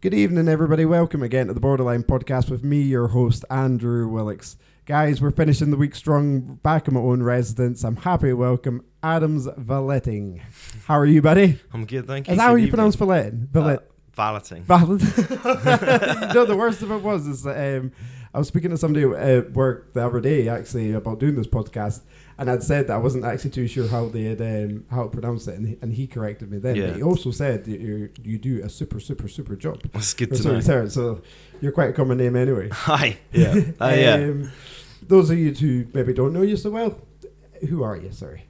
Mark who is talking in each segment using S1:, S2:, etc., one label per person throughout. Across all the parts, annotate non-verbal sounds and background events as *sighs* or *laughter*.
S1: Good evening, everybody. Welcome again to the Borderline Podcast with me, your host, Andrew Willicks. Guys, we're finishing the week strong back in my own residence. I'm happy to welcome Adams Valeting. How are you, buddy?
S2: I'm good, thank you.
S1: Is that how
S2: Good
S1: you
S2: evening.
S1: pronounce Valeting? Valet.
S2: Uh, Valeting.
S1: Valid. *laughs* you know, the worst of it was is that um, I was speaking to somebody at uh, work the other day actually about doing this podcast, and I'd said that I wasn't actually too sure how they had um, how to pronounce it, and he, and he corrected me then.
S2: Yeah.
S1: But he also said that you you do a super super super job.
S2: That's good
S1: Or
S2: to
S1: sorry,
S2: know.
S1: sorry, so you're quite a common name anyway.
S2: *laughs* Hi.
S1: *laughs*
S2: Yeah. Uh, yeah.
S1: Um, those of you who maybe don't know you so well, who are you? Sorry.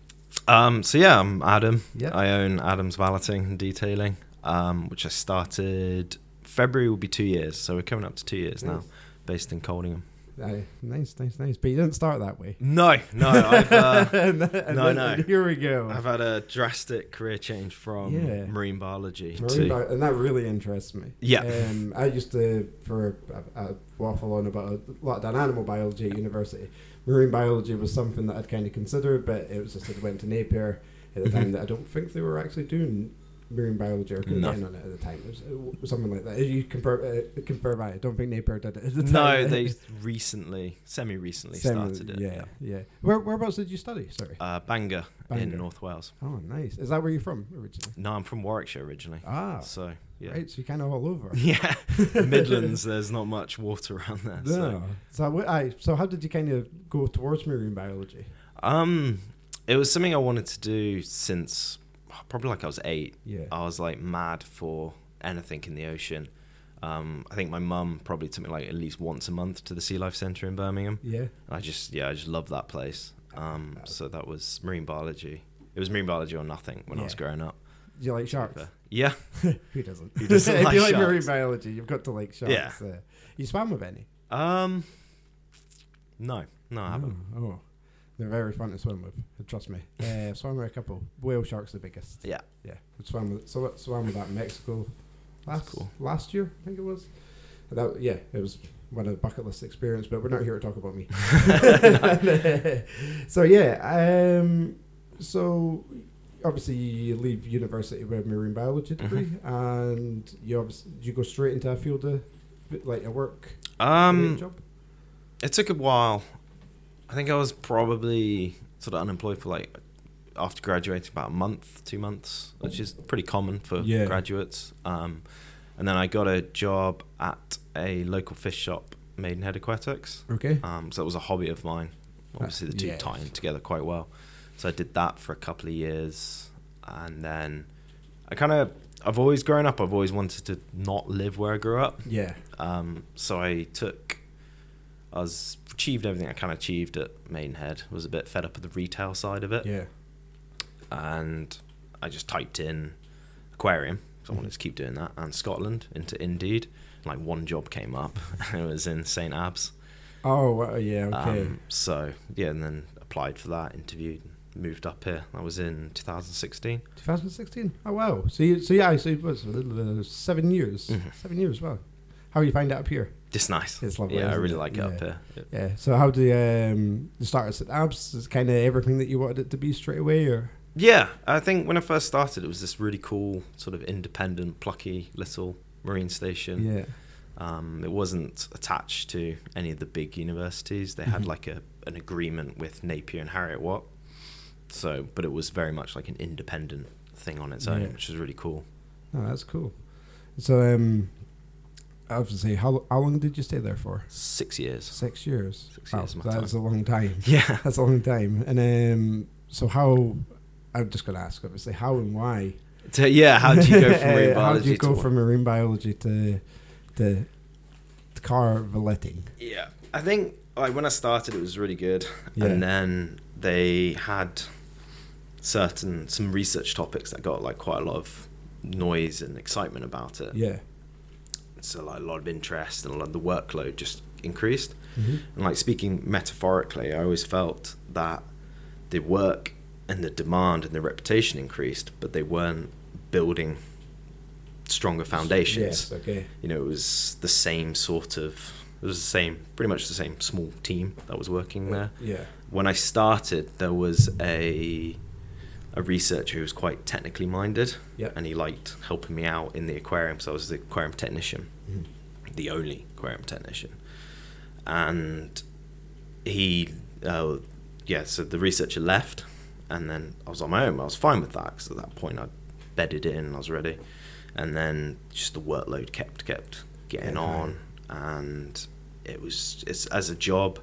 S2: Um, so yeah, I'm Adam.
S1: Yeah.
S2: I own Adam's Valeting and Detailing, um, which I started February will be two years, so we're coming up to two years now,
S1: Nice.
S2: based in Coldingham.
S1: Aye, Uh, nice, nice, nice. But you didn't start that way.
S2: No, no, I've uh,
S1: *laughs* And then-
S2: no,
S1: and
S2: no.
S1: Here we go.
S2: I've had a drastic career change from
S1: Yeah.
S2: marine biology
S1: Marine
S2: to
S1: bio- *laughs* and that really interests me.
S2: Yeah.
S1: Um, I used to, for a, a waffle on about a lot of done animal biology at university. Marine biology was something that I'd kind of considered, but it was just that I went to Napier at the
S2: Mm-hmm.
S1: time that I don't think they were actually doing marine biology or
S2: No.
S1: getting on it at the time. It was, it was something like that. You confirm, uh, confirm I don't think Napier did it at the time. *laughs*
S2: no, they recently, semi-recently
S1: Same-
S2: started it.
S1: Yeah, yeah. Where, whereabouts did you study? Sorry.
S2: Uh, Bangor,
S1: Bangor.
S2: in North Wales.
S1: Oh, nice. Is that where you're from originally?
S2: No, I'm from Warwickshire originally.
S1: Ah,
S2: so yeah.
S1: right. So you're kind of all
S2: *laughs*
S1: over.
S2: Yeah, Midlands. There's not much water around there. So.
S1: No. So, I, I, so how did you kind of go towards marine biology?
S2: Um, it was something I wanted to do since probably like I was eight.
S1: Yeah.
S2: I was like mad for anything in the ocean. Um, I think my mum probably took me like at least once a month to the Sea Life Centre in Birmingham.
S1: Yeah.
S2: And I just yeah, I just love that place. Um, so that was marine biology. It was marine biology or nothing when I was
S1: Yeah.
S2: growing up.
S1: Do you like sharks?
S2: But yeah,
S1: *laughs* Who doesn't?
S2: Who doesn't
S1: if
S2: like
S1: you like
S2: sharks?
S1: marine biology, you've got to like sharks.
S2: Yeah.
S1: Uh, you swam with any?
S2: um, no, no, I haven't.
S1: Oh, oh. They're very fun to swim with. uh, Trust
S2: *laughs*
S1: me. Uh, I've swam with a couple. Whale sharks the biggest.
S2: Yeah.
S1: Yeah. I swam with so I swam with that in Mexico last
S2: cool.
S1: last year, I think it was. And that yeah, it was one of the bucket list experience, but we're not here to talk
S2: *laughs*
S1: about me. *laughs* so yeah, um, so obviously you leave university with a marine biology
S2: Mm-hmm.
S1: degree, and you obviously you go straight into a field of like a work
S2: Um,
S1: job.
S2: it took a while. I think I was probably sort of unemployed for like after graduating about a month, two months, which is pretty common for
S1: Yeah.
S2: graduates. Um, and then I got a job at a local fish shop, Maidenhead Aquatics.
S1: Okay.
S2: Um, so that was a hobby of mine. Obviously, the two
S1: yeah.
S2: tie in together quite well. So I did that for a couple of years, and then I kind of I've always grown up. I've always wanted to not live where I grew up.
S1: Yeah.
S2: Um, so I took, I was achieved everything I kind of achieved at Maidenhead. Was a bit fed up with the retail side of it,
S1: Yeah.
S2: and I just typed in aquarium. 'cause I wanted to keep doing that and Scotland into Indeed. Like one job came up, *laughs* and it was in St Abs.
S1: Oh wow, yeah. Okay.
S2: Um, so yeah, and then applied for that, interviewed, moved up here. That was in 2016.
S1: 2016. Oh wow. So you, so yeah. So it was uh, seven years.
S2: Mhm.
S1: Seven years. Wow. How you find it up here?
S2: Just nice.
S1: It's lovely,
S2: Yeah, I
S1: isn't
S2: really
S1: it?
S2: like it up here.
S1: Yeah. So how do you, um the starters at abs is kind of everything that you wanted it to be straight away, or
S2: Yeah, I think when I first started, it was this really cool, sort of independent, plucky little marine station.
S1: yeah,
S2: Um, it wasn't attached to any of the big universities. They had
S1: Mhm.
S2: like a an agreement with Napier and Harriet Watt. So, but it was very much like an independent thing on its own,
S1: Yeah.
S2: which was really cool.
S1: no, that's cool. So um, obviously, how lo- how long did you stay there for?
S2: Six
S1: *laughs*
S2: years.
S1: Six years.
S2: Six
S1: Wow,
S2: years of my
S1: That's a long time. *laughs*
S2: Yeah.
S1: That's a long time. And um, so how? I'm just gonna ask, obviously, how and why?
S2: *laughs* So, yeah. How do
S1: *laughs*
S2: you go from marine
S1: Uh, how do
S2: biology
S1: you go
S2: to
S1: from marine biology to to, to car valeting?
S2: Yeah, I think like when I started, it was really good,
S1: Yeah.
S2: and then they had certain some research topics that got like quite a lot of noise and excitement about it.
S1: Yeah.
S2: So like a lot of interest and a lot of the workload just increased.
S1: Mm-hmm.
S2: And like speaking metaphorically, I always felt that the work and the demand and the reputation increased, but they weren't building stronger foundations
S1: Yes. Okay.
S2: you know, it was the same sort of, it was the same, pretty much the same small team that was working there.
S1: Yeah.
S2: When I started, there was a a researcher who was quite technically minded,
S1: Yep.
S2: and he liked helping me out in the aquarium. So I was the aquarium technician,
S1: Mhm.
S2: the only aquarium technician, and he, uh, yeah. So the researcher left, and then I was on my own. I was fine with that because at that point I bedded in, I was ready, and then just the workload kept kept getting
S1: Getting higher.
S2: on, and it was it's as a job.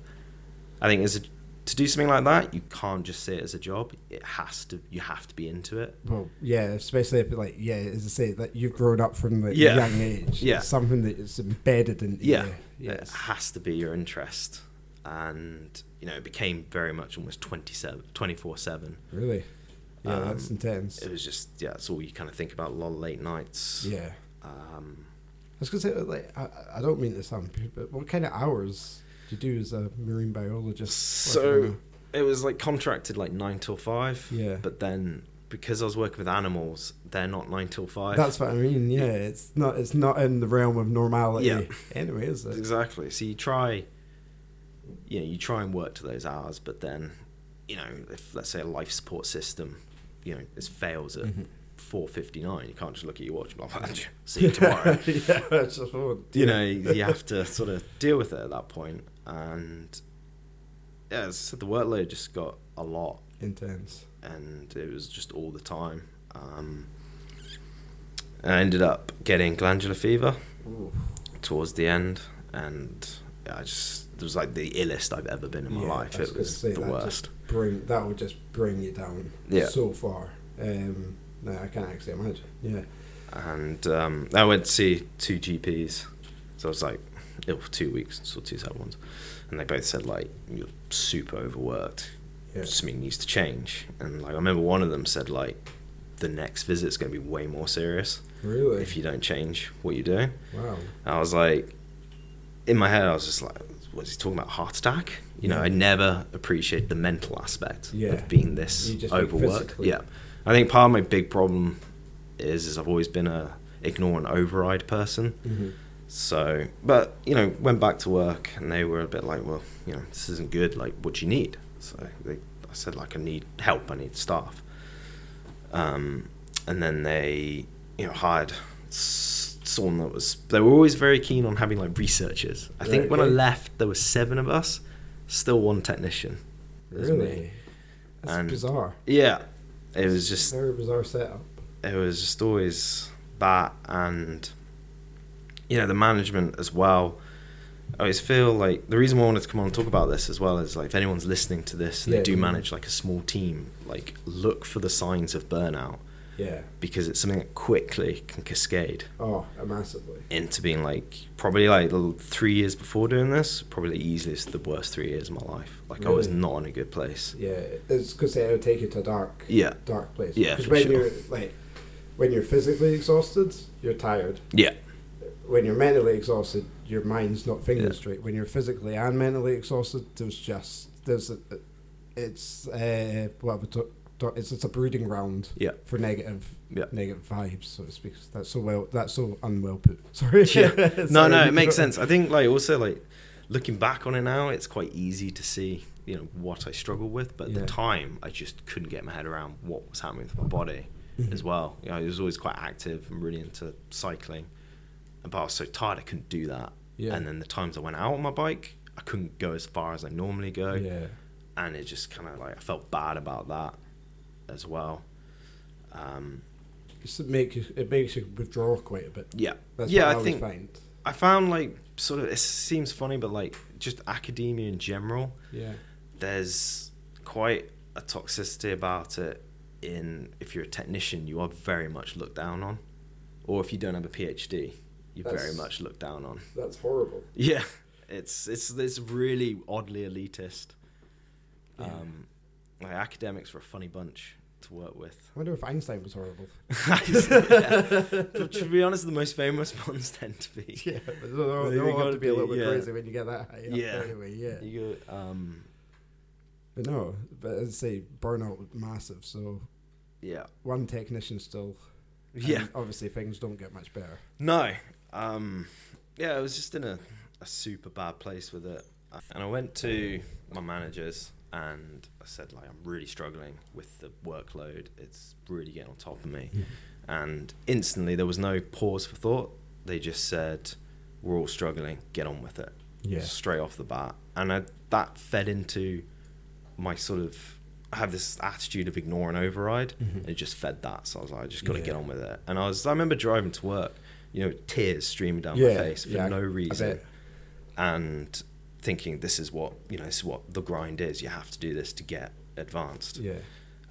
S2: I think as a to do something like that, you can't just see it as a job. It has to. You have to be into it.
S1: Well, yeah, especially if like yeah, as I say, that you've grown up from the
S2: Yeah.
S1: young age.
S2: Yeah.
S1: It's something that is embedded in
S2: Yeah,
S1: you.
S2: it has to be your interest, and you know it became very much almost 27, 24 seven.
S1: Really. Yeah,
S2: Um,
S1: that's intense.
S2: It was just yeah, that's all you kind of think about. A lot of late nights.
S1: yeah.
S2: Um,
S1: I was gonna say like I, I don't mean to sound pe- but what kind of hours do you do as a marine biologist?
S2: so it was like contracted like nine till five.
S1: Yeah.
S2: But then because I was working with animals, they're not nine till five.
S1: that's what I mean. Yeah, it's not it's not in the realm of normality.
S2: Yeah. uh,
S1: Anyway, is it?
S2: Exactly. So you try, you know, you try and work to those hours, but then, you know, if let's say a life support system, you know, it fails at
S1: Mhm.
S2: four fifty nine, you can't just look at your watch and be like, see
S1: *laughs*
S2: you tomorrow.
S1: yeah, that's just what-
S2: you
S1: *laughs*
S2: know, you have to sort of deal with it at that point, and yeah, so the workload just got a lot,
S1: intense.
S2: and it was just all the time. Um, and I ended up getting glandular fever
S1: Ooh.
S2: towards the end, and I just it was like the illest I've ever been in my
S1: Yeah,
S2: life.
S1: I was
S2: It
S1: gonna
S2: was
S1: say
S2: the
S1: that
S2: worst.
S1: Just bring that would just bring you down
S2: Yeah.
S1: so far. Um, no, I can't actually imagine. Yeah,
S2: And um, I went to see two GPs, so I was like ill for two weeks, saw two separate ones, and they both said like you're super overworked.
S1: yeah,
S2: Something needs to change. And like I remember one of them said like the next visit's going to be way more serious
S1: really.
S2: if you don't change what you're doing.
S1: wow.
S2: I was like, in my head, I was just like, was he talking about heart attack? You know,
S1: Yeah.
S2: I never appreciated the mental aspect
S1: Yeah.
S2: of being this
S1: You just think
S2: overworked.
S1: physically.
S2: Yeah, I think part of my big problem is is I've always been a ignore and override person.
S1: hmm
S2: So, but you know, went back to work and they were a bit like, well, you know, this isn't good. Like, what do you need? So they, I said like, I need help. I need staff. Um, and then they, you know, hired s- someone that was. They were always very keen on having like researchers. I think
S1: Right,
S2: when I
S1: okay.
S2: left, there were seven of us, still one technician. It was me.
S1: Really, that's
S2: And-
S1: bizarre.
S2: Yeah, it was just
S1: very bizarre setup.
S2: it was just always that and you know the management as well i always feel like the reason why i wanted to come on and talk about this as well is like if anyone's listening to this and
S1: Yeah,
S2: they do
S1: yeah.
S2: manage like a small team like look for the signs of burnout
S1: Yeah.
S2: because it's something that quickly can cascade
S1: Oh, massively.
S2: into being like probably like the three years before doing this probably easily it's the worst three years of my life like i was
S1: Really?
S2: not in a good place
S1: Yeah, it's because it would take you to a dark,
S2: yeah
S1: dark place.
S2: Yeah,
S1: 'Cause
S2: for
S1: when
S2: sure.
S1: you're like, when you're physically exhausted, you're tired.
S2: yeah
S1: When you're mentally exhausted, your mind's not thinking
S2: Yeah.
S1: straight. When you're physically and mentally exhausted, there's just there's a, it's uh, what have we talk, talk, it's it's a breeding ground
S2: yeah
S1: for negative
S2: Yeah.
S1: negative vibes, so to speak. That's so well that's so unwell put. *laughs* Sorry.
S2: Yeah. *laughs* no,
S1: Sorry.
S2: no, it makes
S1: *laughs*
S2: sense. I think like also like looking back on it now, it's quite easy to see you know what I struggled with, but at
S1: Yeah.
S2: the time I just couldn't get my head around what was happening with my body
S1: Mhm.
S2: as well. You know, I was always quite active and really into cycling, but I was so tired I couldn't do that.
S1: Yeah.
S2: And then the times I went out on my bike, I couldn't go as far as I normally go,
S1: Yeah.
S2: and it just kind of like I felt bad about that as well. Um,
S1: Just it makes you, it makes you withdraw quite a bit.
S2: yeah,
S1: That's
S2: yeah,
S1: what I,
S2: I
S1: always
S2: think
S1: find.
S2: I found like sort of it seems funny, but like just academia in general,
S1: Yeah.
S2: there's quite a toxicity about it. In if you're a technician, you are very much looked down on, or if you don't have a PhD, you're very
S1: That's-
S2: much looked down on. *laughs*
S1: That's horrible.
S2: Yeah, it's it's it's really oddly elitist.
S1: Yeah.
S2: Um, like academics are a funny bunch to work
S1: *laughs*
S2: with. *laughs*
S1: I wonder if Einstein was horrible. *laughs*
S2: But to be honest, the most famous *laughs* ones tend to be.
S1: Yeah, but they all,
S2: They
S1: they all
S2: think
S1: have to
S2: it'd
S1: be a little
S2: be-
S1: bit
S2: yeah.
S1: crazy when you get that high up
S2: Yeah.
S1: anyway, yeah.
S2: You go, um,
S1: But no, but as I say, burnout was massive, so
S2: yeah.
S1: one technician still. and
S2: Yeah.
S1: Obviously, things don't get much better.
S2: No. Um, yeah, I was just in a, a super bad place with it. And I went to my managers and I said like I'm really struggling with the workload. It's really getting on top of me. And instantly there was no pause for thought. They just said, "We're all struggling. Get on with it."
S1: Yeah.
S2: Straight off the bat, and I, that fed into my sort of I have this attitude of ignore and override, and it just fed that. So I was like, I just got to
S1: Mm-hmm. Yeah.
S2: get on with it. And I was I remember driving to work, you know, tears streaming down my face for
S1: yeah,
S2: no
S1: I
S2: reason
S1: bet.
S2: and thinking this is what you know this is what the grind is you have to do this to get advanced
S1: Yeah.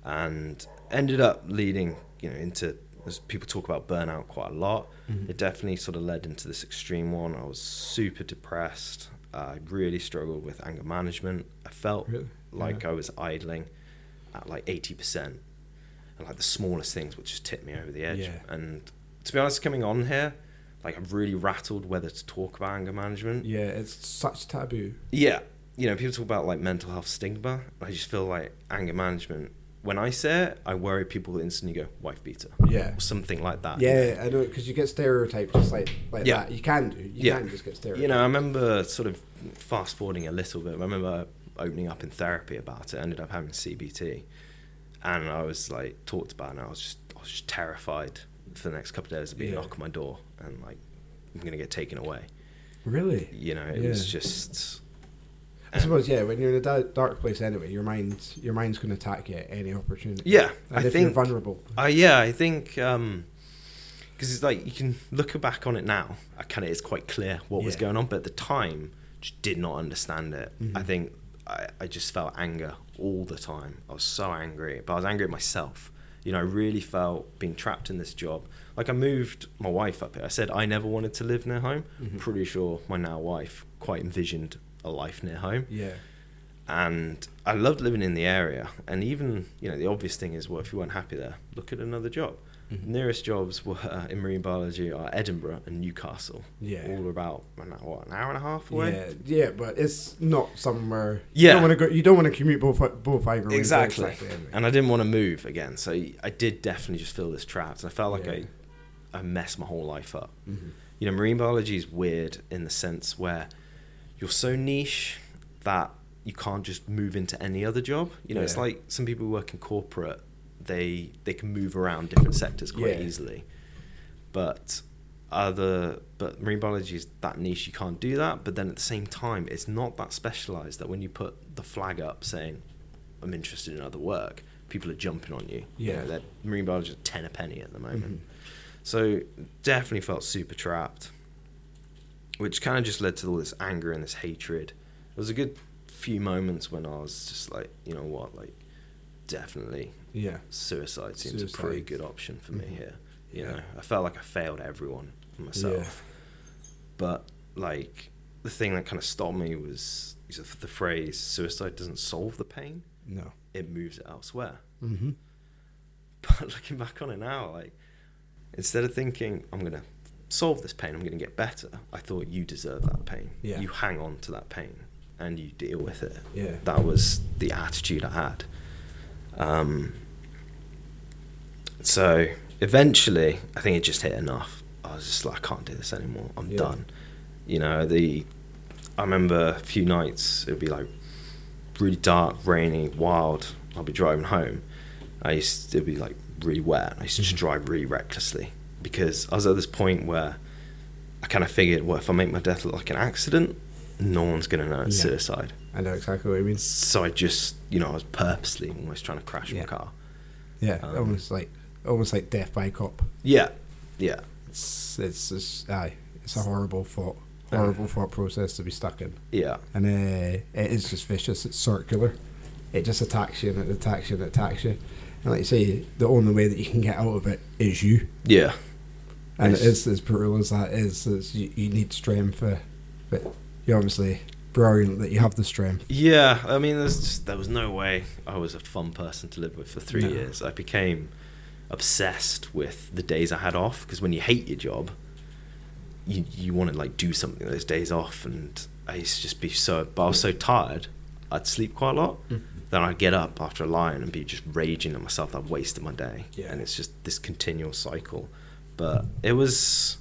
S2: and ended up leading you know into as people talk about burnout quite a lot it definitely sort of led into this extreme one i was super depressed i really struggled with anger management i felt
S1: Really?
S2: like
S1: Yeah.
S2: i was idling at like 80% and like the smallest things would just tip me over the edge
S1: Yeah.
S2: and to be honest coming on here like i'm really rattled whether to talk about anger management
S1: Yeah, it's such taboo.
S2: yeah, you know, people talk about like mental health stigma. I just feel like anger management. When I say it, I worry people will instantly go wife beater,
S1: Yeah.
S2: or something like that.
S1: Yeah, I know because you get stereotyped just like like
S2: Yeah.
S1: that. You can do. You
S2: Yeah.
S1: can just get stereotyped.
S2: You know, I remember sort of fast forwarding a little bit. I remember opening up in therapy about it. I ended up having CBT, and I was like talked about, it and I was just I was just terrified for the next couple of days of being
S1: Yeah.
S2: knocked on my door and like I'm gonna get taken away.
S1: really.
S2: You know, it was just
S1: I suppose yeah. When you're in a da- dark place anyway, your mind your mind's going to attack you at any opportunity.
S2: yeah.
S1: and
S2: I
S1: if
S2: think
S1: you're vulnerable.
S2: Uh, yeah, I think um 'cause because it's like you can look back on it now. I kind of it's quite clear what was
S1: Yeah.
S2: going on, but at the time, just did not understand it. I
S1: Mhm.
S2: think I, I just felt anger all the time. I was so angry, but I was angry at myself. You know, I really felt being trapped in this job. Like I moved my wife up here. I said I never wanted to live near home.
S1: Mhm.
S2: Pretty sure my now wife quite envisioned a life near home
S1: Yeah,
S2: and I loved living in the area. And even you know the obvious thing is, well, if you weren't happy there, look at another job.
S1: Mhm.
S2: Nearest jobs were uh, in marine biology are Edinburgh and Newcastle.
S1: Yeah.
S2: all about an hour, what, an hour and a half away.
S1: yeah, yeah. But it's not somewhere.
S2: Yeah.
S1: you don't want to go. You don't want to commute both both either ways,
S2: exactly.
S1: anyway.
S2: And I didn't want to move again, so I did definitely just feel this trapped. And I felt like
S1: Yeah.
S2: I, I messed my whole life up.
S1: Mhm.
S2: You know, marine biology is weird in the sense where you're so niche that you can't just move into any other job. You know, it's
S1: Yeah.
S2: like some people who work in corporate; they they can move around different sectors quite
S1: Yeah.
S2: easily. But other but marine biology is that niche you can't do that but then at the same time it's not that specialized that when you put the flag up saying i'm interested in other work people are jumping on you You
S1: Yeah.
S2: know, that marine biology is 10 a penny at the
S1: Mm-hmm.
S2: moment so definitely felt super trapped which kind of just led to all this anger and this hatred there was a good few moments when i was just like you know what like definitely
S1: Yeah,
S2: suicide seems a
S1: Suicide.
S2: pretty good option for me
S1: Mhm.
S2: here. You
S1: Yeah.
S2: know, I felt like I failed everyone and myself. But like the thing that kind of stopped me was is the phrase suicide doesn't solve the pain;
S1: no.
S2: it moves it elsewhere.
S1: Mm-hmm.
S2: But *laughs* looking back on it now, like instead of thinking I'm gonna solve this pain, I'm gonna get better, I thought you deserve that pain.
S1: Yeah.
S2: You hang on to that pain and you deal with it.
S1: Yeah.
S2: That was the attitude I had. Um, so eventually, I think it just hit enough. I was just like, I can't do this anymore. I'm
S1: Yeah.
S2: done. You know, the I remember a few nights it would be like really dark, rainy, wild. I'll be driving home. I used to it'd be like really wet. I used to
S1: Mm.
S2: just drive really recklessly because I was at this point where I kind of figured, well, if I make my death look like an accident, no one's gonna know it's
S1: Yeah.
S2: suicide.
S1: I know exactly what it means.
S2: So I just, you know, I was purposely almost trying to crash
S1: Yeah.
S2: my car.
S1: Yeah,
S2: Um,
S1: almost like almost like death by cop.
S2: Yeah, yeah,
S1: It's it's it's, aye, it's a horrible thought, horrible thought process to be stuck in,
S2: yeah,
S1: and uh, it is just vicious. It's circular. It just attacks you and it attacks you and it attacks you, and like you say, the only way that you can get out of it is you.
S2: yeah,
S1: And it
S2: It's-
S1: is as brutal as that is. It's, you, you need strength, uh, but you're obviously brilliant that you have the strength.
S2: yeah. I mean, there's just, there was no way I was a fun person to live with for three
S1: No.
S2: years. I became obsessed with the days I had off because when you hate your job, you you want to like do something those days off, and I used to just be so. But I was so tired, I'd sleep quite a lot.
S1: Hmm.
S2: Then I'd get up after a lion and be just raging at myself. that I'd wasted my day,
S1: Yeah.
S2: and it's just this continual cycle. But it was.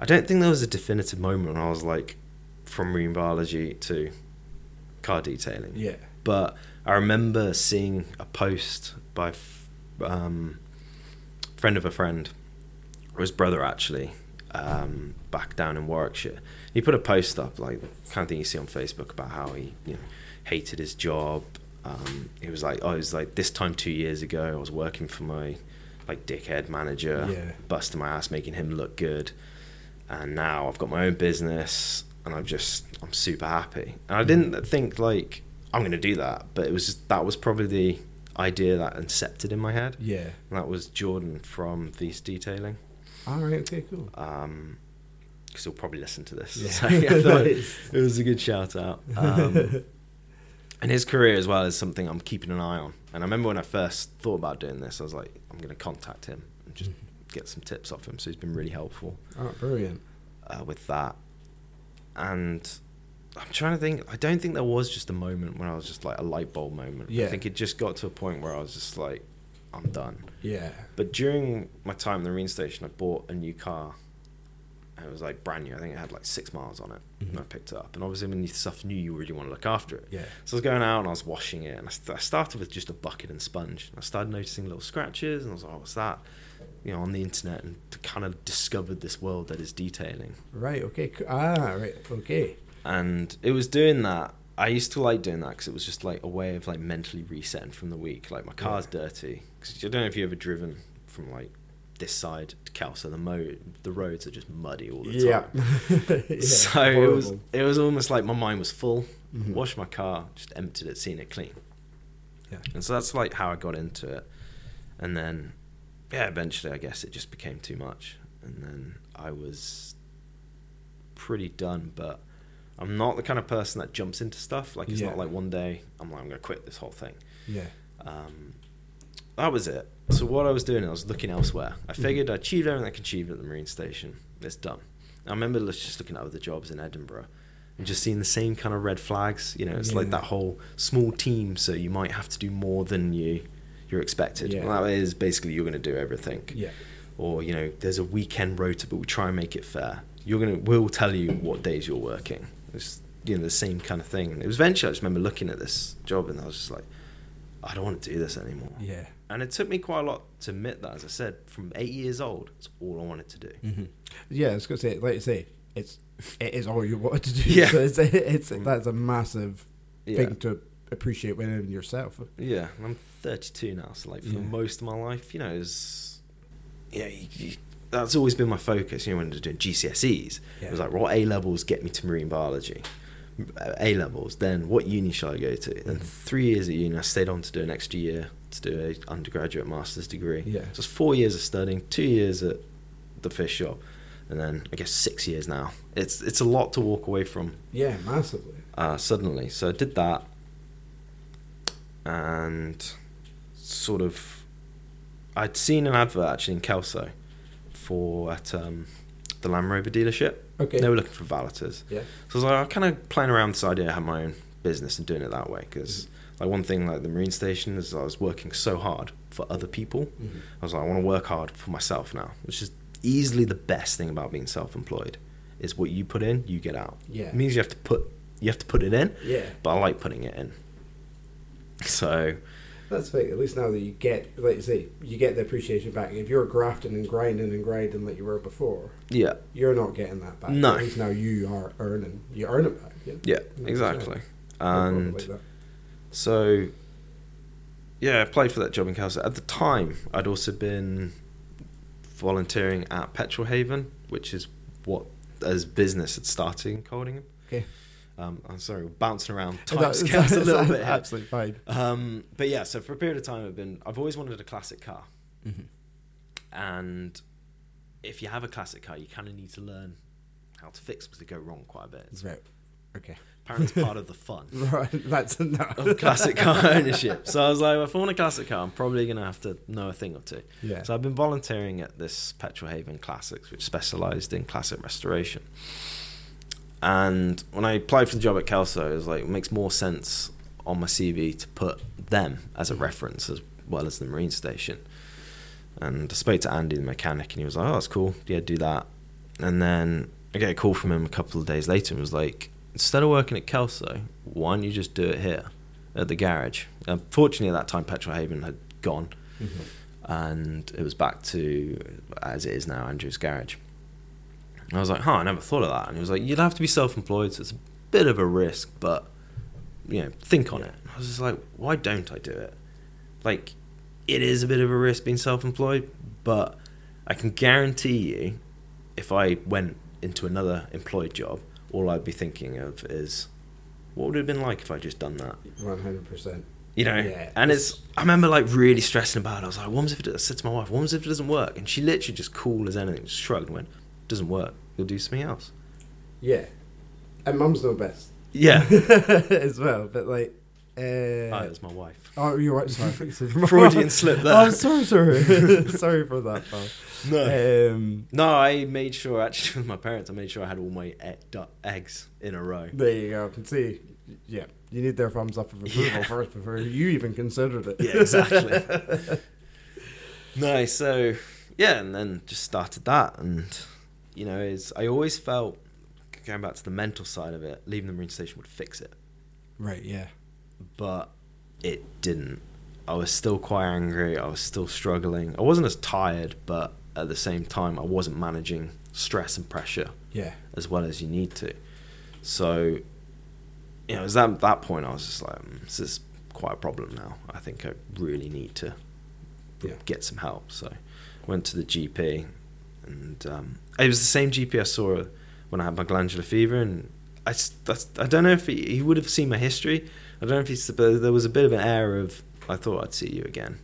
S2: I don't think there was a definitive moment when I was like, from marine biology to car detailing.
S1: Yeah,
S2: But I remember seeing a post by f- um, friend of a friend, or his brother actually, um, back down in Warwickshire. He put a post up, like kind of thing you see on Facebook, about how he you know, hated his job. Um, he was like, oh, it was like this time two years ago, I was working for my like dickhead manager,
S1: Yeah.
S2: busting my ass, making him look good, and now I've got my own business, and I'm just I'm super happy. And I didn't think like I'm gonna do that, but it was just, that was probably the idea that incepted in my head.
S1: Yeah.
S2: And that was Jordan from Feast Detailing.
S1: All right. Okay. Cool.
S2: *laughs* Um, because he'll probably listen to this.
S1: Yeah.
S2: *laughs*
S1: *laughs*
S2: So, yeah, I thought it
S1: Nice.
S2: was a good shout out.
S1: *laughs*
S2: Um, *laughs* and his career as well is something I'm keeping an eye on. And I remember when I first thought about doing this, I was like, I'm going to contact him and just get some tips off him. So he's been really helpful
S1: Oh, brilliant.
S2: uh, with that. And I'm trying to think. I don't think there was just a moment when I was just like a light bulb moment. I
S1: Yeah.
S2: think it just got to a point where I was just like, I'm done.
S1: Yeah.
S2: But during my time in the marine station, I bought a new car. And it was like brand new. I think it had like six miles on it.
S1: Mm-hmm.
S2: And I picked it up. And obviously, when you stuff new, you really want to look after it.
S1: Yeah.
S2: So I was going out and I was washing it. And I, st- I started with just a bucket and sponge. And I started noticing little scratches. And I was like, oh, what's that? You know, on the internet. And t- kind of discovered this world that is detailing.
S1: Right. Okay. Cool. Ah. Right. Okay.
S2: And it was doing that. I used to like doing that because it was just like a way of like mentally resetting from the week. Like my car's dirty. 'Cause I don't know if you ever driven from like this side to Kelso. The mo the roads are just muddy all the
S1: Yeah.
S2: time.
S1: *laughs* Yeah,
S2: so it was
S1: horrible.
S2: it was almost like my mind was full.
S1: Mhm.
S2: Washed my car, just emptied it, seen it clean.
S1: Yeah.
S2: And so that's like how I got into it. And then yeah, eventually I guess it just became too much. And then I was pretty done, but I'm not the kind of person that jumps into stuff. Like it's
S1: Yeah.
S2: not like one day I'm like I'm gonna quit this whole thing.
S1: Yeah.
S2: Um, that was it. So what I was doing, I was looking elsewhere. I
S1: Mm-hmm.
S2: figured I achieved everything I could achieve at the marine station. It's done. I remember lo- just looking at other jobs in Edinburgh and just seeing the same kind of red flags. You know, it's like
S1: Yeah.
S2: that whole small team, so you might have to do more than you you're expected.
S1: Yeah.
S2: Well, that is basically you're going to do everything.
S1: Yeah.
S2: Or you know, there's a weekend rota, but we try and make it fair. You're gonna we'll tell you what days you're working. It's you know the same kind of thing. It was eventually I just remember looking at this job and I was just like, I don't want to do this anymore.
S1: Yeah.
S2: And it took me quite a lot to admit that. As I said, from eight years old, it's all I wanted to do.
S1: hmm Yeah, I was gonna say, like you say, it's it is all you *laughs* wanted to do.
S2: Yeah. Mm.
S1: So it's, it's that's a massive
S2: Yeah.
S1: thing to appreciate within yourself.
S2: Yeah, and I'm 32 now, so like for
S1: Yeah.
S2: most of my life, you know, is yeah, you, you, that's always been my focus. You know, when I was doing GCSEs,
S1: Yeah.
S2: it was like, what A levels get me to marine biology? A levels, then what uni shall I go to?
S1: Mm-hmm.
S2: And three years at uni, I stayed on to do an extra year to do a undergraduate master's degree.
S1: Yeah.
S2: so it's four years of studying, two years at the fish shop, and then I guess six years now. It's it's a lot to walk away from
S1: Yeah, massively.
S2: uh, suddenly. So I did that and sort of. I'd seen an advert actually in Kelso for at um, the Land Rover dealership.
S1: Okay.
S2: They were looking for valeters.
S1: Yeah.
S2: So I was like, I'm kind of playing around with this idea, I had my own business and doing it that way. Because
S1: Mm-hmm.
S2: like one thing, like the Marine Station, is I was working so hard for other people.
S1: Mhm.
S2: I was like, I want to work hard for myself now, which is easily the best thing about being self-employed. Is what you put in, you get out.
S1: Yeah.
S2: It means you have to put you have to put it in.
S1: Yeah.
S2: But I like putting it in. So
S1: That's fine. At least now that you get, like you say, you get the appreciation back. If you're grafting and grinding and grinding like you were before,
S2: yeah,
S1: you're not getting that back.
S2: No.
S1: At least now you are earning. You earn it back. Yeah.
S2: yeah,
S1: No,
S2: exactly.
S1: sorry. No problem
S2: And
S1: like that.
S2: So, yeah, I played for that job in Calcutta. At the time, I'd also been volunteering at Petrol Haven, which is what as business had started in Coldingham.
S1: okay.
S2: Um, I'm sorry, we're bouncing
S1: *laughs*
S2: around
S1: That-
S2: *laughs* time
S1: that's-
S2: scales a little
S1: that's
S2: bit. here.
S1: Absolutely fine.
S2: Um, but yeah, so for a period of time, I've been I've always wanted a classic car,
S1: Mhm.
S2: and if you have a classic car, you kind of need to learn how to fix because they go wrong quite a bit. It's
S1: Right. Okay. *laughs*
S2: apparently part of the fun.
S1: Right. That's enough.
S2: of classic car *laughs* ownership. So I was like, if I want a classic car, I'm probably going to have to know a thing or two.
S1: Yeah.
S2: So I've been volunteering at this Petrol Haven Classics, which specialised in classic restoration. And when I applied for the job at Kelso, it was like, it makes more sense on my CV to put them as a reference as well as the Marine Station. And I spoke to Andy, the mechanic, and he was like, oh, that's cool. Yeah, do that. And then I get a call from him a couple of days later and was like, instead of working at Kelso, why don't you just do it here? at the garage. Unfortunately, at that time, Petrol Haven had gone,
S1: Mhm.
S2: and it was back to as it is now, Andrew's garage. And I was like, "Huh, I never thought of that." And he was like, "You'd have to be self-employed, so it's a bit of a risk, but you know, think on it." And I was just like, "Why don't I do it? Like, it is a bit of a risk being self-employed, but I can guarantee you, if I went into another employed job, all I'd be thinking of is, what would it have been like if I just done that?"
S1: 100%.
S2: you know.
S1: Yeah.
S2: And it's I remember like really stressing about it. I was like, "What if it?" I said to my wife, "What if it doesn't work?" And she literally just cool as anything, just shrugged and went, "Doesn't work. You'll do something else."
S1: Yeah. And mum's no best.
S2: *laughs* Yeah.
S1: *laughs* as well, but like.
S2: oh,
S1: Uh,
S2: it's my wife.
S1: oh, you're right. Sorry.
S2: *laughs* Freudian slip there.
S1: Oh, sorry,
S2: *laughs*
S1: sorry. *laughs* sorry for that, pal. Um,
S2: No, I made sure actually *laughs* with my parents. I made sure I had all my e- du- eggs in a row.
S1: there you go. Can see. Yeah. You need their thumbs up of approval
S2: Yeah.
S1: first before you even considered it.
S2: Yeah, exactly. no, so yeah, and then just started that, and you know, is I always felt going back to the mental side of it, leaving the marine station would fix it.
S1: *laughs* right, yeah.
S2: but it didn't. I was still quite angry. I was still struggling. I wasn't as tired, but at the same time, I wasn't managing stress and pressure
S1: Yeah.
S2: as well as you need to. So, you know, it was at that point I was just like, "Mm, this is quite a problem now. I think I really need to
S1: Yeah.
S2: get some help. So, I went to the GP, and um, it was the same GP I saw when I had my glandular fever, and I, s- that's, I don't know if he, he would have seen my history. I don't know if he's, but there was a bit of an air of, I thought I'd see you again.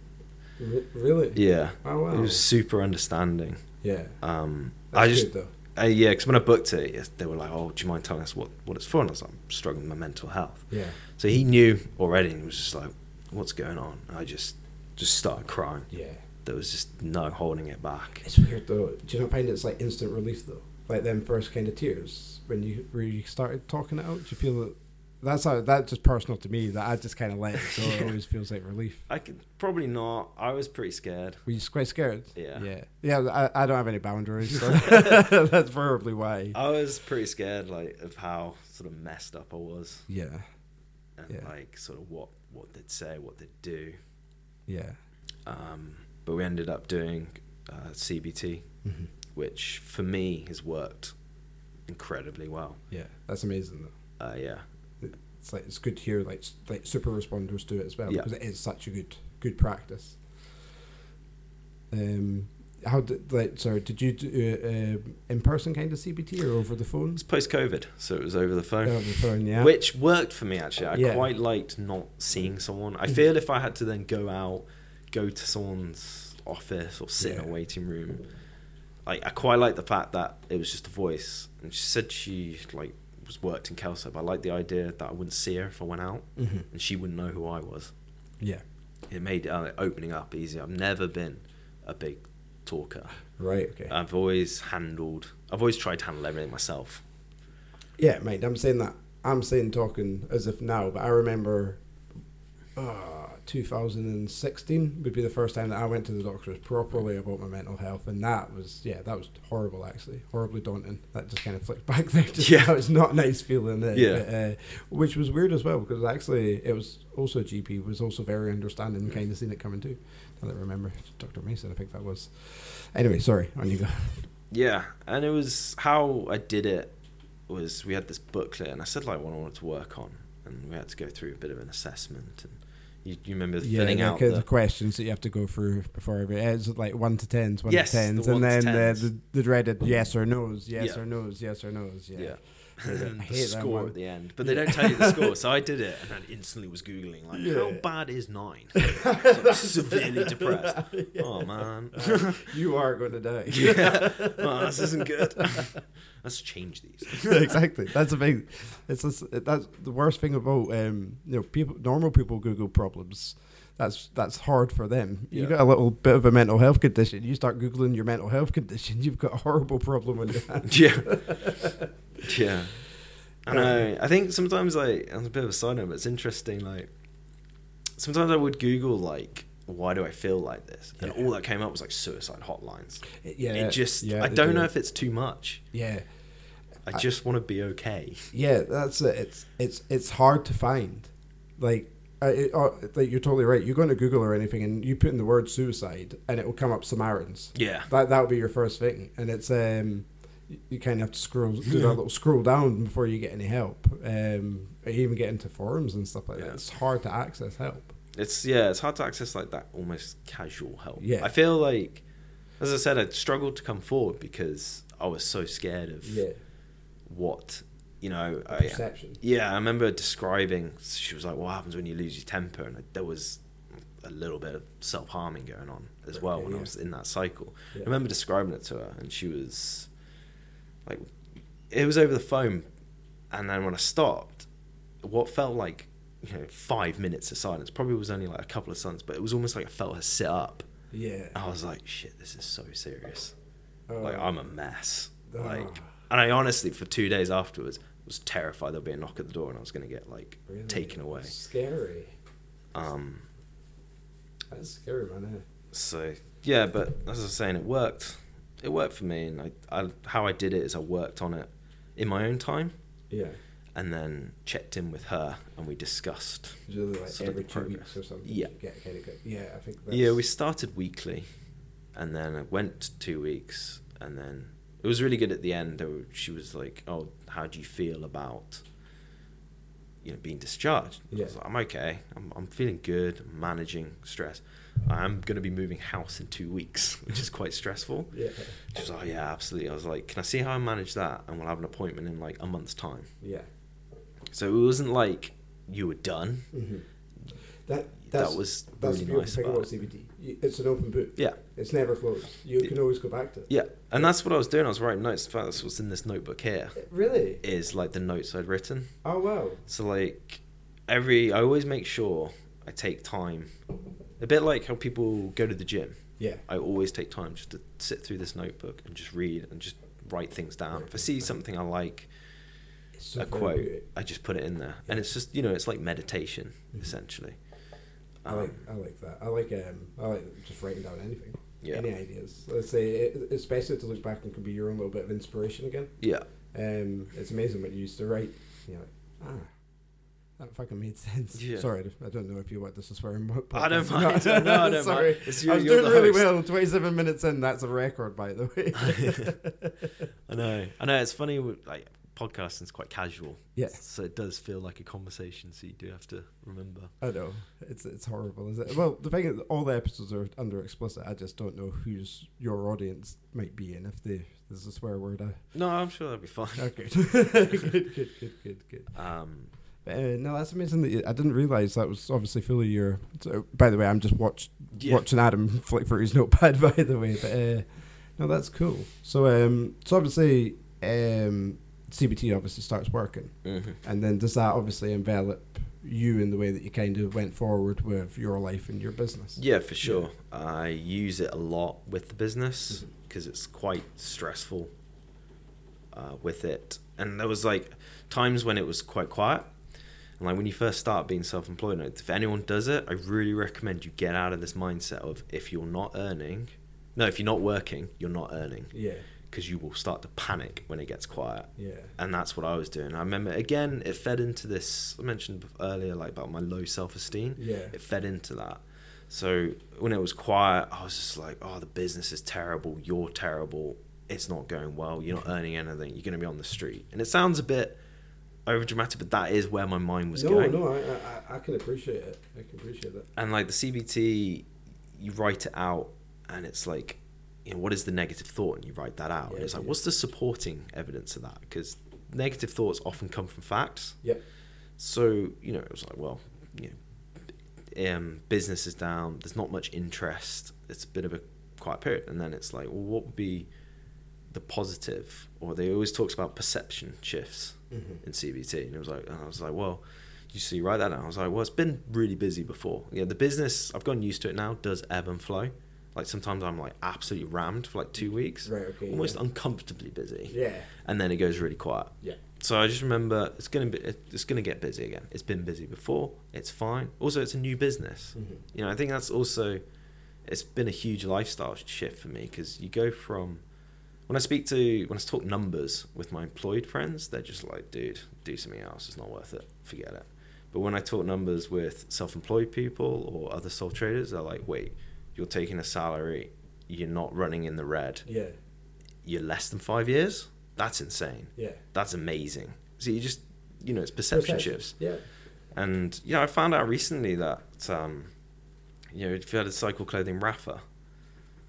S1: R- really?
S2: Yeah.
S1: Oh, wow.
S2: He was super understanding.
S1: yeah.
S2: Um,
S1: That's
S2: I just,
S1: good, though.
S2: uh, yeah, because when I booked it, yes, they were like, "Oh, do you mind telling us what, what it's for?" And I was like, "I'm struggling with my mental health."
S1: Yeah.
S2: So he knew already, and he was just like, "What's going on?" And I just just started crying.
S1: Yeah.
S2: There was just no holding it back.
S1: It's weird though. Do you not find it's like instant relief though? Like them first kind of tears when you where you started talking it out. Do you feel that? That's how that's just personal to me. That I just kind of let it go. It
S2: Yeah.
S1: always feels like relief.
S2: I could probably not. I was pretty scared.
S1: Were you quite scared?
S2: Yeah.
S1: yeah, yeah. I, I don't have any boundaries. So *laughs* that's probably why.
S2: I was pretty scared, like of how sort of messed up I was,
S1: Yeah,
S2: and
S1: Yeah.
S2: like sort of what what they'd say, what they'd do.
S1: yeah,
S2: Um, but we ended up doing uh, CBT,
S1: Mhm.
S2: which for me has worked incredibly well.
S1: yeah. That's amazing though.
S2: Uh, yeah.
S1: It's like it's good to hear like s- like super responders do it as well
S2: Yeah.
S1: because it is such a good good practice. Um. How did like sorry? Did you do uh, in person kind of CBT or over the phone?
S2: It's post COVID, so it was over the phone,
S1: Over the phone, yeah.
S2: which worked for me actually. I
S1: Yeah.
S2: quite liked not seeing someone. I
S1: Mhm.
S2: feel if I had to then go out, go to someone's office or sit in
S1: Yeah.
S2: a waiting room, like I quite liked the fact that it was just a voice. And she said she like was worked in Kelso, but I liked the idea that I wouldn't see her if I went out,
S1: Mhm.
S2: and she wouldn't know who I was.
S1: Yeah.
S2: It made uh, opening up easier. I've never been a big talker.
S1: Right. Okay.
S2: I've always handled. I've always tried to handle everything myself.
S1: yeah, mate. I'm saying that. I'm saying talking as if now, but I remember uh, 2016 would be the first time that I went to the doctors properly about my mental health, and that was yeah, that was horrible actually, horribly daunting. That just kind of flicked *laughs* back there. Just,
S2: Yeah.
S1: that was not a nice feeling. eh,
S2: Yeah.
S1: but, uh, which was weird as well because actually it was also GP was also very understanding, and kind of seen it coming too. Now that I remember, Doctor Mason, I think that was. Anyway, sorry, on you go.
S2: Yeah, and it was how I did it was we had this booklet, and I said like what I wanted to work on, and we had to go through a bit of an assessment, and you, you remember filling out
S1: like, uh, the,
S2: the,
S1: questions that you have to go through before every. It's like one to tens, one
S2: Yes,
S1: to
S2: the
S1: tens,
S2: one
S1: and
S2: to
S1: then
S2: tens.
S1: The, the the dreaded yes or no's, yes
S2: Yeah.
S1: or no's, yes or no's. Yeah.
S2: *laughs* yeah.
S1: *laughs* I
S2: And then the
S1: hate that
S2: score
S1: one.
S2: at the end, but they don't tell you the score. So I did it, and then instantly was googling like,
S1: Yeah.
S2: "How bad is nine?
S1: *laughs*
S2: So severely depressed. Oh man,
S1: you are going to die. *laughs*
S2: *laughs* yeah, oh, this isn't good. *laughs* Let's change these.
S1: exactly. That's a big. It's just, that's the worst thing about um, you know people. Normal people Google problems. That's that's hard for them. You
S2: Yeah.
S1: got a little bit of a mental health condition. You start googling your mental health condition. *laughs* You've got a horrible problem on your hands.
S2: *laughs* yeah. yeah. I know. I think sometimes, like, on a bit of a side note, but it's interesting, like, sometimes I would Google, like, why do I feel like this? And
S1: Yeah.
S2: all that came up was, like, suicide hotlines.
S1: Yeah.
S2: it just,
S1: yeah,
S2: I
S1: they
S2: don't
S1: do.
S2: know if it's too much.
S1: Yeah.
S2: I, just want to be okay.
S1: yeah that's it it's it's it's hard to find like uh, it, uh, like you're totally right. You go into Google or anything, and you put in the word suicide, and it will come up Samarans.
S2: Yeah.
S1: That that would be your first thing, and it's um, you- you kind of have to scroll do that
S2: Yeah.
S1: little scroll down before you get any help. Um, you even get into forums and stuff like that.
S2: Yeah.
S1: It's hard to access help.
S2: It's yeah, it's hard to access like that almost casual help.
S1: Yeah.
S2: I feel like, as I said, I struggled to come forward because I was so scared of what you know. I-
S1: perception.
S2: Oh, yeah, I remember describing. She was like, "What happens when you lose your temper?" And there was a little bit of self harming going on as well
S1: Okay,
S2: when
S1: yeah.
S2: I was in that cycle.
S1: Yeah.
S2: I remember describing it to her, and she was like, "It was over the phone." And then when I stopped, what felt like you know five minutes of silence probably was only like a couple of seconds, but it was almost like I felt her sit up.
S1: Yeah.
S2: I was like, "Shit, this is so serious."
S1: Oh.
S2: like I'm a mess.
S1: Oh.
S2: Like, and I honestly, for two days afterwards, was terrified there'd be a knock at the door and I was going to get like
S1: Really?
S2: taken away.
S1: Scary.
S2: Um,
S1: That's scary, man. eh?
S2: so yeah, but as I was saying, it worked. It worked for me, and I, I, how I did it is I worked on it in my own time,
S1: Yeah.
S2: and then checked in with her, and we discussed.
S1: Usually like
S2: Sort of
S1: every two
S2: progress.
S1: weeks or something.
S2: Yeah.
S1: you Get kind of good. Yeah, I think. That's,
S2: Yeah, we started weekly, and then I went two weeks, and then it was really good at the end. Though she was like, "Oh, how do you feel about, you know, being discharged?" I was
S1: Yeah.
S2: like, "I'm okay. I'm I'm feeling good. I'm managing stress. I'm gonna be moving house in two weeks, *laughs* which is quite stressful."
S1: Yeah.
S2: She was like, "Oh yeah, absolutely." I was like, "Can I see how I manage that?" And we'll have an appointment in like a month's time.
S1: Yeah.
S2: So it wasn't like you were done.
S1: hmm That that's,
S2: that was
S1: that's the beautiful
S2: really nice
S1: thing
S2: about
S1: about
S2: it.
S1: CBD. You- It's an open book.
S2: Yeah.
S1: It's never closed. You can always go back to it.
S2: Yeah, and that's what I was doing. I was writing notes. In fact, that's what's in this notebook here.
S1: Really?
S2: Is like the notes I'd written.
S1: Oh wow.
S2: So like every, I always make sure I take time. A bit like how people go to the gym.
S1: Yeah.
S2: I always take time just to sit through this notebook and just read and just write things down. If I see something I like,
S1: It's so
S2: a quote,
S1: therapeutic.
S2: I just put it in there, and it's just you know, it's like meditation essentially.
S1: Mm-hmm. I like I like that. I like um I like just writing down anything.
S2: Yeah.
S1: Any ideas? Let's say, it- especially to look back and can be your own little bit of inspiration again.
S2: yeah,
S1: Um, it's amazing what you used to write. You know, like, ah, that fucking made sense.
S2: Yeah.
S1: Sorry, I don't know if you want this to swear. in my
S2: I don't
S1: podcast.
S2: mind. *laughs* No, I don't
S1: *laughs*
S2: mind.
S1: sorry.
S2: It's you-
S1: I was
S2: you're
S1: doing
S2: the
S1: really
S2: host.
S1: well. Twenty-seven minutes in. That's a record, by the
S2: *laughs*
S1: way.
S2: I know. I know. It's funny. with, Like podcasting's quite casual.
S1: Yeah.
S2: So it does feel like a conversation. So you do have to remember.
S1: *laughs* I know it's it's horrible, is it? Well, the thing is, all the episodes are under explicit. I just don't know who's your audience might be, and if they there's a swear word. I,
S2: No, I'm sure that'll be fine.
S1: oh,
S2: *laughs*
S1: *laughs* good. good, good, good, good, good.
S2: Um,
S1: But, uh, no, that's amazing. That you, I didn't realize that was obviously fully your. So, by the way, I'm just watch,
S2: Yeah.
S1: watching Adam *laughs* flick through his notepad. *laughs* By the way, but uh, no, that's cool. So, um, so obviously, um, CBT obviously starts working,
S2: mhm.
S1: and then does that obviously envelop you in the way that you kind of went forward with your life and your business?
S2: Yeah, for sure. I use it a lot with the business because it's quite stressful uh, with it. And there was like times when it was quite quiet. And like when you first start being self-employed, and if anyone does it, I really recommend you get out of this mindset of if you're not earning, no, if you're not working, you're not earning.
S1: Yeah,
S2: because you will start to panic when it gets quiet.
S1: yeah,
S2: And that's what I was doing. I remember again, it fed into this. I mentioned bef- earlier, like about my low self esteem.
S1: Yeah.
S2: It fed into that. So when it was quiet, I was just like, oh, the business is terrible. You're terrible. It's not going well. You're not earning anything. You're going to be on the street. And it sounds a bit over dramatic, but that is where my mind was
S1: no,
S2: going.
S1: no, I, I, I can appreciate it. I can appreciate that.
S2: And like the CBT, you write it out and it's like, you know, what is the negative thought? And you write that out.
S1: Yeah,
S2: and it's like,
S1: yeah.
S2: what's the supporting evidence of that? Because negative thoughts often come from facts.
S1: Yep.
S2: So, you know, it was like, well, you know, um, business is down. There's not much interest. It's a bit of a quiet period. And then it's like, well, what would be the positive? Or they always talks about perception shifts
S1: Mm-hmm.
S2: in CBT. And it was like, and I was like, well, you see, write that down. I was like, well, it's been really busy before. Yeah, the business, I've gotten used to it now, does ebb and flow. Like sometimes I'm like absolutely rammed for like two weeks,
S1: Right. Okay.
S2: almost
S1: Yeah.
S2: uncomfortably busy.
S1: yeah.
S2: And then it goes really quiet.
S1: Yeah.
S2: So I just remember it's gonna be it's gonna get busy again. It's been busy before. It's fine. Also, it's a new business.
S1: Mm-hmm.
S2: You know, I think that's also it's been a huge lifestyle shift for me because you go from when I speak to when I talk numbers with my employed friends, they're just like, dude, do something else. It's not worth it. Forget it. But when I talk numbers with self-employed people or other sole traders, they're like, "Wait, you're taking a salary, you're not running in the red,
S1: Yeah.
S2: you're less than five years. That's insane.
S1: Yeah.
S2: That's amazing." So you just, you know, it's perception shifts.
S1: Yeah.
S2: And you know, I found out recently that, um, you know, if you had a cycle clothing Rafa,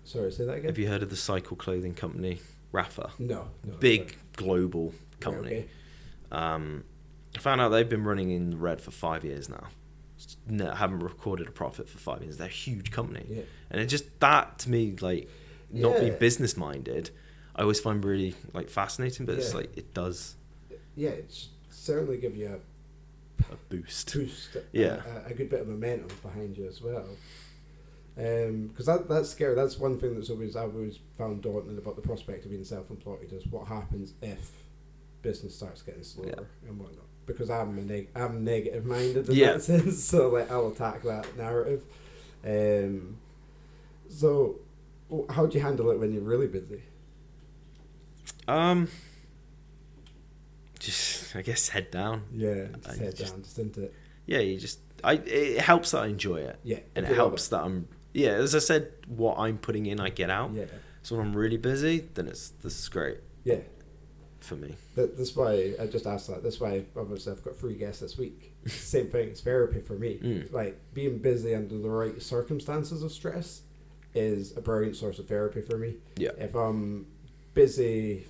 S1: Sorry, say that again.
S2: have you heard of the cycle clothing company Rafa?
S1: no, no.
S2: Big
S1: sorry.
S2: global company.
S1: Okay.
S2: Um, I found out they've been running in the red for five years now. No, haven't recorded a profit for five years. They're a huge company,
S1: Yeah.
S2: and it just that to me, like, not
S1: Yeah.
S2: be business minded, I always find really like fascinating. But it's
S1: Yeah.
S2: like it does
S1: Yeah, it's certainly give you a
S2: a
S1: *laughs*
S2: boost.
S1: boost, a-
S2: Yeah.
S1: a, a good bit of momentum behind you as well. Because that, that's scary. That's one thing that's always I've always found daunting about the prospect of being self-employed is what happens if business starts getting slower and whatnot. Because I'm a neg- I'm negative minded in
S2: Yeah.
S1: that sense, *laughs* so like I'll attack that narrative. Um, so, w- how do you handle it when you're really busy?
S2: Um, just I guess head down.
S1: Yeah, just
S2: I
S1: head
S2: just-
S1: down, just into it.
S2: Yeah, you just I it helps that I enjoy it,
S1: Yeah,
S2: and
S1: you
S2: it
S1: love
S2: helps that I'm yeah. As I said, what I'm putting in, I get out.
S1: Yeah,
S2: So when I'm really busy, then it's this is great
S1: yeah.
S2: for me.
S1: That, that's why I just asked that. That's why obviously I've got three guests this
S2: *laughs*
S1: week. Same thing. It's therapy for me.
S2: Mm.
S1: Like being busy under the right circumstances of stress is a brilliant source of therapy for me.
S2: Yeah.
S1: If I'm busy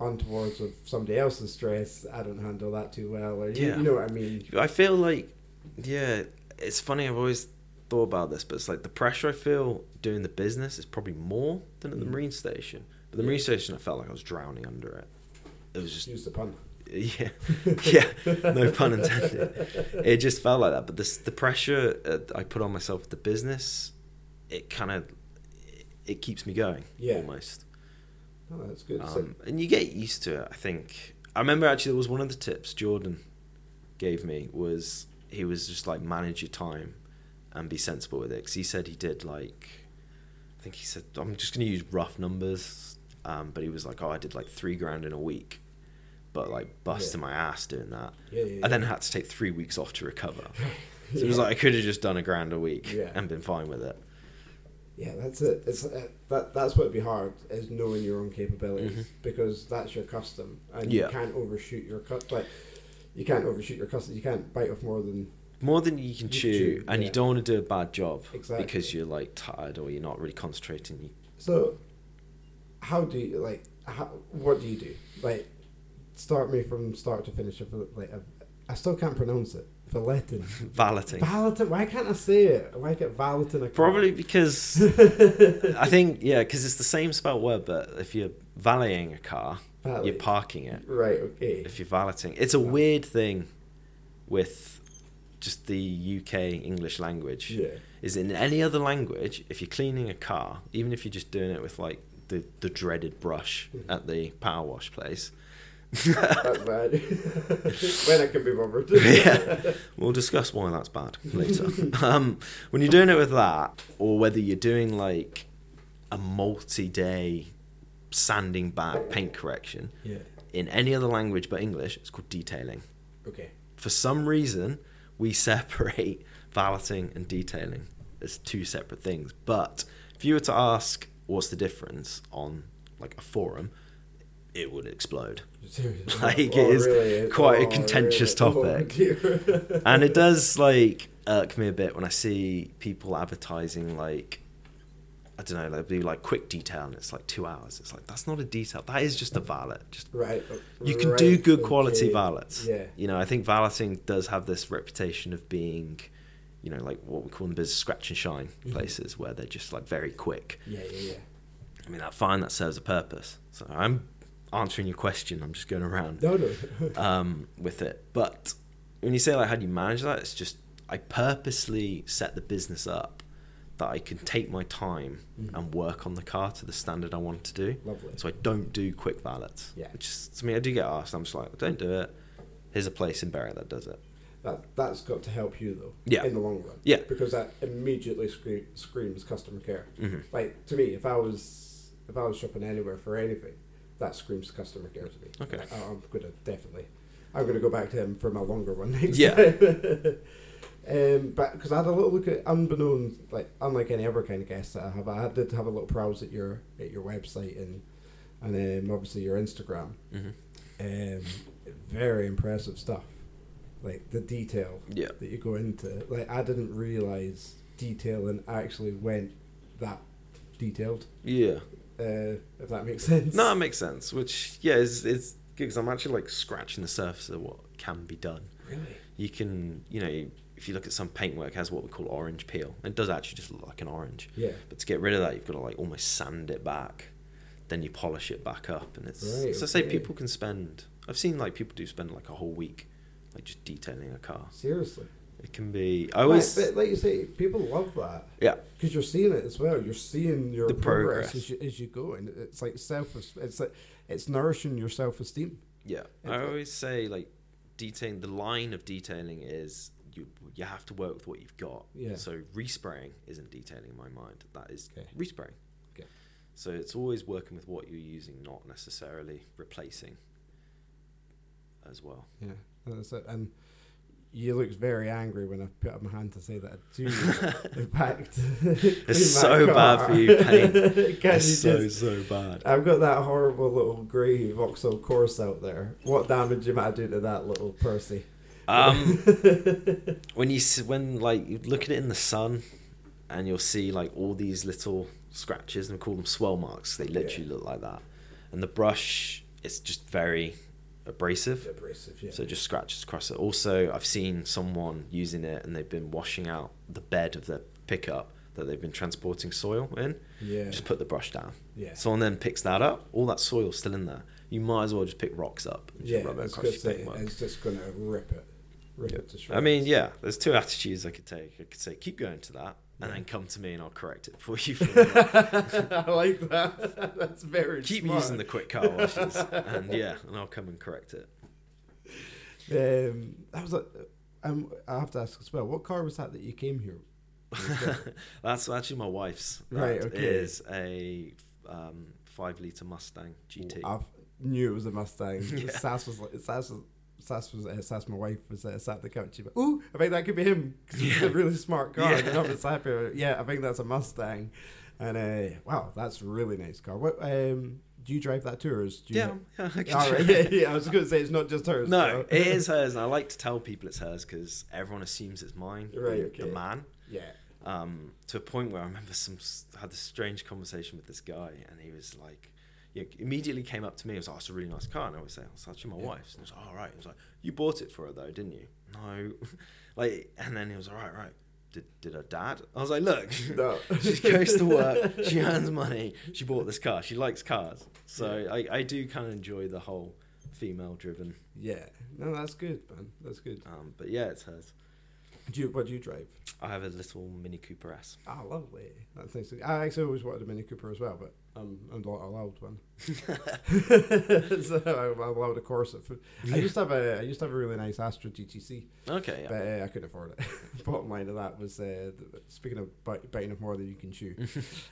S1: on towards of somebody else's stress, I don't handle that too well. Or you,
S2: Yeah.
S1: you know what I mean?
S2: I feel like, yeah, it's funny. I've always thought about this, but it's like the pressure I feel doing the business is probably more than at the
S1: Mm.
S2: Marine Station. But the Marine Station, I felt like I was drowning under it. It was just,
S1: Use the pun.
S2: *laughs* yeah, yeah, no pun intended. It just felt like that. But this, the pressure uh, I put on myself with the business, it kind of, it keeps me going.
S1: Yeah.
S2: almost.
S1: Oh, that's good. So-
S2: Um, and you get used to it, I think. I remember actually there was one of the tips Jordan gave me was he was just like manage your time and be sensible with it. 'Cause he said he did like, I think he said I'm just gonna use rough numbers, um, but he was like, oh, I did like three grand in a week, but like busting my ass doing that.
S1: yeah, yeah,
S2: I then had to take three weeks off to recover. So
S1: *laughs* yeah.
S2: it was like I could have just done a grand a week
S1: Yeah.
S2: and been fine with it.
S1: Yeah, that's it. It's uh, that. That's what'd be hard is knowing your own capabilities
S2: Mhm.
S1: because that's your custom, and
S2: Yeah.
S1: you can't overshoot your cut. Like you can't overshoot your custom. You can't bite off more than
S2: more than you can
S1: You
S2: chew,
S1: chew,
S2: and
S1: yeah.
S2: you don't want to do a bad job
S1: Exactly.
S2: because you're like tired or you're not really concentrating. You,
S1: so. How do you like? How, what do you do? Like, start me from start to finish. If, like, I, I still can't pronounce it. Valetin.
S2: *laughs* valeting.
S1: Valetin. Why can't I say it? Why get Valetin? I can't.
S2: Probably because
S1: *laughs*
S2: I think yeah, because it's the same spelled word, but if you're valeting a car,
S1: Valet.
S2: you're parking it.
S1: Right. Okay.
S2: If you're valeting, it's a
S1: Valet.
S2: weird thing with just the UK English language. *laughs*
S1: Yeah.
S2: Is in any other language, if you're cleaning a car, even if you're just doing it with like the, the dreaded brush at the power wash place.
S1: Mm-hmm. That's bad. *laughs*
S2: *laughs*
S1: when I can be bothered.
S2: yeah, we'll discuss why that's bad later. um, when you're doing it with that, or whether you're doing like a multi-day sanding back paint correction
S1: *laughs* Yeah.
S2: in any other language but English, it's called detailing.
S1: Okay.
S2: For some reason, we *laughs* separate valeting and detailing as two separate things. But if you were to ask what's the difference on like a forum, it would explode. *laughs*
S1: Seriously.
S2: Like, it is quite a
S1: *laughs*
S2: contentious topic. and it does like irk me a bit when I see people advertising like I don't know, they'll be like quick detail and it's like two hours. It's like that's not a detail. That is just a valet. Just
S1: Right. uh,
S2: you can do good
S1: right,
S2: quality
S1: okay.
S2: valets.
S1: Yeah.
S2: You know, I think valeting does have this reputation of being, you know, like what we call in the business scratch and shine
S1: Mhm.
S2: places where they're just like very quick.
S1: Yeah, yeah, yeah.
S2: I mean, I find that serves a purpose. So I'm answering your question. I'm just going around
S1: No, *laughs* no.
S2: um, with it. But when you say like how do you manage that, it's just I purposely set the business up that I can take my time
S1: Mhm.
S2: and work on the car to the standard I want to do.
S1: Lovely.
S2: So I don't do quick ballots.
S1: Yeah.
S2: Which is something I do get asked. I'm just like, don't do it. Here's a place in Barrett that does it.
S1: That that's got to help you though.
S2: Yeah.
S1: In the long run.
S2: Yeah.
S1: Because that immediately scre- screams customer care.
S2: hmm
S1: Like to me, if I was if I was shopping anywhere for anything, that screams customer care to me.
S2: Okay.
S1: I, I'm gonna definitely. I'm going to go back to him for my longer one next
S2: Yeah.
S1: time. *laughs* um, but because I had a little look at, unbeknown, like unlike any other kind of guest that I have, I did have a little browse at your at your website and and um, obviously your Instagram.
S2: hmm
S1: Um, very impressive stuff, like the detail
S2: Yeah.
S1: that you go into. Like I didn't realize detailing actually went that detailed.
S2: Yeah.
S1: Uh, if that makes sense.
S2: No, it makes sense. Which yeah, is it's good because I'm actually like scratching the surface of what can be done.
S1: really.
S2: You can you know if you look at some paintwork it has what we call orange peel. It does actually just look like an orange.
S1: Yeah.
S2: But to get rid of that, you've got to like almost sand it back. Then you polish it back up, and it's
S1: Right,
S2: so. Say
S1: okay.
S2: people can spend. I've seen like people do spend like a whole week, like just detailing a car.
S1: Seriously.
S2: It can be. I always.
S1: Right, but like you say, people love that
S2: yeah.
S1: because you're seeing it as well. You're seeing your
S2: The
S1: progress,
S2: progress.
S1: as, you, as you go, and it's like self. It's like it's nourishing your self esteem.
S2: Yeah, I
S1: Okay.
S2: always say like detailing. The line of detailing is you you have to work with what you've got.
S1: Yeah.
S2: So respraying isn't detailing in my mind. That is
S1: Okay.
S2: respraying.
S1: Okay.
S2: So it's always working with what you're using, not necessarily replacing. As
S1: *laughs*
S2: well.
S1: Yeah, and, that's it. and you looked very angry when I put up my hand to say that I
S2: *laughs*
S1: do in fact. *laughs*
S2: It's so bad for you, paint.
S1: Can
S2: *laughs* it's
S1: you
S2: so
S1: just-
S2: so bad.
S1: I've got that horrible little grey Vauxhall course out there. What damage am I doing to that little Percy? *laughs*
S2: Um, when you s- when like you look at it in the sun, and you'll see like all these little scratches, and we call them swell marks. They literally look like that, and the brush is just very abrasive.
S1: Abrasive, yeah.
S2: So it just scratches across it. Also, I've seen someone using it, and they've been washing out the bed of their pickup that they've been transporting soil in.
S1: yeah.
S2: Just put the brush down.
S1: yeah.
S2: Someone then picks that up. All that soil's still in there. You might as well just pick rocks up and just
S1: yeah,
S2: rub it
S1: it's,
S2: across your
S1: just gonna-
S2: paintwork.
S1: it's just going to rip it. Rip it to shreds.
S2: I mean, yeah, there's two attitudes I could take. I could say, keep going to that,
S1: Yeah.
S2: and then come to me and I'll correct it for
S1: *laughs*
S2: you.
S1: I like that. *laughs* That's very
S2: keep
S1: smart.
S2: using the quick car washes,
S1: *laughs*
S2: and yeah, and I'll come and correct it.
S1: Um, that was a, um, I have to ask as well. What car was that that you came here?
S2: *laughs* That's actually my wife's. That
S1: Right, okay.
S2: is a um, five litre Mustang GT.
S1: I f- knew it was a Mustang.
S2: *laughs* Yeah.
S1: Sass was like Sass was. Sass was uh, Sass, my wife was uh, sat at the couch. She went, "Ooh, I think that could be him because it's a
S2: Yeah.
S1: really smart car."
S2: Yeah.
S1: And I was happy. Yeah, I think that's a Mustang. And uh, wow, that's a really nice car. What um, do you drive that too, or is, do you
S2: yeah, yeah, I can
S1: All right, *laughs* yeah, yeah, I was going to say it's not just hers.
S2: No,
S1: so.
S2: it is hers, and I like to tell people it's hers because everyone assumes it's mine.
S1: Right,
S2: the-
S1: okay.
S2: The man.
S1: *laughs* Yeah,
S2: um, to a point where I remember some had this strange conversation with this guy, and he was like, he immediately came up to me and was like, "Oh, "It's a really nice car," and I would say, oh, "It's actually my
S1: Yeah.
S2: wife's." And he was like, "All right." oh, right." He was like, "You bought it for her though, didn't you?" No, *laughs* like, and then he was like, "Right, right." Did, did her dad? I was like, look,
S1: No.
S2: *laughs* she goes to work, she earns money, she bought this car, she likes cars. So I, I do kind of enjoy the whole female driven.
S1: yeah. No, that's good, man. That's good.
S2: Um, but yeah, it's hers.
S1: Do you, what do you drive?
S2: I have a little Mini Cooper S. *laughs*
S1: Ah, lovely. That's nice. I actually always wanted a Mini Cooper as well, but um, I'm not allowed one. *laughs* so I'm allowed a Corsa. I used to have a I used to have a really nice Astra GTC,
S2: Okay, yeah.
S1: but uh, I couldn't afford it. *laughs* Bottom line of that was uh, th- speaking of bite, biting off more than you can
S2: *laughs*
S1: chew.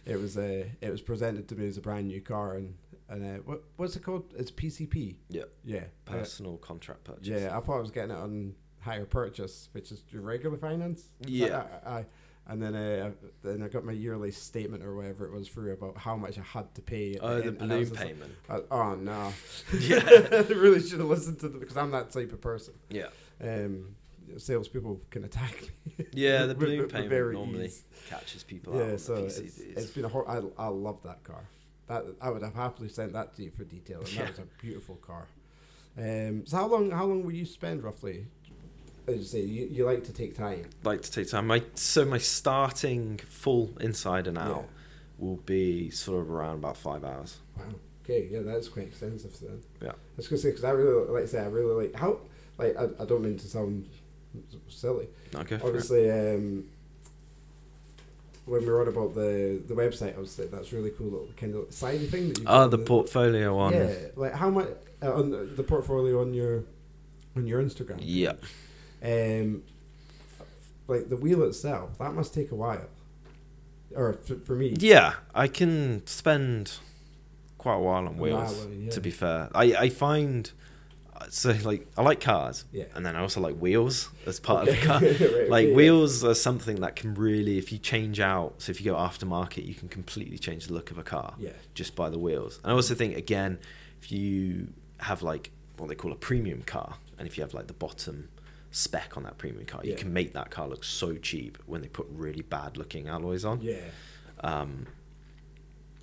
S1: it was uh, it was presented to me as a brand new car, and and uh, what what's it called? It's PCP.
S2: Yeah.
S1: Yeah. Uh,
S2: personal contract purchase.
S1: yeah, I thought I was getting it on higher purchase, which is your regular finance.
S2: Yeah.
S1: I, I, and then uh, then I got my yearly statement or whatever it was through about how much I had to pay. at
S2: Oh, the
S1: end, and I was
S2: balloon
S1: just like,
S2: payment.
S1: I- oh no!
S2: *laughs* Yeah.
S1: *laughs* I really should have listened to them because I'm that type of person.
S2: Yeah.
S1: Um, salespeople can attack me.
S2: Yeah,
S1: *laughs*
S2: the
S1: With-
S2: balloon
S1: with
S2: payment
S1: very
S2: normally
S1: ease.
S2: catches people out.
S1: Yeah,
S2: on
S1: so
S2: the
S1: it's,
S2: PCDs.
S1: it's been a whole. I, I love that car. That I would have happily sent that to you for detail. And
S2: Yeah.
S1: That was a beautiful car. Um, so how long? How long will you spend roughly? As you say, you, you like to take time.
S2: like to take time. My so my starting full inside and out
S1: Yeah.
S2: will be sort of around about five hours.
S1: Wow. Okay. Yeah, that's quite extensive then.
S2: Yeah.
S1: I was gonna say because I really like I say I really like how like I, I don't mean to sound silly.
S2: Okay.
S1: Obviously, um, when we were on about the the website, I was like, that's really cool little kind of side thing that you.
S2: Oh, the portfolio one.
S1: Yeah, like how much uh, on the, the portfolio on your on your Instagram?
S2: Yeah.
S1: Um, like the wheel itself, that must take a while, or f- for me.
S2: Yeah, I can spend quite a while on
S1: A while
S2: wheels.
S1: on it, yeah.
S2: To be fair, I I find uh, so like I like cars,
S1: Yeah.
S2: and then I also like wheels as
S1: *laughs*
S2: part of the car.
S1: Right,
S2: like
S1: yeah.
S2: wheels are something that can really, if you change out, so if you go aftermarket, you can completely change the look of a car
S1: Yeah.
S2: just by the wheels. And I also think again, if you have like what they call a premium car, and if you have like the bottom spec on that premium car, you
S1: Yeah.
S2: can make that car look so cheap when they put really bad looking alloys on.
S1: Yeah.
S2: Um,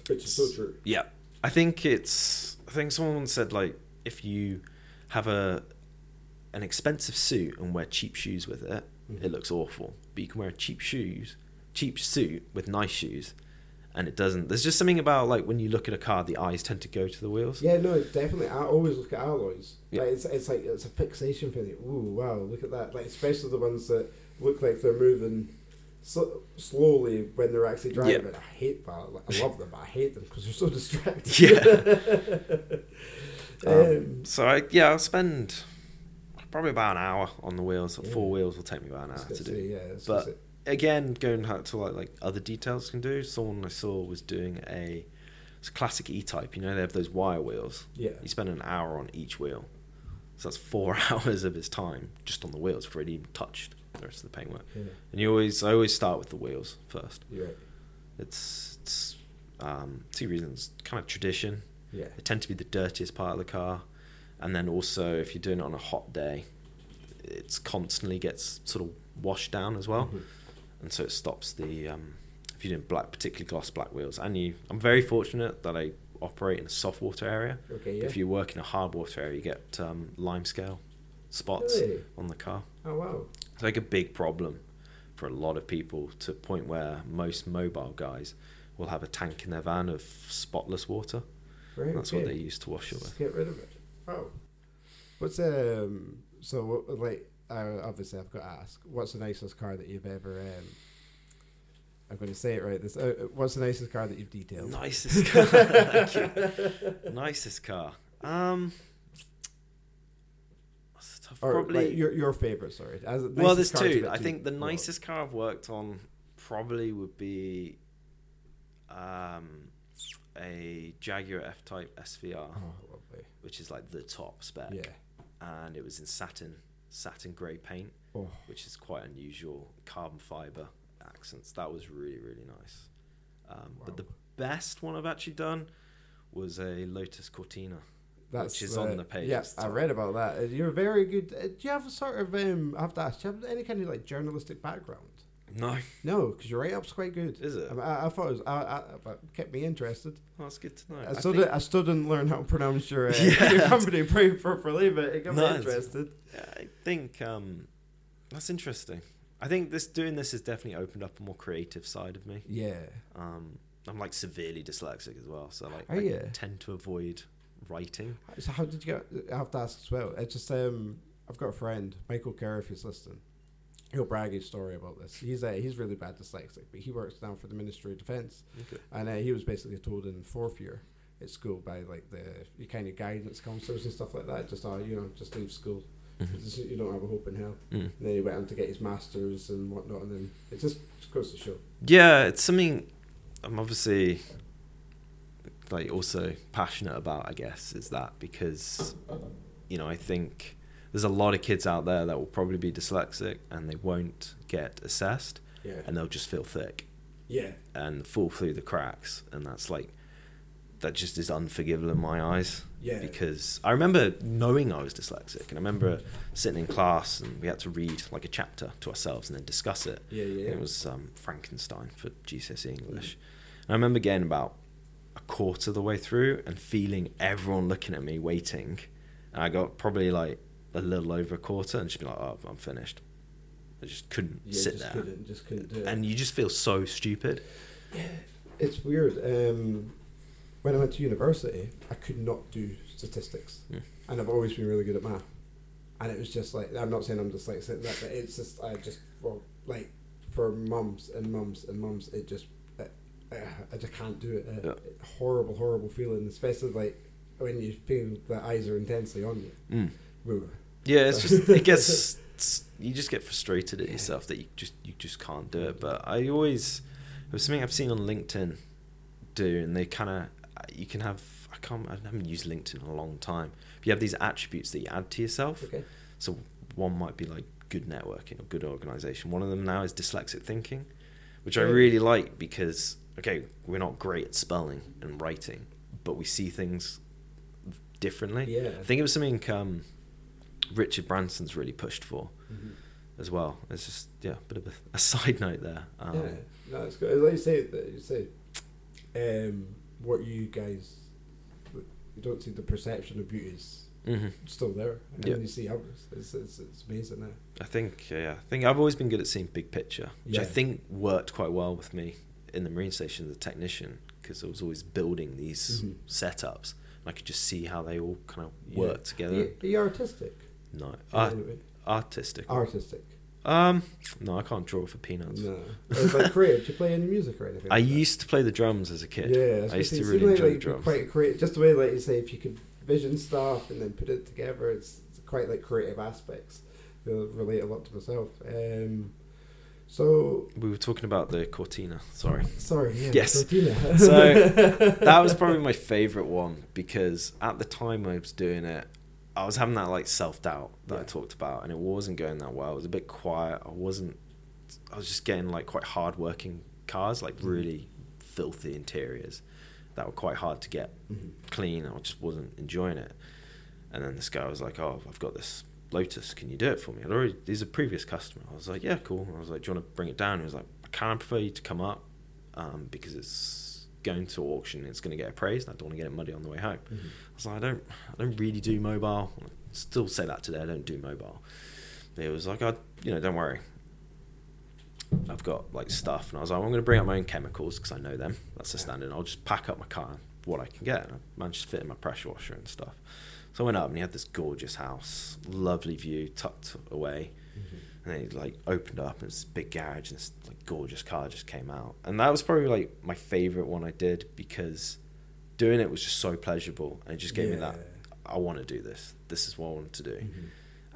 S1: Which is so true.
S2: yeah, I think it's. I think someone said like if you have a an expensive suit and wear cheap shoes with it,
S1: Mhm.
S2: it looks awful. But you can wear cheap shoes, cheap suit with nice shoes, and it doesn't. There's just something about like when you look at a car, the eyes tend to go to the wheels.
S1: Yeah, no, definitely. I always look at alloys.
S2: Yeah.
S1: Like, it's, it's like it's a fixation thing. Ooh, wow, look at that. Like especially the ones that look like they're moving so, slowly when they're actually driving. I hate that. Like, I love them, but I hate them because they're so *laughs* distracting.
S2: Um,
S1: um,
S2: so I, yeah, I'll spend probably about an hour on the wheels.
S1: Yeah.
S2: Four wheels will take me about an
S1: I was
S2: hour
S1: gonna
S2: to do.
S1: say, yeah, I was
S2: but
S1: gonna say-
S2: again, going back to like, like other details can do. Someone I saw was doing a it's a classic E-Type. You know, they have those wire wheels.
S1: yeah,
S2: He spent an hour on each wheel, so that's four *laughs* hours of his time just on the wheels before he'd even touched the rest of the paintwork.
S1: yeah,
S2: And you always, I always start with the wheels first.
S1: you're right.
S2: It's, it's um, two reasons, kind of tradition.
S1: Yeah,
S2: They tend to be the dirtiest part of the car, and then also if you're doing it on a hot day, it's constantly gets sort of washed down as well
S1: Mhm.
S2: and so it stops the um, if you're doing black, particularly gloss black wheels. And you, I'm very fortunate that I operate in a soft water area.
S1: Okay, yeah.
S2: If you work in a hard water area, you get um, lime scale spots
S1: Really?
S2: on the car.
S1: Oh wow.
S2: It's like a big problem for a lot of people to a point where most mobile guys will have a tank in their van of spotless water.
S1: Right.
S2: That's what
S1: okay.
S2: they use to wash it
S1: Just
S2: with.
S1: Get rid of it. Oh. What's um? So what- like, uh, obviously I've got to ask. What's the nicest car that you've ever? Um, I'm going to say it right. This. Uh, what's the nicest car that you've detailed? *laughs*
S2: Nicest car. *laughs* Thank *laughs* you. Nicest car. Um, that's a tough-
S1: Or
S2: probably
S1: like, your your favorite. Sorry. As, nicest
S2: well, there's
S1: cars you've
S2: two. I
S1: actually
S2: think the
S1: bought.
S2: nicest car I've worked on probably would be um, a Jaguar F-Type SVR,
S1: Oh, lovely.
S2: which is like the top spec,
S1: Yeah.
S2: and it was in satin, satin grey paint,
S1: Oh.
S2: which is quite unusual. Carbon fiber accents. That was really really nice. Um, But the
S1: Wow.
S2: best one I've actually done was a Lotus Cortina.
S1: That's, uh,
S2: which is on the page,
S1: Yeah,
S2: it's
S1: I
S2: top.
S1: read about that. Uh, You're very good. Uh, do you have a sort of um? I have to ask. Do you have any kind of like journalistic background?
S2: No,
S1: No, because your write up's quite good.
S2: Is it?
S1: I, I, I thought it was, I, I, but kept me interested.
S2: that's good to know.
S1: I,
S2: I
S1: still
S2: think-
S1: did, I still didn't learn how to pronounce your, uh,
S2: *laughs* Yeah.
S1: your company pro- properly, but it got
S2: No,
S1: me
S2: it's-
S1: interested.
S2: I think um, that's interesting. I think this doing this has definitely opened up a more creative side of me.
S1: Yeah.
S2: Um, I'm like severely dyslexic as well, so like
S1: Are
S2: I
S1: you?
S2: tend to avoid writing.
S1: So how did you get? I have to ask as well. It's just um, I've got a friend, Michael Kerr, if he's listening. He'll brag his story about this. He's uh, he's really bad dyslexic, but he works now for the Ministry of Defence,
S2: Okay.
S1: and uh, he was basically told in fourth year at school by like the your kind of guidance counsellors and stuff like that. Just oh, you know, just leave school.
S2: Mm-hmm.
S1: Just- you don't have a hope in hell.
S2: Mm.
S1: And then he went on to get his masters and whatnot, and then it just goes to show.
S2: Yeah, it's something I'm obviously like also passionate about. I guess is that because you know I think there's a lot of kids out there that will probably be dyslexic and they won't get assessed
S1: Yeah.
S2: and they'll just feel thick.
S1: Yeah.
S2: and fall through the cracks and that's like that just is unforgivable in my eyes
S1: Yeah.
S2: because i remember knowing i was dyslexic and i remember sitting in class and we had to read like a chapter to ourselves and then discuss it
S1: Yeah,
S2: I
S1: yeah.
S2: think it was um, frankenstein for gcse E english and i remember getting about a quarter of the way through and feeling everyone looking at me waiting and i got probably like a little over a quarter and just be like oh i'm finished i just couldn't
S1: yeah,
S2: sit
S1: just
S2: there
S1: Couldn't, just couldn't do it.
S2: and you just feel so stupid
S1: it's weird. Um, when I went to university, I could not do statistics,
S2: Yeah.
S1: and I've always been really good at math. And it was just like I'm not saying I'm dyslexic, and that, but it's just I just well like for months and months and months, it just uh, uh, I just can't do it. Uh,
S2: Yeah.
S1: Horrible, horrible feeling, especially like when you feel the eyes are intensely on you.
S2: Mm.
S1: Woo.
S2: Yeah, it's just it gets it's- you just get frustrated at yourself that you just you just can't do it. But I always it was something I've seen on LinkedIn do, and they kind of you can have I can't. I haven't used LinkedIn in a long time. But you have these attributes that you add to yourself.
S1: Okay.
S2: So one might be like good networking or good organization. One of them now is dyslexic thinking, which I
S1: Yeah.
S2: really like because okay, we're not great at spelling and writing, but we see things differently.
S1: Yeah.
S2: I think it was something um, Richard Branson's really pushed for
S1: Mhm.
S2: as well. It's just yeah, bit of a, a *laughs* side note there. Um,
S1: yeah, no, it's good. Like you say, that you say, um, what you guys, you don't see the perception of beauty is
S2: mhm.
S1: still there, and
S2: Yeah.
S1: you see others. It's it's, it's amazing now.
S2: I think yeah, I think I've always been good at seeing big picture, which I
S1: Yeah.
S2: think worked quite well with me in the marine station as a technician because I was always building these
S1: Mhm.
S2: setups. And I could just see how they all kind of
S1: Yeah.
S2: work together.
S1: Are you, are you artistic?
S2: No,
S1: Uh,
S2: Ar- artistic.
S1: artistic.
S2: um, no, I can't draw for peanuts.
S1: No, it's like creative. Do you play any music or anything?
S2: I
S1: like that?
S2: used to play the drums as a kid.
S1: Yeah, was
S2: I
S1: gonna
S2: used
S1: say,
S2: to
S1: it
S2: really
S1: seemed
S2: enjoy
S1: like,
S2: the
S1: like,
S2: drums.
S1: Quite creative. Just the way, like you say, if you could vision stuff and then put it together, it's, it's quite like creative aspects. They relate a lot to myself. Um, so
S2: We were talking about the Cortina. Sorry.
S1: sorry. Yeah,
S2: Yes.
S1: Cortina.
S2: So,
S1: *laughs*
S2: that was probably my favorite one because at the time I was doing it, I was having that like self doubt that I
S1: Yeah.
S2: talked about, and it wasn't going that well. It was a bit quiet. I wasn't. I was just getting like quite hard working cars, like
S1: Mm.
S2: really filthy interiors that were quite hard to get
S1: Mhm.
S2: clean. I just wasn't enjoying it. And then this guy was like, "Oh, I've got this Lotus. Can you do it for me?" I'd already. He's a previous customer. I was like, "Yeah, cool." I was like, "Do you want to bring it down?" He was like, "I kind of prefer you to come up um, because it's going to auction. It's going to get appraised. and I don't want to get it muddy on the way home."
S1: Mhm.
S2: I was like, "I don't. I don't really do mobile. I still say that today. I don't do mobile." But he was like, "I, you know, don't worry. I've got like stuff, and I was like, I'm going to bring up my own chemicals because I know them. That's the standard. I'll just pack up my car, what I can get. And I managed to fit in my pressure washer and stuff. So I went up, and he had this gorgeous house, lovely view, tucked away. And then he like opened up, and this big garage, and this like gorgeous car just came out. And that was probably like my favorite one I did because doing it was just so pleasurable, and it just gave me
S1: Mm-hmm.
S2: that I want to do this. This is what I want to do
S1: Mhm.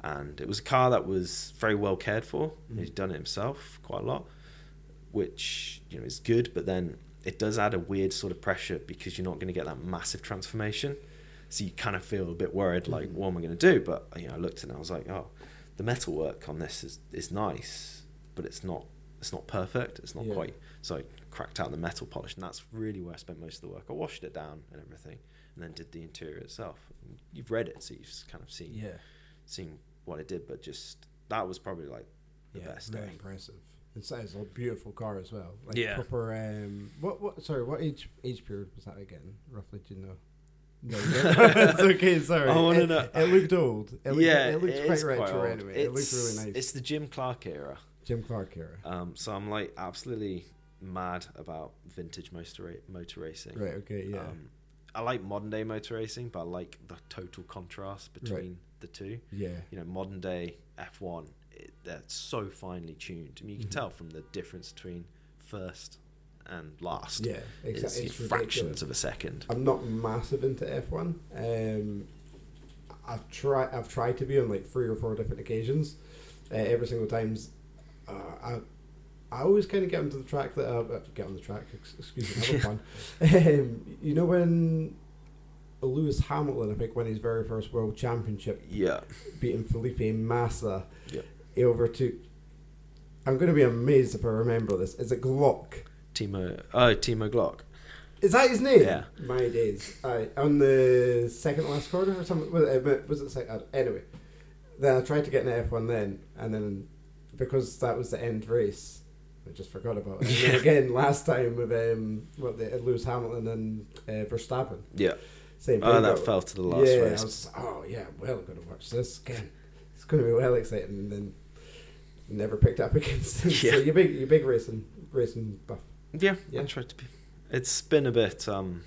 S2: and it was a car that was very well cared for.
S1: Mhm.
S2: He'd done it himself quite a lot, which you know is good. But then it does add a weird sort of pressure because you're not going to get that massive transformation. So you kind of feel a bit worried, like,
S1: Mhm.
S2: what am I going to do? But you know, I looked and I was like, oh, the metal work on this is is nice, but it's not it's not perfect. It's not
S1: Yeah.
S2: quite. So I cracked out the metal polish, and that's really where I spent most of the work. I washed it down and everything, and then did the interior itself. You've read it, so you've kind of seen
S1: Yeah.
S2: seen what it did, but just that was probably like the
S1: Yeah.
S2: best
S1: Very
S2: day.
S1: impressive. It's, it's a beautiful car as well. Like
S2: Yeah.
S1: Proper. Um, what? What? Sorry. What age? Age period was that again? Roughly? Do you know?
S2: *laughs*
S1: No, it's okay. Sorry.
S2: I wanna
S1: it,
S2: know.
S1: It looked old. It looked,
S2: yeah,
S1: It looked
S2: it
S1: quite
S2: is
S1: retro
S2: old.
S1: anyway. it looked really
S2: It's-
S1: nice.
S2: It's the Jim Clark era,
S1: Jim Clark era.
S2: um, so I'm like absolutely mad about vintage motor ra- motor racing.
S1: Right. Okay. Yeah.
S2: Um, I like modern day motor racing, but I like the total contrast between the two.
S1: yeah.
S2: You know, modern day F1, it, they're so finely tuned. I mean, you can
S1: Mhm.
S2: tell from the difference between first and last.
S1: Yeah.
S2: It's,
S1: Exactly. It's,
S2: fractions
S1: ridiculous.
S2: of a second.
S1: I'm not massive into F1. Um, I've tried. I've tried to be on like three or four different occasions. Uh, every single times, uh, I, I always kind of get onto the track that I uh, get on the track. ex- Excuse me, another one. Um, you know when Lewis Hamilton, I think, won his very first World Championship,
S2: Yeah.
S1: beating Felipe Massa.
S2: Yep.
S1: He overtook. I'm going to be amazed if I remember this. Is it Glock?
S2: Timo, oh, Timo Glock.
S1: Is that his name?
S2: Yeah.
S1: My days. Aye. On the second last quarter or something. Was it, was it second? Anyway. Then I tried to get an F1 then, and then because that was the end race, I just forgot about it. And then
S2: *laughs* Yeah.
S1: again, last time with um, what the Lewis Hamilton and uh, Verstappen.
S2: Yeah.
S1: Same
S2: Oh,
S1: thing,
S2: that
S1: but-
S2: fell to the last
S1: yeah,
S2: race.
S1: I was just, oh yeah, well, going to watch this again. It's going to be well exciting, and then never picked up *laughs* against.
S2: Yeah.
S1: So you're big, you're big racing, racing buff.
S2: yeah,
S1: Yeah.
S2: I tried to be. It's been a bit. um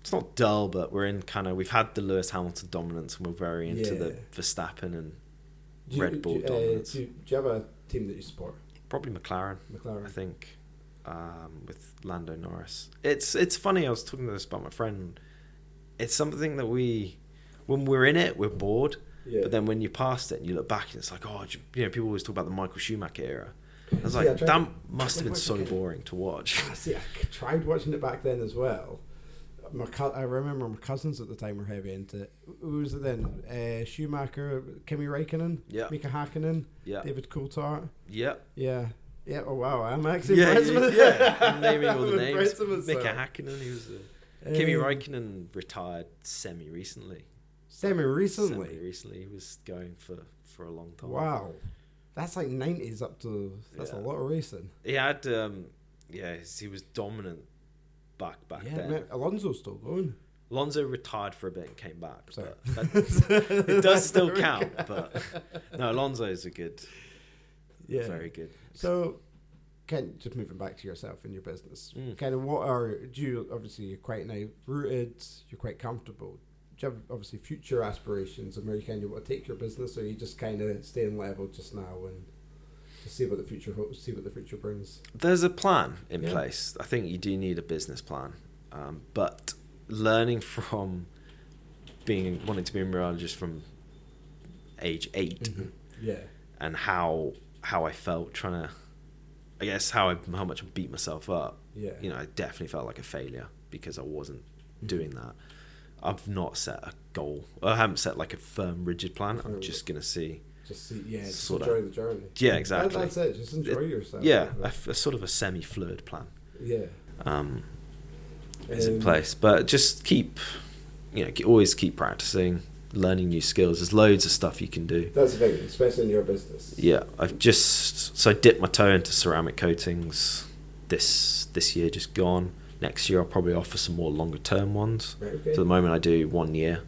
S2: It's not dull, but we're in kind of. We've had the Lewis Hamilton dominance, and we're very into the
S1: Yeah.
S2: Verstappen and
S1: Do you-
S2: Red Bull
S1: do, you- uh,
S2: dominance.
S1: do, you, do you have a team that you support?
S2: probably McLaren. I
S1: McLaren.
S2: think um, with Lando Norris. It's it's funny. I was talking to this about my friend. It's something that we, when we're in it, we're bored.
S1: Yeah.
S2: But then when you past it and you look back, and it's like, oh, do you you know, people always talk about the Michael Schumacher era. I was
S1: Yeah,
S2: like,
S1: I tried
S2: that
S1: to-
S2: must have been
S1: tried to
S2: so
S1: *laughs* watch it.
S2: boring to watch.
S1: Ah, See, I c- tried watching it back then as well, my co- I remember my cousins at the time were heavy into who was it then? Uh, Schumacher, Kimi Räikkönen,
S2: Yeah.
S1: Mika Hakkinen,
S2: Yeah.
S1: David Coulthard.
S2: Yeah.
S1: Yeah, yeah. Oh wow, I'm actually
S2: Yeah,
S1: impressed
S2: yeah,
S1: with *laughs*
S2: yeah. I'm naming all the
S1: I'm
S2: names.
S1: impressed with
S2: Mika
S1: myself.
S2: Hakkinen, he was. the- Kimi
S1: Um,
S2: Räikkönen retired semi recently.
S1: Semi
S2: Semi
S1: recently.
S2: recently, he was going for for a long time.
S1: Wow, that's like nineties up to. That's a
S2: Yeah.
S1: lot of racing.
S2: He had, um, yeah, he's- he was dominant back back
S1: yeah,
S2: then.
S1: man, Alonso's still going.
S2: Alonso retired for a bit and came back.
S1: Sorry.
S2: But that-
S1: *laughs*
S2: it does still count, but no, Alonso's a good,
S1: Yeah,
S2: very good.
S1: So, Ken, just moving back to yourself and your business,
S2: Mm.
S1: kind of what are do you obviously you're quite now rooted, you're quite comfortable. Do you have obviously future aspirations and where you kind of want to take your business, or are you just kind of staying level just now and just see what the future holds, see what the future brings?
S2: There's a plan in
S1: Yeah.
S2: place. I think you do need a business plan, um, but learning *laughs* from being wanting to be a meteorologist from age 8
S1: Mm. Yeah,
S2: and how how I felt trying to, I guess how I, how much I beat myself up.
S1: Yeah. Mm.
S2: You know, I definitely felt like a failure because I wasn't doing that. I've not set a goal. I haven't set like a firm, rigid plan.
S1: Firm.
S2: I'm just gonna see.
S1: just see, yeah, just
S2: Sorta.
S1: enjoy the journey.
S2: Yeah,
S1: That,
S2: exactly.
S1: that's it. Just enjoy yourself.
S2: Yeah, a, f- a sort of a semi-fluid plan
S1: yeah.
S2: um, is in
S1: Um,
S2: place, but just keep, you know, ke- always keep practicing, learning new skills. There's loads of stuff you can do.
S1: That's the thing, especially in your business.
S2: yeah, I've just so I dipped my toe into ceramic coatings this this year just gone. Next year I'll probably offer some more longer term ones.
S1: Right, okay.
S2: So at the moment I do one year.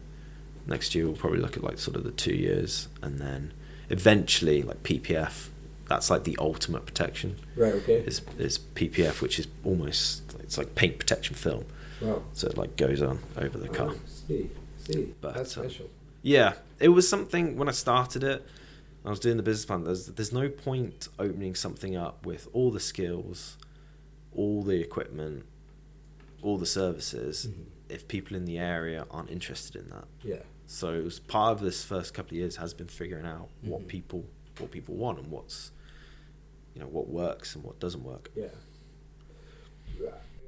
S2: Next year we'll probably look at like sort of the two years and then eventually like PPF. That's like the ultimate protection.
S1: right. Okay.
S2: Is is PPF which is almost it's like paint protection film.
S1: Wow.
S2: So it like goes on over the car.
S1: Oh, see, see.
S2: But,
S1: that's
S2: um,
S1: special.
S2: Yeah, it was something when I started it. I was doing the business plan. There's there's no point opening something up with all the skills, all the equipment, all the services
S1: Mhm.
S2: if people in the area aren't interested in that.
S1: Yeah.
S2: So it was part of this first couple of years has been figuring out what
S1: Mhm.
S2: people what people want and what's you know what works and what doesn't work.
S1: Yeah.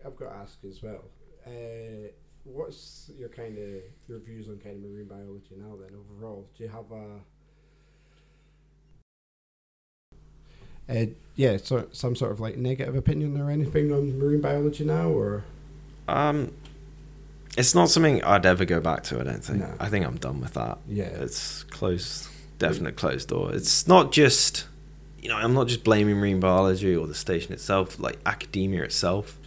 S1: I've got to ask as well. Uh, what's your kind of your views on kind of marine biology now? Then overall, do you have a? Uh, yeah, so some sort of like negative opinion or anything on marine biology now, or
S2: Um, it's not something I'd ever go back to. I don't think.
S1: No.
S2: I think I'm done with that.
S1: yeah,
S2: It's closed, definite closed door. It's not just, you know, I'm not just blaming marine biology or the station itself, like academia itself.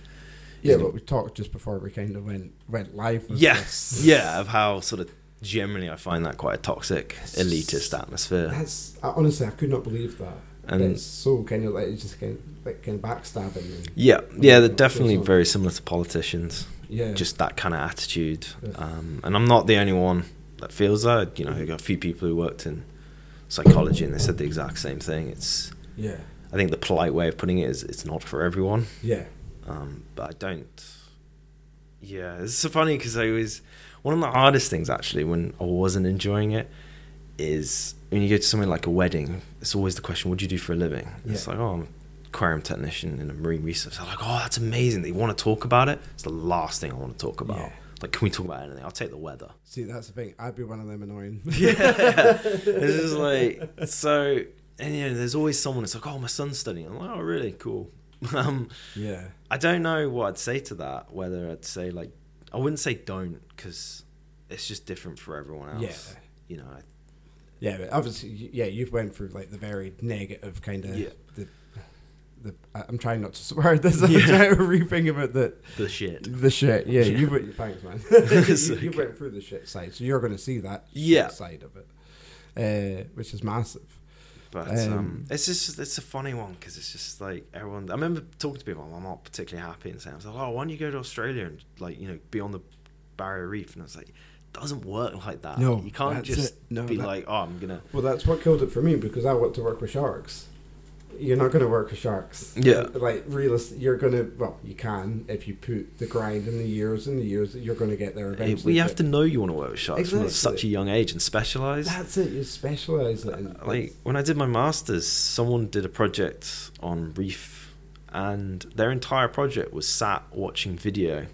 S1: yeah.
S2: Isn't-
S1: But we talked just before we kind of went went live. With
S2: yes,
S1: this.
S2: yeah, of how sort of generally I find that quite a toxic, elitist atmosphere.
S1: That's I, honestly, I could not believe that.
S2: And-
S1: it's so kind of like it's just kind of, like kind of backstabbing. And,
S2: Yeah, yeah, they're
S1: Goes
S2: definitely
S1: on.
S2: very similar to politicians.
S1: yeah,
S2: Just that kind of attitude.
S1: Yeah.
S2: Um, and I'm not the only one that feels that. You know, I got a few people who worked in psychology and they said the exact same thing. It's,
S1: yeah,
S2: I think the polite way of putting it is, it's not for everyone.
S1: yeah.
S2: um, but I don't. Yeah, it's so funny because I always one of the hardest things actually when I wasn't enjoying it is when you go to somewhere like a wedding. It's always the question, "What do you do for a living?" It's
S1: Yeah.
S2: like, "Oh, I'm an aquarium technician in a marine research." They're like, "Oh, that's amazing." They want to talk about it. It's the last thing I want to talk about.
S1: Yeah.
S2: Like, can we talk about anything? I'll take the weather.
S1: *laughs* See, that's the thing. I'd be one of them annoying.
S2: *laughs* Yeah. it's
S1: *laughs*
S2: just like so. And you know, there's always someone. that's like, "Oh, my son's studying." I'm like, "Oh, really? Cool." *laughs* Um,
S1: yeah.
S2: I don't know what I'd say to that. Whether I'd say like, I wouldn't say don't because it's just different for everyone else.
S1: Yeah.
S2: You know. I,
S1: Yeah, but obviously, y- yeah, you've went through like the very negative kind of.
S2: Yeah.
S1: The, the, I- I'm trying not to swear. *laughs* This I'm
S2: Yeah.
S1: trying to rethink about the
S2: the shit.
S1: the shit. Yeah,
S2: Yeah.
S1: you went. Thanks,
S2: *laughs*
S1: man. *laughs*
S2: It's
S1: you, you
S2: okay.
S1: went through the shit side, so you're going to see that shit
S2: Yeah.
S1: side of it, uh, which is massive.
S2: But um,
S1: Um,
S2: it's just it's a funny one because it's just like everyone. I remember talking to people. I'm not particularly happy and saying, "I was like, oh, why don't you go to Australia and like you know be on the barrier reef?" And I was like, it doesn't work like that.
S1: No,
S2: you can't
S1: that's
S2: just
S1: it. No,
S2: be
S1: that-
S2: like, "Oh, I'm gonna."
S1: Well, that's what killed it for me because I want to work with sharks. You're not going to work with sharks.
S2: Yeah.
S1: Like, realistic, you're going to, well, you can if you put the grind and the years and the years, you're going to get there
S2: It,
S1: eventually.
S2: you
S1: but
S2: have to know you want to work with sharks from such a
S1: Exactly.
S2: young age and specialize.
S1: That's it, you specialise it. in-
S2: Uh, like when I did my masters, someone did a project on reef, and their entire project was sat watching video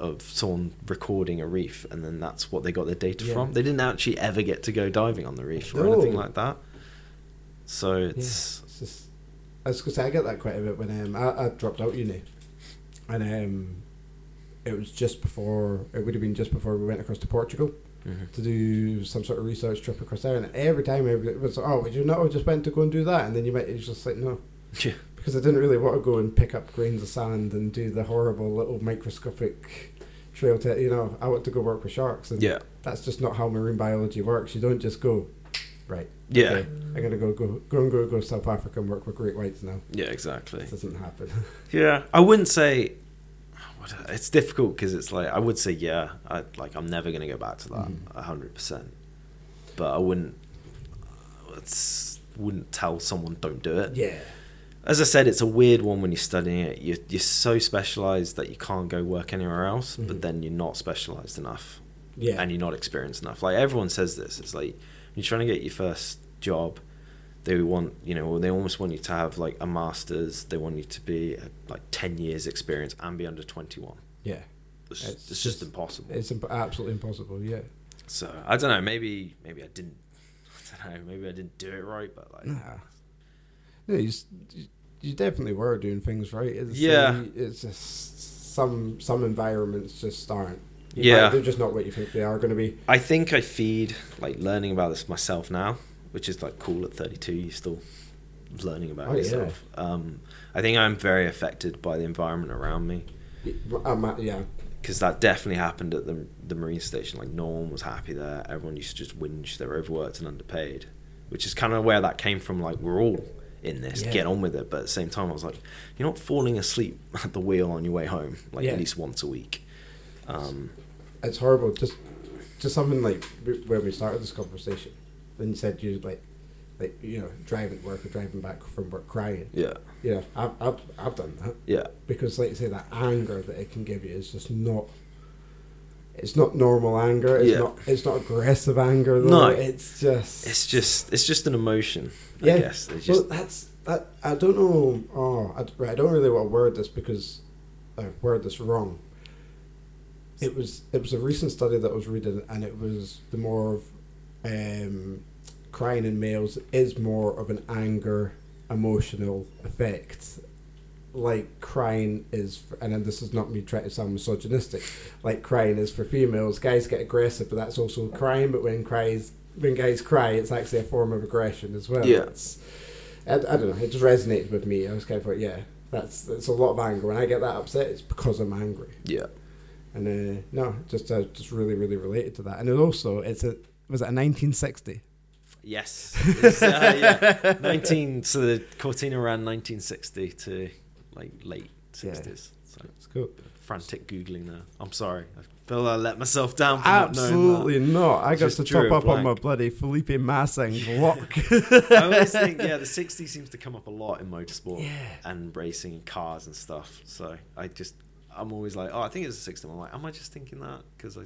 S2: of someone recording a reef, and then that's what they got their data
S1: Yeah.
S2: from. They didn't actually ever get to go diving on the reef or
S1: No.
S2: anything like that. So it's
S1: It's just, I was gonna say I get that quite a bit when um, I, I dropped out uni, and um, it was just before it would have been just before we went across to Portugal
S2: Mhm.
S1: to do some sort of research trip across there, and every time everybody was oh, would you not have just went to go and do that? And then you might it's just like no,
S2: *laughs* yeah.
S1: because I didn't really want to go and pick up grains of sand and do the horrible little microscopic trail to you know I want to go work with sharks, and
S2: yeah,
S1: that's just not how marine biology works. You don't just go right.
S2: yeah,
S1: Okay, I'm gonna go go go and go go South Africa and work with great whites now.
S2: yeah, exactly.
S1: This doesn't happen. *laughs*
S2: Yeah, I wouldn't say. what- It's difficult because it's like I would say yeah, I like I'm never gonna go back to that
S1: Mhm.
S2: a hundred percent, but I wouldn't. It's wouldn't tell someone don't do it.
S1: yeah.
S2: As I said, it's a weird one when you're studying it. You're you're so specialized that you can't go work anywhere else,
S1: Mhm.
S2: but then you're not specialized enough
S1: Yeah.
S2: and you're not experienced enough. Like everyone says this. It's like when you're trying to get your first job. They want you know, or they almost want you to have like a master's. They want you to be uh, like ten years experience and be under twenty one.
S1: yeah.
S2: It's,
S1: It's
S2: it's, just,
S1: just-
S2: impossible.
S1: It's imp- absolutely impossible. Yeah.
S2: so I don't know. Maybe maybe I didn't. *laughs* I don't know. Maybe I didn't do it right. But like,
S1: Nah. No, you, s- you- you definitely were doing things right. It's,
S2: Yeah.
S1: It's just some some environments just aren't. You
S2: Yeah.
S1: might- They're just not what you think they are going to be.
S2: I think I feed like learning about this myself now, which is like cool at 32. You're still learning about
S1: Oh, yeah.
S2: yourself. Um, I think I'm very affected by the environment around me.
S1: Um, uh, yeah.
S2: because that definitely happened at the the marine station. Like no one was happy there. Everyone used to just whinge they were overworked and underpaid, which is kind of where that came from. Like we're all in this,
S1: Yeah.
S2: get on with it. But at the same time, I was like, you're not falling asleep *laughs* at the wheel on your way home, like
S1: Yeah.
S2: at least once a week. Um,
S1: It's horrible. Just just something like w- when we started this conversation, when you said you like like you know driving to work or driving back from work crying.
S2: yeah,
S1: You know, I've I've, I've done that.
S2: yeah,
S1: because like you say that anger that it can give you is just not it's not normal anger it's
S2: Yeah.
S1: not it's not aggressive anger
S2: No.
S1: though it's just
S2: it's just it's just an emotion. I
S1: Yeah.
S2: guess it's just
S1: well, that's that I don't know oh I, d- right, I don't really want to word this because I word this wrong it was it was a recent study that I was reading and it was the more of um, crying in males is more of an anger emotional effect like crying is for, and then this is not me trying to sound misogynistic like crying is for females guys get aggressive but that's also crying but when cries when guys cry it's actually a form of aggression as well
S2: Yeah.
S1: it's, I, I don't know it just resonated with me I was kind of like yeah that's that's a lot of anger when I get that upset it's because I'm angry
S2: yeah,
S1: and uh, no just uh, just really really related to that and it also it's a was it a 1960
S2: yes, It's, uh,
S1: *laughs*
S2: yeah. nineteen. So the Cortina ran nineteen sixty to like late
S1: Yeah.
S2: sixties. So.
S1: it's cool
S2: frantic googling there. I'm sorry. I feel I let myself down for
S1: absolutely not I got
S2: Just
S1: to
S2: drew
S1: top
S2: a
S1: up on my
S2: blank.
S1: bloody Felipe
S2: *laughs*
S1: Massing block
S2: not knowing that. I always think, yeah, the 60s seems to come up a lot in motorsport
S1: Yeah.
S2: and racing and cars and stuff. So I just, I'm always like, oh, I think it's a 60. I'm like, am I just thinking that? Because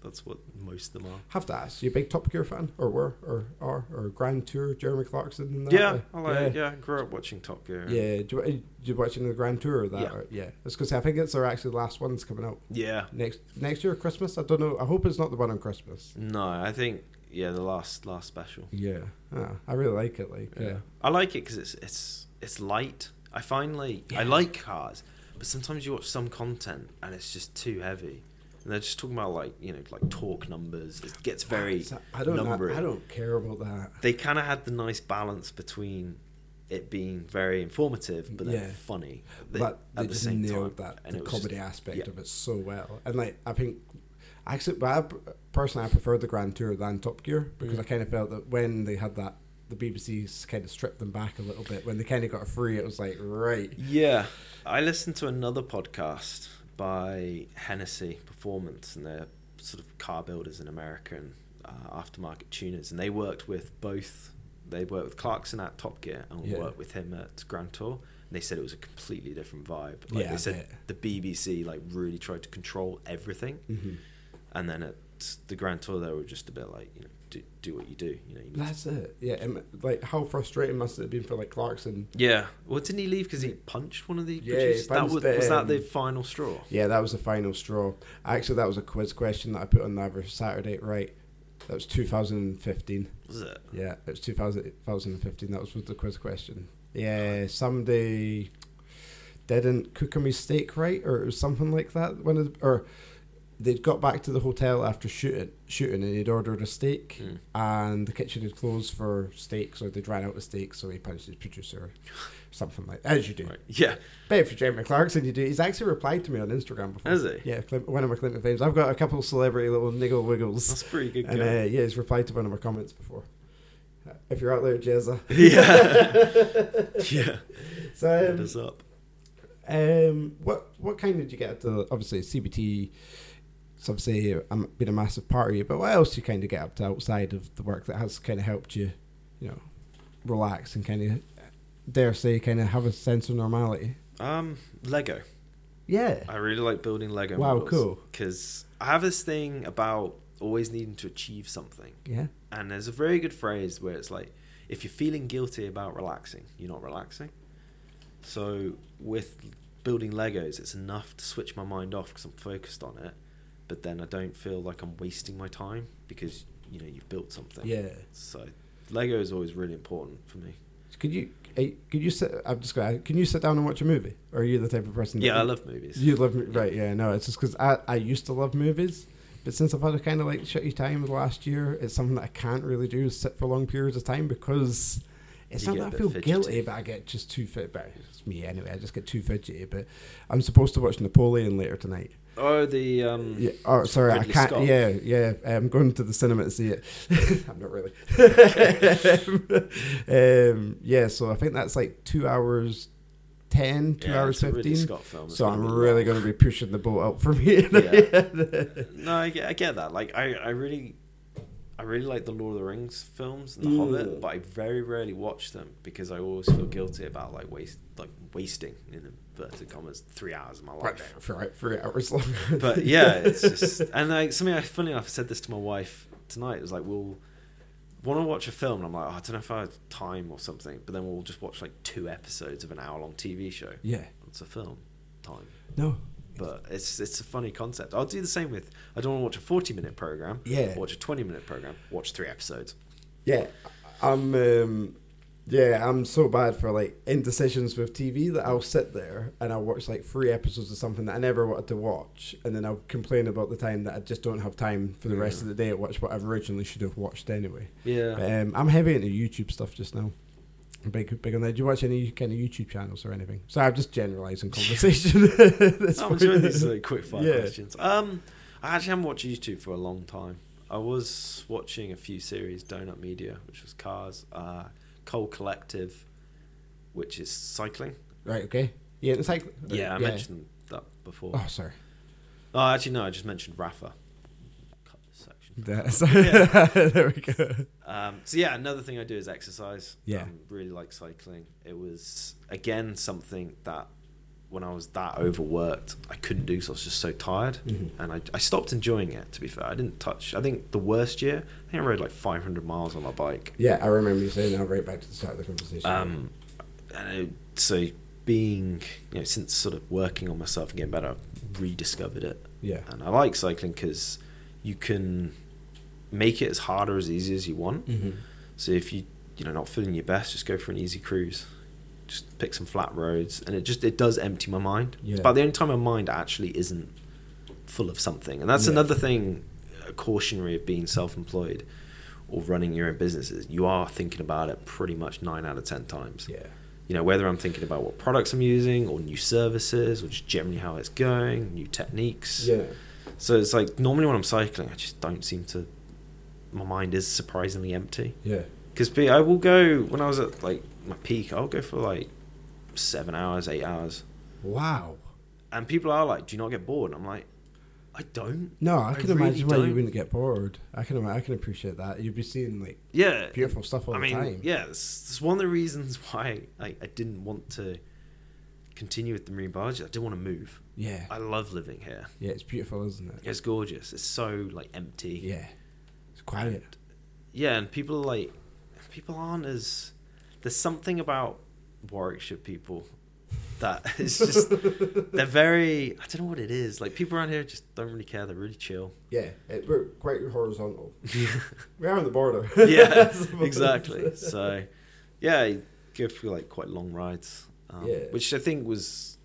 S2: that's what most of them are.
S1: *laughs* Have to ask, you a big Top Gear fan, or were, or are, or Grand Tour, Jeremy Clarkson? And that?
S2: yeah,
S1: uh,
S2: I like, yeah. I grew up watching Top Gear.
S1: yeah. Do you, do you watch any of the Grand Tour or that?
S2: Yeah.
S1: Or, yeah. It's because I think it's their actually last ones coming out
S2: Yeah.
S1: next next year, Christmas. I don't know. I hope it's not the one on Christmas.
S2: No, I think, yeah, the last last special.
S1: Yeah. Ah, I really like it. Like, yeah.
S2: Yeah. I like it because it's it's it's light. I find like I
S1: Yeah.
S2: like cars, but sometimes you watch some content and it's just too heavy. And they're just talking about like you know like torque numbers. It gets very
S1: So, I don't.
S2: numbery.
S1: I, I don't care about that.
S2: They kind of had the nice balance between it being very informative but then
S1: Yeah.
S2: funny the-
S1: but they
S2: at the
S1: just
S2: same time.
S1: nailed that
S2: And
S1: the
S2: it was just-
S1: comedy aspect
S2: yeah.
S1: of it so well. And like I think, actually, but I, pr- personally, I preferred the Grand Tour than Top Gear because
S2: Mm.
S1: I kind of felt that when they had that, the BBC kind of stripped them back a little bit. When they kind of got a free, it was like right,
S2: Yeah, I listened to another podcast by Hennessy Performance, and they're sort of car builders in America and uh, aftermarket tuners, and they worked with both. They worked with Clarkson at Top Gear and
S1: Yeah.
S2: worked with him at Grand Tour. And they said it was a completely different vibe. Like
S1: Yeah, I
S2: they said
S1: bet.
S2: Mm-hmm. the BBC like really tried to control everything, and then at the grand tour they were just a bit like you know do, do what you do you know you need
S1: That's it. Yeah, and like how frustrating must it have been for like Clarkson?
S2: to- yeah well didn't he leave because he punched one of the
S1: Yeah, he
S2: producers that
S1: punched
S2: was, was that
S1: them.
S2: the final straw
S1: Yeah, that was the final straw. Actually, that was a quiz question that I put on the average Saturday. Right, that was 2015.
S2: was it
S1: Yeah, it was 2000, 2015. That was with the quiz question. Yeah, somebody didn't cook a mistake right, or it was something like that. One of the, or they'd got back to the hotel after shooting, shooting, and he'd ordered a steak,
S2: Mm.
S1: and the kitchen had closed for steaks, or they'd ran out of steaks, so he punched his producer, something like as you do. *laughs*
S2: Right. yeah
S1: But if you're Jeremy Clarkson, you do. He's actually replied to me on Instagram before.
S2: Has he?
S1: Yeah, Clin- one of my Clinton fans. I've got a couple celebrity little niggle wiggles.
S2: that's a pretty good
S1: And
S2: guy.
S1: uh, yeah, he's replied to one of my comments before. Uh, If you're out there, Jezza.
S2: *laughs*
S1: *laughs*
S2: Yeah.
S1: uh,
S2: *laughs* yeah Hit
S1: So,
S2: us up
S1: um, um, what what kind did you get at the obviously CBT? Some say um, been a massive part of you, but what else do you kind of get up to outside of the work that has kind of helped you, you know, relax and kind of dare say kind of have a sense of normality?
S2: um lego
S1: Yeah.
S2: I really like building Lego.
S1: Wow, cool.
S2: Because I have this thing about always needing to achieve something,
S1: Yeah.
S2: and there's a very good phrase where it's like, if you're feeling guilty about relaxing, you're not relaxing. So with building Legos, it's enough to switch my mind off because I'm focused on it, but then I don't feel like I'm wasting my time because you know you've built something.
S1: Yeah.
S2: So Lego is always really important for me.
S1: Could you eh, could you sit? I'm just gonna. Can you sit down and watch a movie? Or are you the type of person?
S2: Yeah,
S1: that
S2: I love movies.
S1: You love mo- right? Yeah, no. It's just because I I used to love movies, but since I've had a kind of like shitty time the last year, it's something that I can't really do is sit for long periods of time because it's
S2: You
S1: not
S2: get
S1: that
S2: a
S1: I
S2: bit
S1: feel
S2: fidgety.
S1: guilty, but I get just too fit. But it's me anyway. I just get too fidgety. But I'm supposed to watch Napoleon later tonight.
S2: Oh, the um,
S1: Yeah, oh, sorry, I
S2: Ridley
S1: can't.
S2: Scott.
S1: Yeah, yeah. I'm going to the cinema to see it. *laughs* I'm not
S2: *laughs*
S1: really. *laughs* um, yeah, so I think that's like two hours ten, two
S2: yeah,
S1: hours
S2: it's a Ridley
S1: fifteen.
S2: Scott film. It's
S1: So
S2: gonna
S1: I'm
S2: be
S1: really
S2: long.
S1: going to be pushing the boat out from here.
S2: *laughs* Yeah. *laughs* no, I get, I get that. Like, I, I really, I really like the Lord of the Rings films and The Hobbit,
S1: Mm.
S2: but I very rarely watch them because I always feel guilty about like waste, like wasting in inverted commas three hours of my
S1: *laughs* Right,
S2: life.
S1: for like three hours long.
S2: But yeah,
S1: *laughs*
S2: it's just *laughs* and like something. I, funny enough, I said this to my wife tonight. It was like we'll want to watch a film, and I'm like, oh, I don't know if I have time or something. But then we'll just watch like two episodes of an hour-long TV show.
S1: yeah.
S2: It's a film time.
S1: No.
S2: But it's it's a funny concept. I'll do the same with. I don't want to watch a forty minute program.
S1: Yeah.
S2: Watch a twenty minute program. Watch three episodes.
S1: Yeah, I'm. Um, yeah, I'm so bad for like indecisions with TV that I'll sit there and I'll watch like three episodes of something that I never wanted to watch, and then I'll complain about the time that I just don't have time for the rest of the day to watch what I originally should have watched anyway.
S2: Yeah.
S1: But, um, I'm heavy into YouTube stuff just now. I'm big, big on that. Do you watch any kind of YouTube channels or anything? So I'm just generalizing
S2: *laughs*
S1: conversation. *laughs* That's
S2: I'm
S1: fine.
S2: enjoying these uh, quick fire
S1: Yeah.
S2: questions. Um, I actually haven't watched YouTube for a long time. I was watching a few series, Donut Media, which was cars, uh, Coal Collective, which is cycling.
S1: Right. Okay. Yeah. It's like.
S2: Yeah, I mentioned that before.
S1: Oh, sorry. *laughs*
S2: Oh, actually, no, I just mentioned Rafa. Cut this section.
S1: That's-
S2: Yeah.
S1: there we go.
S2: Um, so yeah, another thing I do is exercise.
S1: Yeah.
S2: um, really like cycling. It was again something that when I was that overworked, I couldn't do. So I was just so tired,
S1: Mhm.
S2: and I, I stopped enjoying it. To be fair, I didn't touch. I think the worst year, I think I rode like 500 miles on my bike.
S1: Yeah, I remember you saying that right back to the start of the conversation.
S2: Um, and it, so being you know since sort of working on myself and getting better, I've rediscovered it.
S1: yeah,
S2: And I like cycling because you can make it as hard or as easy as you want. So if you you know not feeling your best, just go for an easy cruise. Just pick some flat roads, and it just it does empty my mind.
S1: Yeah.
S2: It's about the only time my mind actually isn't full of something, and that's
S1: Yeah.
S2: another thing a cautionary of being self-employed or running your own business is you are thinking about it pretty much nine out of ten times.
S1: yeah,
S2: You know whether I'm thinking about what products I'm using or new services or just generally how it's going, new techniques.
S1: yeah.
S2: So it's like normally when I'm cycling, I just don't seem to. My mind is surprisingly empty.
S1: Yeah.
S2: Because I will go when I was at like my peak, I'll go for like seven hours, eight hours,
S1: Wow.
S2: and people are like, "Do you not get bored?" And I'm like, "I don't."
S1: No, I, can
S2: really
S1: imagine why you
S2: don't.
S1: wouldn't get bored. I can, ima- I can appreciate that. You'd be seeing like
S2: Yeah,
S1: beautiful stuff all
S2: I
S1: the
S2: mean,
S1: time.
S2: yeah, it's, it's one of the reasons why like I didn't want to continue with the marine biology. I didn't want to move.
S1: Yeah.
S2: I love living here.
S1: yeah, it's beautiful, isn't it?
S2: It's gorgeous. It's so like empty.
S1: Yeah. It's quiet.
S2: Yeah, and people are like people aren't as there's something about Warwickshire people that is just they're very I don't know what it is. Like people around here just don't really care. They're really chill.
S1: *laughs* Yeah, it, we're quite horizontal.
S2: yeah,
S1: We are on the
S2: *laughs*
S1: border. *laughs*
S2: exactly. So yeah, you go for like quite long rides. Um,
S1: Yeah.
S2: Which I think was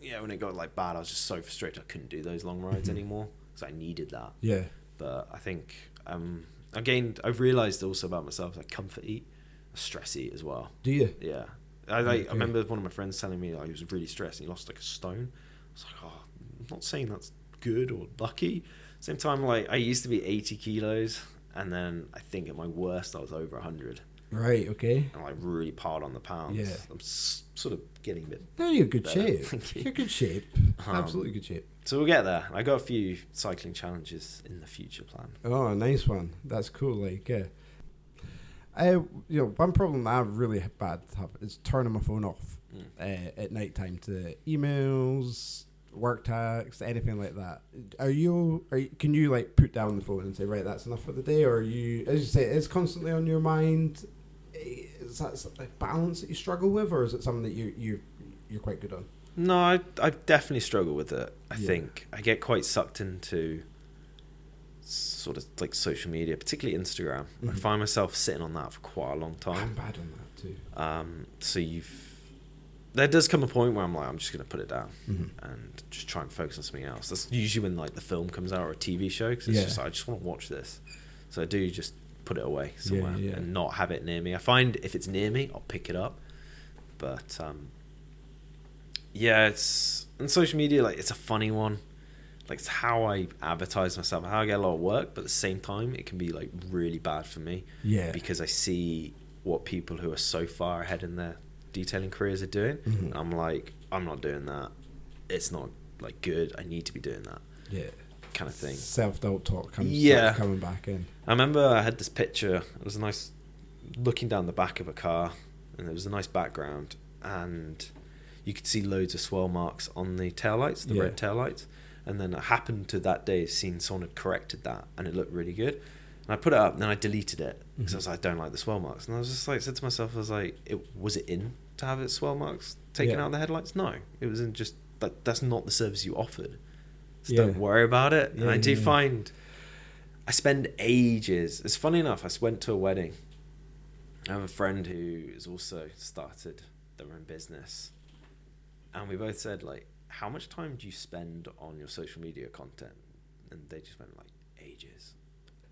S2: yeah, when it got like bad, I was just so frustrated I couldn't do those long rides
S1: Mhm.
S2: anymore because I needed that.
S1: Yeah.
S2: but I think um, I gained. I've realised also about myself like comfort eat, stress eat as well.
S1: Do you?
S2: Yeah, I like.
S1: Okay.
S2: I remember one of my friends telling me like, he was really stressed and he lost like a stone. I was like, oh, I'm not saying that's good or lucky. Same time, like I used to be 80 kilos, and then I think at my worst I was over 100,
S1: Right, okay.
S2: and like really piled on the pounds.
S1: Yeah.
S2: I'm s- sort of getting a bit.
S1: No, you're good
S2: Better,
S1: shape.
S2: thank you.
S1: You're good shape.
S2: Um,
S1: Absolutely good shape.
S2: So we'll get there. I got a few cycling challenges in the future plan.
S1: Oh, a nice one. That's cool. Like, yeah. I, you know, one problem that I really bad have is turning my phone off
S2: Mm.
S1: uh, at night time to emails, work texts, anything like that. Are you, are you? Can you like put down the phone and say, right, that's enough for the day? Or are you, as you say, it's constantly on your mind. Is that s- a balance that you struggle with, or is it something that you you you're quite good on?
S2: No, I I definitely struggle with it. I
S1: Yeah.
S2: think I get quite sucked into sort of like social media, particularly Instagram. I
S1: Mhm.
S2: find myself sitting on that for quite a long
S1: I'm *laughs*
S2: time.
S1: bad on that too.
S2: Um, so you've there does come a point where I'm like, I'm just gonna put it down
S1: Mhm.
S2: and just try and focus on something else. That's usually when like the film comes out or a TV show because it's
S1: Yeah.
S2: just like, I just want to watch this. So I do just put it away somewhere
S1: yeah.
S2: and not have it near me. I find if it's near me, I'll pick it up. But um, yeah, it's and social media like it's a funny one. Like it's how I advertise myself, how I get a lot of work, but at the same time, it can be like really bad for me
S1: Yeah.
S2: because I see what people who are so far ahead in their detailing careers are doing.
S1: Mhm.
S2: And I'm like, I'm not doing that. It's not like good. I need to be doing that
S1: yeah.
S2: kind of thing.
S1: Self doubt talk comes
S2: Yeah.
S1: yeah. coming back in.
S2: I remember I had this picture. It was a nice looking down the back of a car, and there was a nice background, and you could see loads of swirl marks on the taillights, the
S1: Yeah.
S2: red taillights. And then I happened to that day have seen someone had corrected that, and it looked really good. And I put it up, and then I deleted it because I was
S1: Mhm.
S2: like, I don't like the swirl marks. And I was just like, said to myself, I was like, it was it in to have its swirl marks taken
S1: Yeah.
S2: out of the headlights? No, it was in just that. That's not the service you offered. So
S1: Yeah.
S2: don't worry about it. And
S1: Yeah,
S2: I do
S1: yeah.
S2: find I spend ages. It's funny enough, I s- went to a wedding. I have a friend who has also started their own business. And we both said, like, how much time do you spend on your social media content? And they just went, like, ages.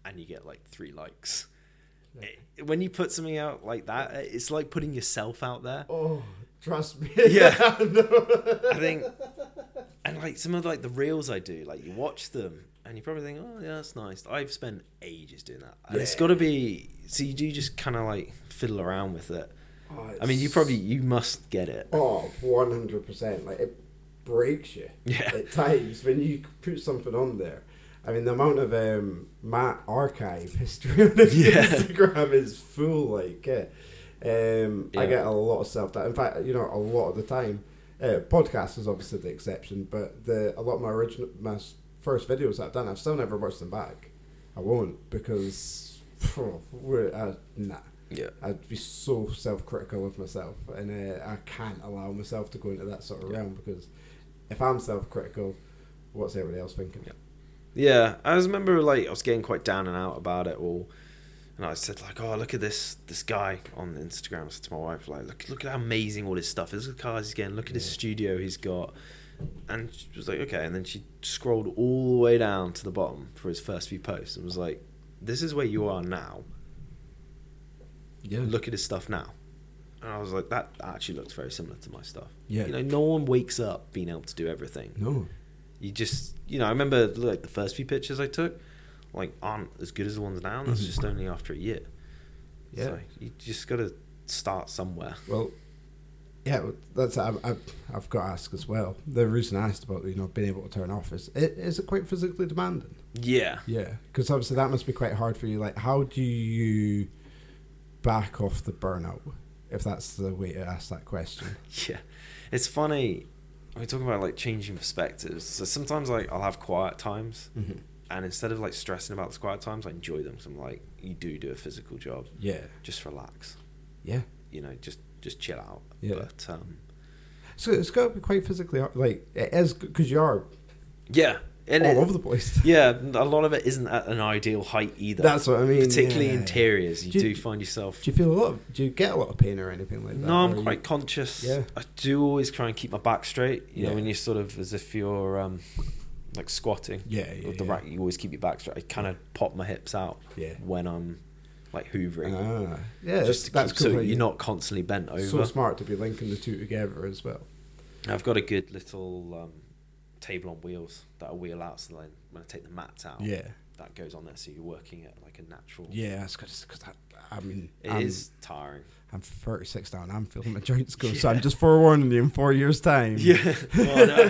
S2: And you get, like, three likes. It- when you put something out like that, eh, it's like putting yourself out there.
S1: Oh, trust me. *laughs*
S2: Yeah.
S1: No.
S2: I think, and like some of like the reels I do, like you watch them and you probably think, oh yeah, that's nice. I've spent ages doing that, and it's
S1: Yeah.
S2: got to be. So you do just kind of like fiddle around with it.
S1: *laughs* Oh,
S2: I mean, you
S1: it's-
S2: probably you must get it.
S1: Oh, 100%. Like, it breaks you
S2: Yeah.
S1: at times when you put something on there. I mean, the amount of um, my archive history on
S2: Yeah.
S1: Instagram is full. Like, yeah. Um, I
S2: Yeah.
S1: get a lot of self doubt. In fact, you know, a lot of the time, uh, podcast is obviously the exception, but the a lot of my original, my s- first videos that I've done, I've still never watched them back. I won't because, *sighs* phew, we're, uh, nah.
S2: Yeah,
S1: I'd be so self-critical of myself, and uh, I can't allow myself to go into that sort of realm because if I'm self-critical, what's everybody else thinking?
S2: Yeah. yeah. I just remember like I was getting quite down and out about it all, and I said like, oh look at this this guy on Instagram. I said to my wife like, look look at how amazing all his stuff is. Look at the cars he's getting. Look at his
S1: Yeah.
S2: studio he's got. And she was like, okay. And then she scrolled all the way down to the bottom for his first few posts and was like, this is where you are now.
S1: Yeah,
S2: Look at his stuff now. And I was like, that actually looks very similar to my stuff.
S1: Yeah.
S2: You know, no one wakes up being able to do everything
S1: no,
S2: you just you know i remember like the first few pictures i took like aren't as good as the ones now and that's
S1: Mhm.
S2: just only after a year
S1: yeah.
S2: so you just gotta start somewhere
S1: Well, yeah, well, that's I, I, I've got to ask as well. The reason I asked about you know being able to turn off is it is it quite physically demanding?
S2: yeah
S1: Yeah, because obviously that must be quite hard for you. Like, how do you back off the burnout? If that's the way to ask that question.
S2: *laughs* yeah it's funny. We're talking about like changing perspectives. So sometimes like I'll have quiet times,
S1: Mhm.
S2: and instead of like stressing about the quiet times, I enjoy them. So I'm like, you do do a physical job.
S1: Yeah.
S2: Just relax.
S1: Yeah.
S2: You know, just just chill out.
S1: Yeah.
S2: But um,
S1: So it's got to be quite physically hard. Like, it is, because you are
S2: yeah, and
S1: all
S2: it-
S1: over the place.
S2: *laughs* yeah, a lot of it isn't at an ideal height either.
S1: That's what I mean.
S2: particularly
S1: yeah.
S2: interiors. You
S1: Do
S2: do,
S1: you-
S2: find yourself.
S1: Do you feel a lot of, do you get a lot of pain or anything like that?
S2: no,
S1: Or
S2: I'm
S1: you-
S2: quite conscious.
S1: Yeah.
S2: I do always try and keep my back straight. You
S1: Yeah.
S2: know, when you're sort of as if you're um, like squatting.
S1: Yeah, yeah,
S2: With the
S1: yeah.
S2: rack, you always keep your back straight. I kind of pop my hips out.
S1: Yeah.
S2: When I'm like hoovering.
S1: Ah, yeah,
S2: just to
S1: that's, that's
S2: keep,
S1: cool.
S2: so
S1: how you-
S2: you're not constantly bent over.
S1: so smart to be linking the two together as well.
S2: I've got a good little um, table on wheels that I wheel out. So then when I take the mats out,
S1: Yeah,
S2: that goes on there. So you're working at like a natural.
S1: yeah, that's because that. I mean,
S2: It
S1: I'm,
S2: is *laughs* tiring.
S1: I'm 36 now, and I'm feeling my
S2: *laughs*
S1: joints go. So I'm just forewarning you in four years' time. *laughs*
S2: Yeah. Well, *laughs* no.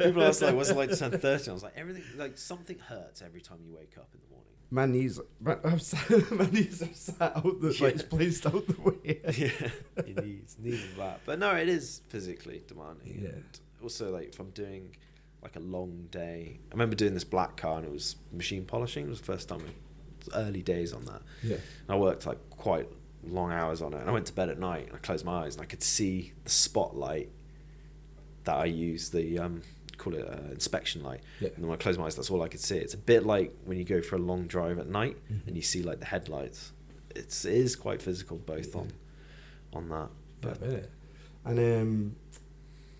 S2: People ask like, "What's it like to turn 30? I was like, "Everything like something hurts every time you wake up in the morning."
S1: my knees, my, I'm sat, *laughs* my knees are sat out the
S2: Yeah.
S1: like placed out the way.
S2: *laughs* Yeah, your knees, knees and back. But no, it is physically demanding.
S1: Yeah.
S2: And also, like if I'm doing like a long day, I remember doing this black car and it was machine polishing. It was the first time, it was early days on that.
S1: Yeah.
S2: And I worked like quite long hours on it. And I went to bed at night and I closed my eyes and I could see the spotlight that I use, the um, call it uh, inspection light.
S1: Yeah.
S2: And then when I closed my eyes, that's all I could see. It's a bit like when you go for a long drive at night
S1: Mhm.
S2: and you see like the headlights. It's, it is quite physical both
S1: Yeah.
S2: on on that.
S1: But,
S2: But
S1: and um,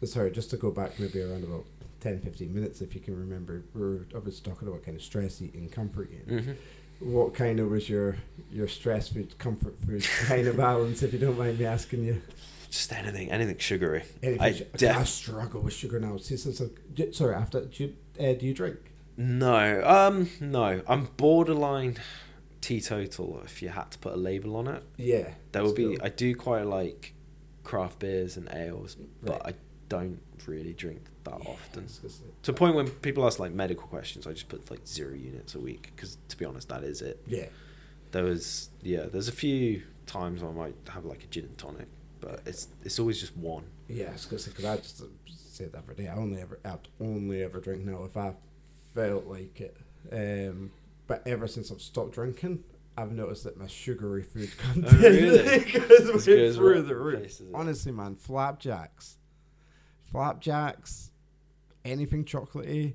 S1: sorry, just to go back maybe around about 10, 15 minutes, if you can remember, we were obviously talking about kind of stress eating, comfort eating.
S2: Mhm.
S1: What kind of was your your stress food, comfort food *laughs* kind of balance, if you don't mind me asking you?
S2: just anything, anything sugary.
S1: And if
S2: I
S1: you sh- I
S2: def-
S1: struggle with sugar now. See, since I, j- sorry, after do you, uh, do you drink?
S2: no, um, no. I'm borderline teetotal. If you had to put a label on it,
S1: Yeah,
S2: There will be.
S1: still.
S2: I do quite like craft beers and ales, but I
S1: Right.
S2: don't really drink that
S1: Oh,
S2: often.
S1: It's 'cause it-
S2: To a point when people ask like medical questions, I just put like zero units a week because, to be honest, that is it.
S1: yeah,
S2: There was yeah. There's a few times I might have like a gin and tonic, but it's it's always just one.
S1: yeah. Because I just uh, say that every day. I only ever I only ever drink now if I felt like it. Um, but ever since I've stopped drinking, I've noticed that my sugary food *laughs* content
S2: Oh, really?
S1: goes
S2: Just
S1: way
S2: goes
S1: through
S2: right
S1: the roof.
S2: places, eh?
S1: Honestly, man, flapjacks, flapjacks, anything chocolatey,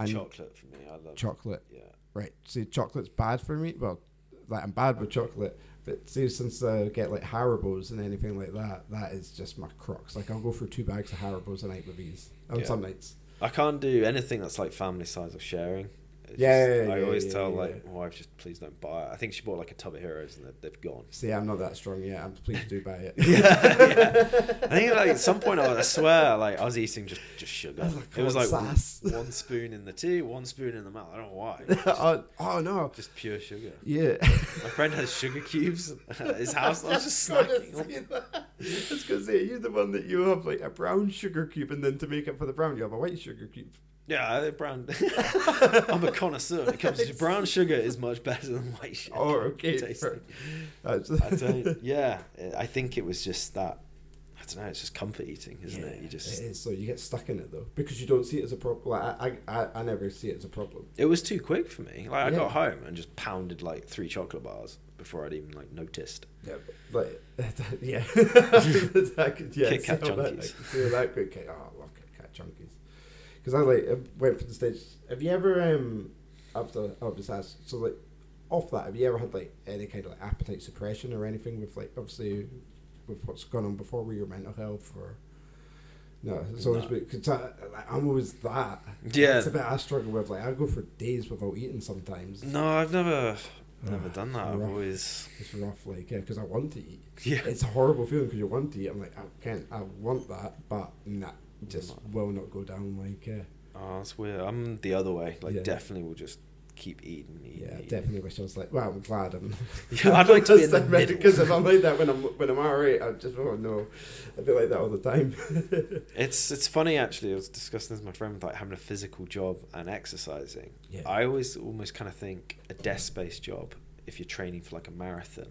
S1: and
S2: Chocolate for me, I love.
S1: chocolate.
S2: yeah,
S1: Right. See, chocolate's bad for me. Well, like I'm bad with chocolate, but see, since I get like Haribo's and anything like that, that is just my crux. Like I'll go for two bags of Haribo's a night with ease on
S2: Yeah.
S1: some nights.
S2: I can't do anything that's like family size or sharing. It's
S1: Yeah,
S2: just-
S1: yeah,
S2: I
S1: yeah,
S2: always
S1: yeah,
S2: tell
S1: yeah.
S2: like my wife just please don't buy it. I think she bought like a tub of heroes and they've, they've gone.
S1: See, I'm not that strong yet. I'm pleased do buy it.
S2: yeah, yeah.
S1: *laughs*
S2: I think like at some point I, was- I swear like I was eating just just sugar.
S1: I was like,
S2: it was
S1: "Come
S2: like
S1: on,
S2: one,
S1: Oh sass."
S2: one spoon in the tea, one spoon in the mouth. I don't
S1: *laughs*
S2: know why. Just,
S1: oh, oh, no.
S2: just pure sugar.
S1: Yeah.
S2: My friend has sugar cubes at
S1: *laughs*
S2: his house. I was just snacking. on-
S1: It's because you're the one that you have like a brown sugar cube, and then to make up for the brown, you have a white sugar cube.
S2: Yeah,
S1: *laughs*
S2: I- brown. I'm a connoisseur. When it comes to brown sugar is much better than white sugar.
S1: *laughs* Oh,
S2: *laughs*
S1: okay.
S2: Tasting.
S1: That's, *laughs*
S2: I don't. Yeah, I think it was just that. I don't know. It's just comfort eating, isn't it? You just.
S1: it is. So you get stuck in it though because you don't see it as a problem. Like, I, I, I- I never see it as a problem.
S2: It was too quick for me. Like I
S1: Yeah.
S2: got home and just pounded like three chocolate bars before I'd even like noticed.
S1: Yeah, but, *laughs* like, yeah,
S2: *laughs*
S1: I could, yeah,
S2: Kit Kat
S1: so that- I
S2: Junkies.
S1: could feel that good. Kit- Oh, I love Kit Kat junkies. Because I like I went for the stage. Have you ever um after obviously asked, so like off that have you ever had like any kind of like appetite suppression or anything with like obviously with what's gone on before with your mental health or no it's always
S2: No.
S1: been because like, I'm always that
S2: Yeah.
S1: it's a bit I struggle with like I go for days without eating sometimes
S2: No, I've never, never
S1: Ah,
S2: done that. I've
S1: rough.
S2: always.
S1: it's rough like yeah because I want to eat
S2: Yeah.
S1: it's a horrible feeling because you want to eat. I'm like, I can't. I want that, but nah, just will not go down. Like, uh,
S2: Oh, that's weird. I'm the other way. Like
S1: Yeah.
S2: definitely, will just keep eating. eating
S1: yeah, I
S2: eating.
S1: definitely wish I was like. Well, I'm glad I'm.
S2: *laughs* Yeah,
S1: *laughs*
S2: I'd like to be in the middle.
S1: because if I'm like that when I'm when I'm alright, I just oh no, I feel like that all the time. *laughs*
S2: It's it's funny actually. I was discussing this with my friend like having a physical job and exercising.
S1: Yeah.
S2: I always almost kind of think a desk based job, if you're training for like a marathon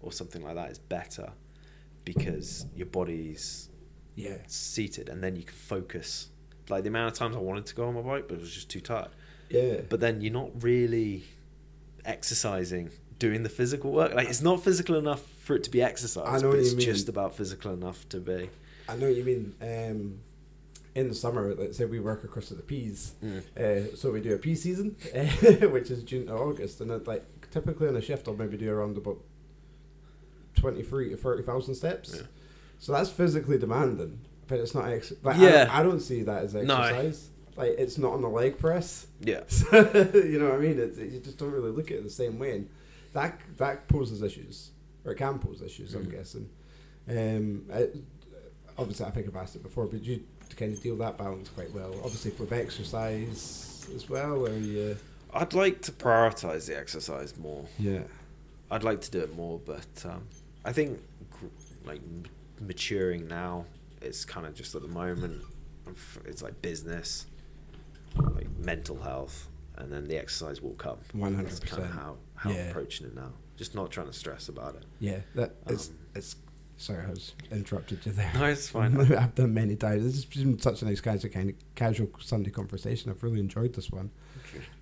S2: or something like that, is better because your body's
S1: Yeah.
S2: seated, and then you can focus. Like the amount of times I wanted to go on my bike, but it was just too tired.
S1: Yeah.
S2: But then you're not really exercising, doing the physical work. Like it's not physical enough for it to be exercise.
S1: I know what
S2: but it's
S1: you mean.
S2: just about physical enough to be.
S1: I know what you mean. Um, in the summer, let's say we work across at the peas,
S2: Mm.
S1: uh, so we do a pea season, *laughs* which is June to August, and it, like typically on a shift, I'll maybe do around about twenty three to thirty thousand steps.
S2: Yeah.
S1: So that's physically demanding, but it's not. Ex- like, I,
S2: Yeah.
S1: don't, I don't see that as
S2: No.
S1: exercise. Like it's not on the leg press.
S2: Yeah.
S1: So, *laughs* you know what I mean? It's, you just don't really look at it the same way, and that that poses issues, or it can pose issues. I'm
S2: Mhm.
S1: guessing. Um, I, obviously, I think I've asked it before, but you kind of deal that balance quite well. Obviously, with exercise as well, or you,
S2: I'd like to prioritize the exercise more.
S1: yeah,
S2: I'd like to do it more, but um, I think gr- like m- maturing now, it's kind of just at the moment. I'm f- It's like business, like mental health, and then the exercise will come.
S1: one
S2: That's
S1: hundred
S2: kind of
S1: percent.
S2: how how I'm
S1: Yeah.
S2: approaching it now. Just not trying to stress about it.
S1: Yeah, that it's
S2: Um,
S1: it's. Sorry, I was interrupted you there.
S2: No,
S1: *laughs*
S2: it's fine.
S1: I've done many times. This has been such a nice casual kind of casual Sunday conversation. I've really enjoyed this one.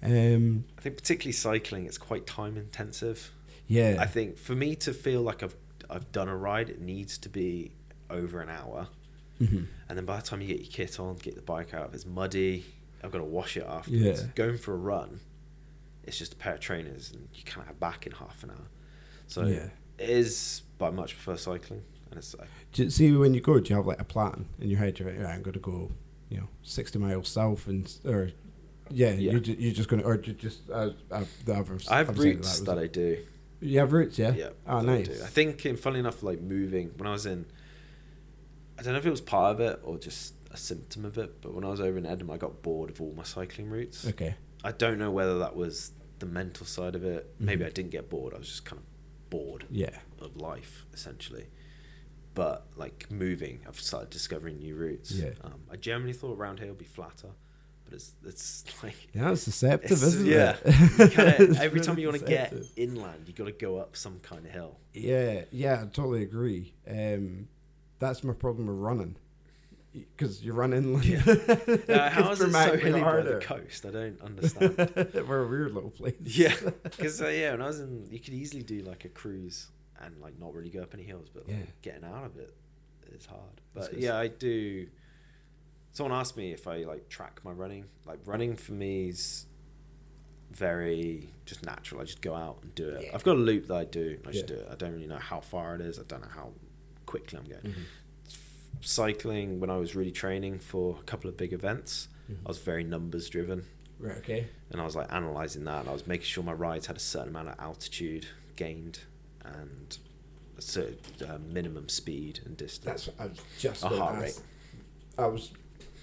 S1: Um,
S2: I think particularly cycling, it's quite time intensive.
S1: yeah,
S2: I think for me to feel like I've I've done a ride, it needs to be over an hour.
S1: Mhm.
S2: And then by the time you get your kit on, get the bike out, if it's muddy, I've got to wash it afterwards.
S1: Yeah.
S2: Going for a run, it's just a pair of trainers and you kind of have back in half an hour. So
S1: Yeah.
S2: it is, but I much prefer cycling. And it's like,
S1: Do you see when you go? Do you have like a plan in your head? You're like, right, I'm going to go, you know, sixty miles south, and s- or yeah,
S2: Yeah.
S1: You're, ju- you're just going to, or do you just uh, uh, the other.
S2: I have routes that, I do.
S1: you have roots, yeah.
S2: Yeah.
S1: Oh,
S2: that I
S1: nice.
S2: do. I think, in funny enough, like moving when I was in, I don't know if it was part of it or just a symptom of it, but when I was over in Edinburgh, I got bored of all my cycling routes.
S1: Okay.
S2: I don't know whether that was the mental side of it. Maybe
S1: Mhm.
S2: I didn't get bored. I was just kind of bored
S1: Yeah.
S2: of life essentially. But like moving, I've started discovering new routes.
S1: Yeah.
S2: Um, I generally thought around here would be flatter, but it's it's *laughs* like
S1: Yeah, it's deceptive,
S2: it's-
S1: isn't *laughs*
S2: yeah.
S1: it?
S2: you kinda-
S1: *laughs* It's
S2: every time
S1: really
S2: you want to get
S1: deceptive.
S2: inland, you got to go up some kind of hill.
S1: Yeah, yeah, I totally agree. Um, that's my problem with running, because you run inland. *laughs*
S2: Yeah. *laughs* Uh, how is it so hilly by the coast? I don't understand.
S1: *laughs* We're a weird little place.
S2: *laughs* yeah, because uh, yeah, when I was in, you could easily do like a cruise and like not really go up any hills, but like,
S1: Yeah.
S2: getting out of it is hard.
S1: That's
S2: But
S1: good.
S2: yeah, I do. Someone asked me if I like track my running. Like running for me is very just natural. I just go out and do it.
S1: Yeah.
S2: I've got a loop that I do. and I just
S1: Yeah.
S2: do it. I don't really know how far it is. I don't know how quickly I'm going.
S1: Mm.
S2: Cycling when I was really training for a couple of big events,
S1: Mm.
S2: I was very numbers driven
S1: Mm-hmm. Right. Okay.
S2: and I was like analyzing that, and I was making sure my rides had a certain amount of altitude gained and a certain uh, minimum speed and distance.
S1: That's what I was just
S2: A
S1: going to
S2: heart
S1: ask. I was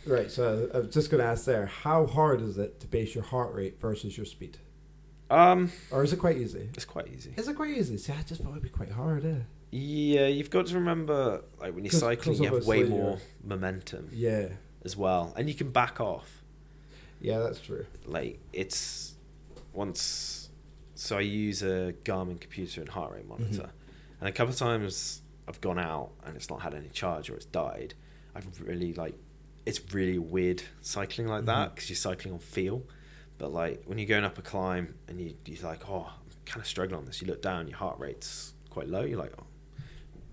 S1: right. So I was just going to ask there. How hard is it to base your heart rate versus your speed,
S2: um,
S1: or is it quite easy?
S2: it's quite easy.
S1: Is it quite easy? See, I just thought it'd be quite hard. Eh?
S2: Yeah, you've got to remember, like when you're
S1: 'Cause-
S2: cycling,
S1: 'cause
S2: you have way
S1: obviously
S2: more
S1: you're-
S2: momentum
S1: Yeah.
S2: as well, and you can back off.
S1: Yeah, that's true.
S2: Like it's once. So I use a Garmin computer and heart rate monitor, and a couple of times I've gone out and it's not had any charge or it's died. I've really like, it's really weird cycling like that because you're cycling on feel, but like when you're going up a climb and you you're like, oh, I'm kind of struggling on this. You look down, your heart rate's quite low. You're like, oh,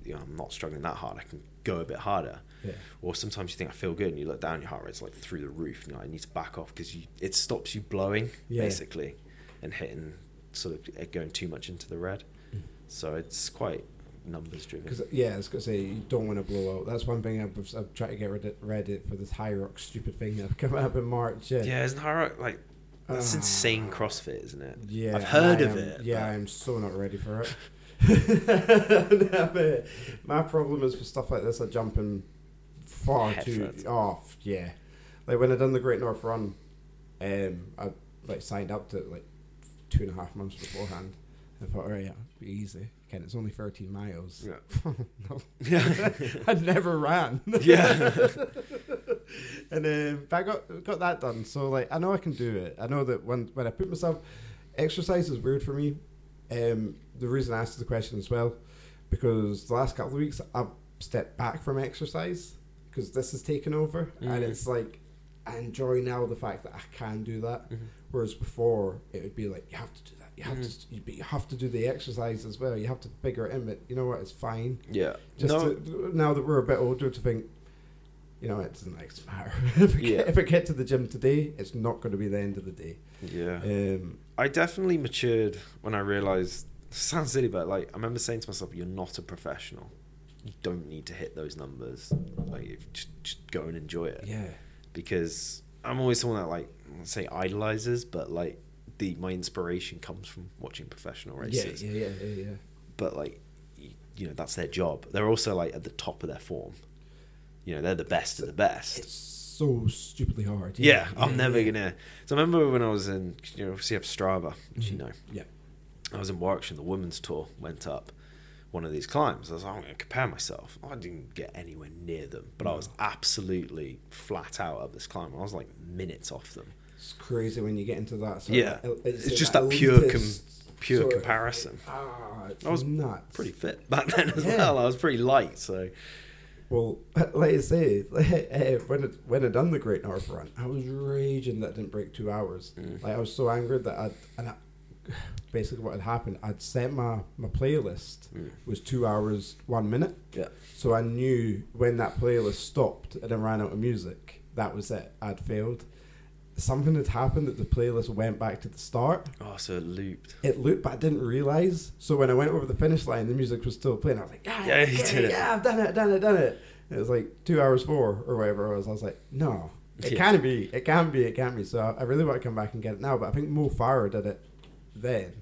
S2: you know, I'm not struggling that hard. I can go a bit harder.
S1: Yeah.
S2: Or sometimes you think I feel good, and you look down, your heart rate's like through the roof. You know, I need to back off because it stops you blowing
S1: Yeah.
S2: basically, and hitting sort of uh, going too much into the red.
S1: Mm.
S2: So it's quite numbers driven.
S1: Because yeah, I was gonna say you don't want to blow out. That's one thing I've, I've tried to get rid of Reddit for this high rock stupid thing *laughs* that's come up in March. Yeah.
S2: Yeah, isn't heart rate like that's
S1: Ah.
S2: insane CrossFit, isn't it?
S1: Yeah,
S2: I've heard
S1: I
S2: of
S1: am-
S2: it.
S1: Yeah,
S2: but-
S1: I'm so not ready for it.
S2: *laughs*
S1: No, but My problem is for stuff like this, I jump in far
S2: Head
S1: too
S2: first.
S1: off. Yeah, like when I done the Great North Run, um, I like signed up to it like two and a half months beforehand. I thought, all right, yeah, it'll be easy. Again, it's only 13 miles.
S2: Yeah.
S1: *laughs* no.
S2: *laughs*
S1: *laughs*
S2: Yeah.
S1: I never ran.
S2: yeah.
S1: *laughs* and um, but I got got that done. So like I know I can do it. I know that when when I put myself, exercise is weird for me. Um, the reason I asked the question as well, because the last couple of weeks I've stepped back from exercise because this has taken over, and
S2: Mhm.
S1: it's like I enjoy now the fact that I can do that.
S2: Mhm.
S1: Whereas before, it would be like you have to do that, you have
S2: Mhm.
S1: to, you, but you have to do the exercise as well. You have to figure it in, but you know what? It's fine.
S2: Yeah.
S1: Just
S2: no,
S1: to, now that we're a bit older, to think, you know, it doesn't like matter. *laughs* if, I
S2: Yeah.
S1: get, if I get to the gym today, it's not going to be the end of the day.
S2: yeah.
S1: Um,
S2: I definitely matured when I realized. Sounds silly, but like I remember saying to myself, "You're not a professional. You don't need to hit those numbers. Like, if- just, just go and enjoy it."
S1: yeah,
S2: Because I'm always someone that like I won't say idolizes, but like the my inspiration comes from watching professional
S1: yeah,
S2: races.
S1: yeah, yeah, yeah, yeah.
S2: But like, you, you know, that's their job. They're also like at the top of their form. You know, they're the best of the best.
S1: It's so stupidly hard.
S2: Yeah, I'm never
S1: yeah.
S2: gonna. So I remember when I was in, you know, obviously I have Strava, which you
S1: Mhm.
S2: know.
S1: Yeah.
S2: I was in Warwickshire, and the women's tour went up one of these climbs. I was like, I'm gonna compare myself. I didn't get anywhere near them,
S1: Mm.
S2: but I was absolutely flat out up this climb. I was like minutes off them.
S1: It's crazy when you get into that. Sort
S2: Yeah.
S1: of,
S2: It's just that pure com- pure comparison.
S1: ah, it's
S2: I was
S1: nuts.
S2: Pretty fit *laughs* back then as
S1: Yeah.
S2: well. I was pretty light, so
S1: Well, *laughs* like I say, *laughs* eh, when it, when I done the Great North Run, I was raging that I didn't break two hours.
S2: Mm.
S1: Like I was so angered that I and I, *sighs* basically what had happened, I'd set my my playlist
S2: Mm.
S1: was two hours one minute.
S2: yeah,
S1: So I knew when that playlist stopped and I ran out of music, that was it. I'd failed. Something had happened that the playlist went back to the start.
S2: oh, so it looped.
S1: It looped, but I didn't realize. So when I went over the finish line, the music was still playing. I was like, "Yeah,
S2: Yeah,
S1: yeah,
S2: you did it."
S1: yeah, I've done it, done it, done it." And it was like two hours four or whatever it was. I was like, "No, it
S2: Yeah.
S1: can be, it can be, it can be." So I, I really want to come back and get it now. But I think Mo Farah did it then.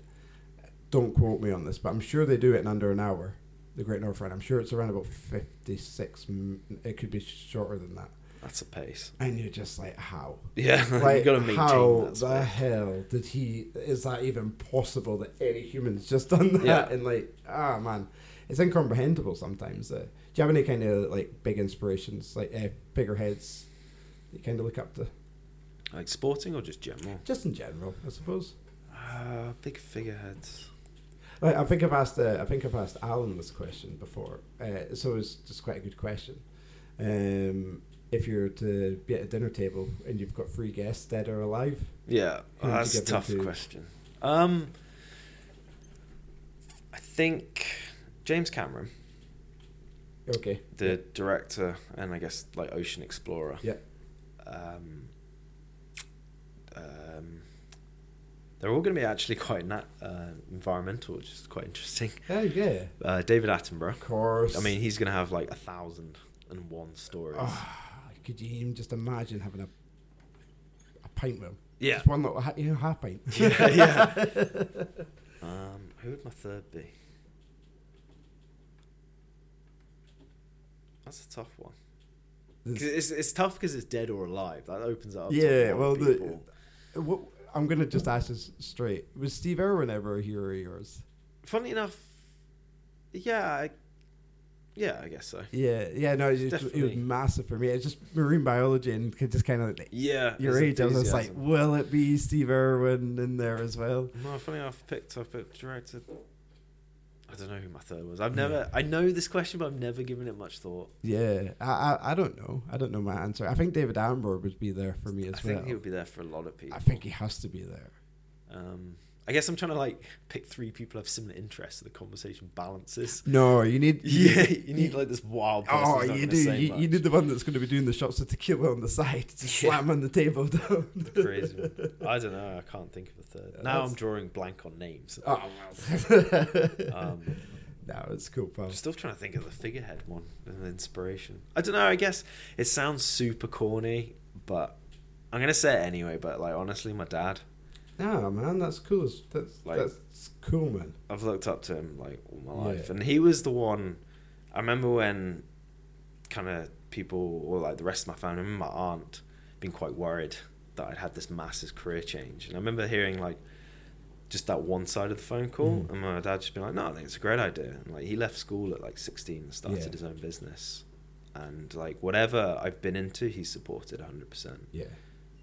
S1: Don't quote me on this, but I'm sure they do it in under an hour. The Great North Run. I'm sure it's around about 56. m- It could be shorter than that.
S2: That's a pace.
S1: And you're just like, how?
S2: Yeah, *laughs* you
S1: like
S2: got to maintain
S1: how
S2: that.
S1: the
S2: Space.
S1: hell did he is that even possible that any human's just done that
S2: Yeah.
S1: and like ah man it's incomprehensible sometimes uh, do you have any kind of like big inspirations like uh, bigger heads that you kind of look up to
S2: Like sporting or just general?
S1: just in general i suppose
S2: Uh, big figureheads.
S1: Right, I think I've asked. Uh, I think I've asked Alan this question before, uh, so it's just quite a good question. Um, if you're to be at a dinner table and you've got three guests, dead or alive,
S2: Yeah,
S1: Who would you
S2: Oh, that's a
S1: give them
S2: tough
S1: to?
S2: question. Um, I think James Cameron,
S1: okay.
S2: the director, and I guess like Ocean Explorer.
S1: Yeah.
S2: Um, um, they're all going to be actually *laughs* quite na- uh, environmental, which is quite interesting.
S1: Oh yeah,
S2: Uh, David Attenborough.
S1: of course.
S2: I mean, he's going to have like a thousand and one stories.
S1: Ah, could you even just imagine having a a pint with him?
S2: Yeah.
S1: Just one little, ha- you know, half pint.
S2: *laughs* yeah, yeah. um, who would my third be? That's a tough one. 'Cause
S1: There's-
S2: it's, it's tough because it's dead or alive. That opens it up.
S1: Yeah,
S2: to
S1: well,
S2: well,
S1: the-
S2: people.
S1: *laughs* what, I'm gonna just ask this straight. Was Steve Irwin ever a hero of yours?
S2: funny enough, yeah, I, yeah, I guess so.
S1: Yeah, yeah. No, it was, it was
S2: Definitely.
S1: massive for me. It's just marine biology and could just kind of like
S2: Yeah,
S1: your
S2: his
S1: age. I was just like,
S2: enthusiasm.
S1: will it be Steve Irwin in there as well?
S2: no, funny enough, picked up it directed. I don't know who my third was. I've
S1: Hmm.
S2: never, I know this question, but I've never given it much thought.
S1: Yeah, I, I, I don't know. I don't know my answer. I think David Attenborough would be there for me as
S2: I think
S1: well.
S2: he would be there for a lot of people.
S1: I think he has to be there.
S2: Um, I guess I'm trying to like pick three people who have similar interests, so the conversation balances.
S1: No, *laughs* you need. you
S2: *laughs* Yeah, you need like this wild. Person
S1: *laughs* Oh,
S2: who's not
S1: you
S2: gonna
S1: do.
S2: say
S1: You, you
S2: much.
S1: need the one that's going to be doing the shots of tequila on the side to
S2: Yeah.
S1: slam on the table down.
S2: The
S1: *laughs*
S2: crazy. one. I don't know. I can't think of a third.
S1: Yeah,
S2: now
S1: that's-
S2: I'm drawing blank on names.
S1: Oh, wow. *laughs*
S2: Um,
S1: no, it's cool, pal.
S2: I'm still trying to think of the figurehead one and the inspiration. I don't know. I guess it sounds super corny, but I'm gonna say it anyway. But like honestly, my dad.
S1: Nah, man, that's cool. as- That's,
S2: Like-
S1: that's cool, man.
S2: I've looked up to him like all my
S1: Yeah.
S2: life, and he was the one. I remember when, kind of people or like the rest of my family, I remember my aunt being quite worried that I'd had this massive career change, and I remember hearing like just that one side of the phone call,
S1: Mhm.
S2: and my dad just being like, "No, I think it's a great idea." And like he left school at like sixteen and started
S1: Yeah.
S2: his own business, and like whatever I've been into, he supported hundred percent
S1: Yeah.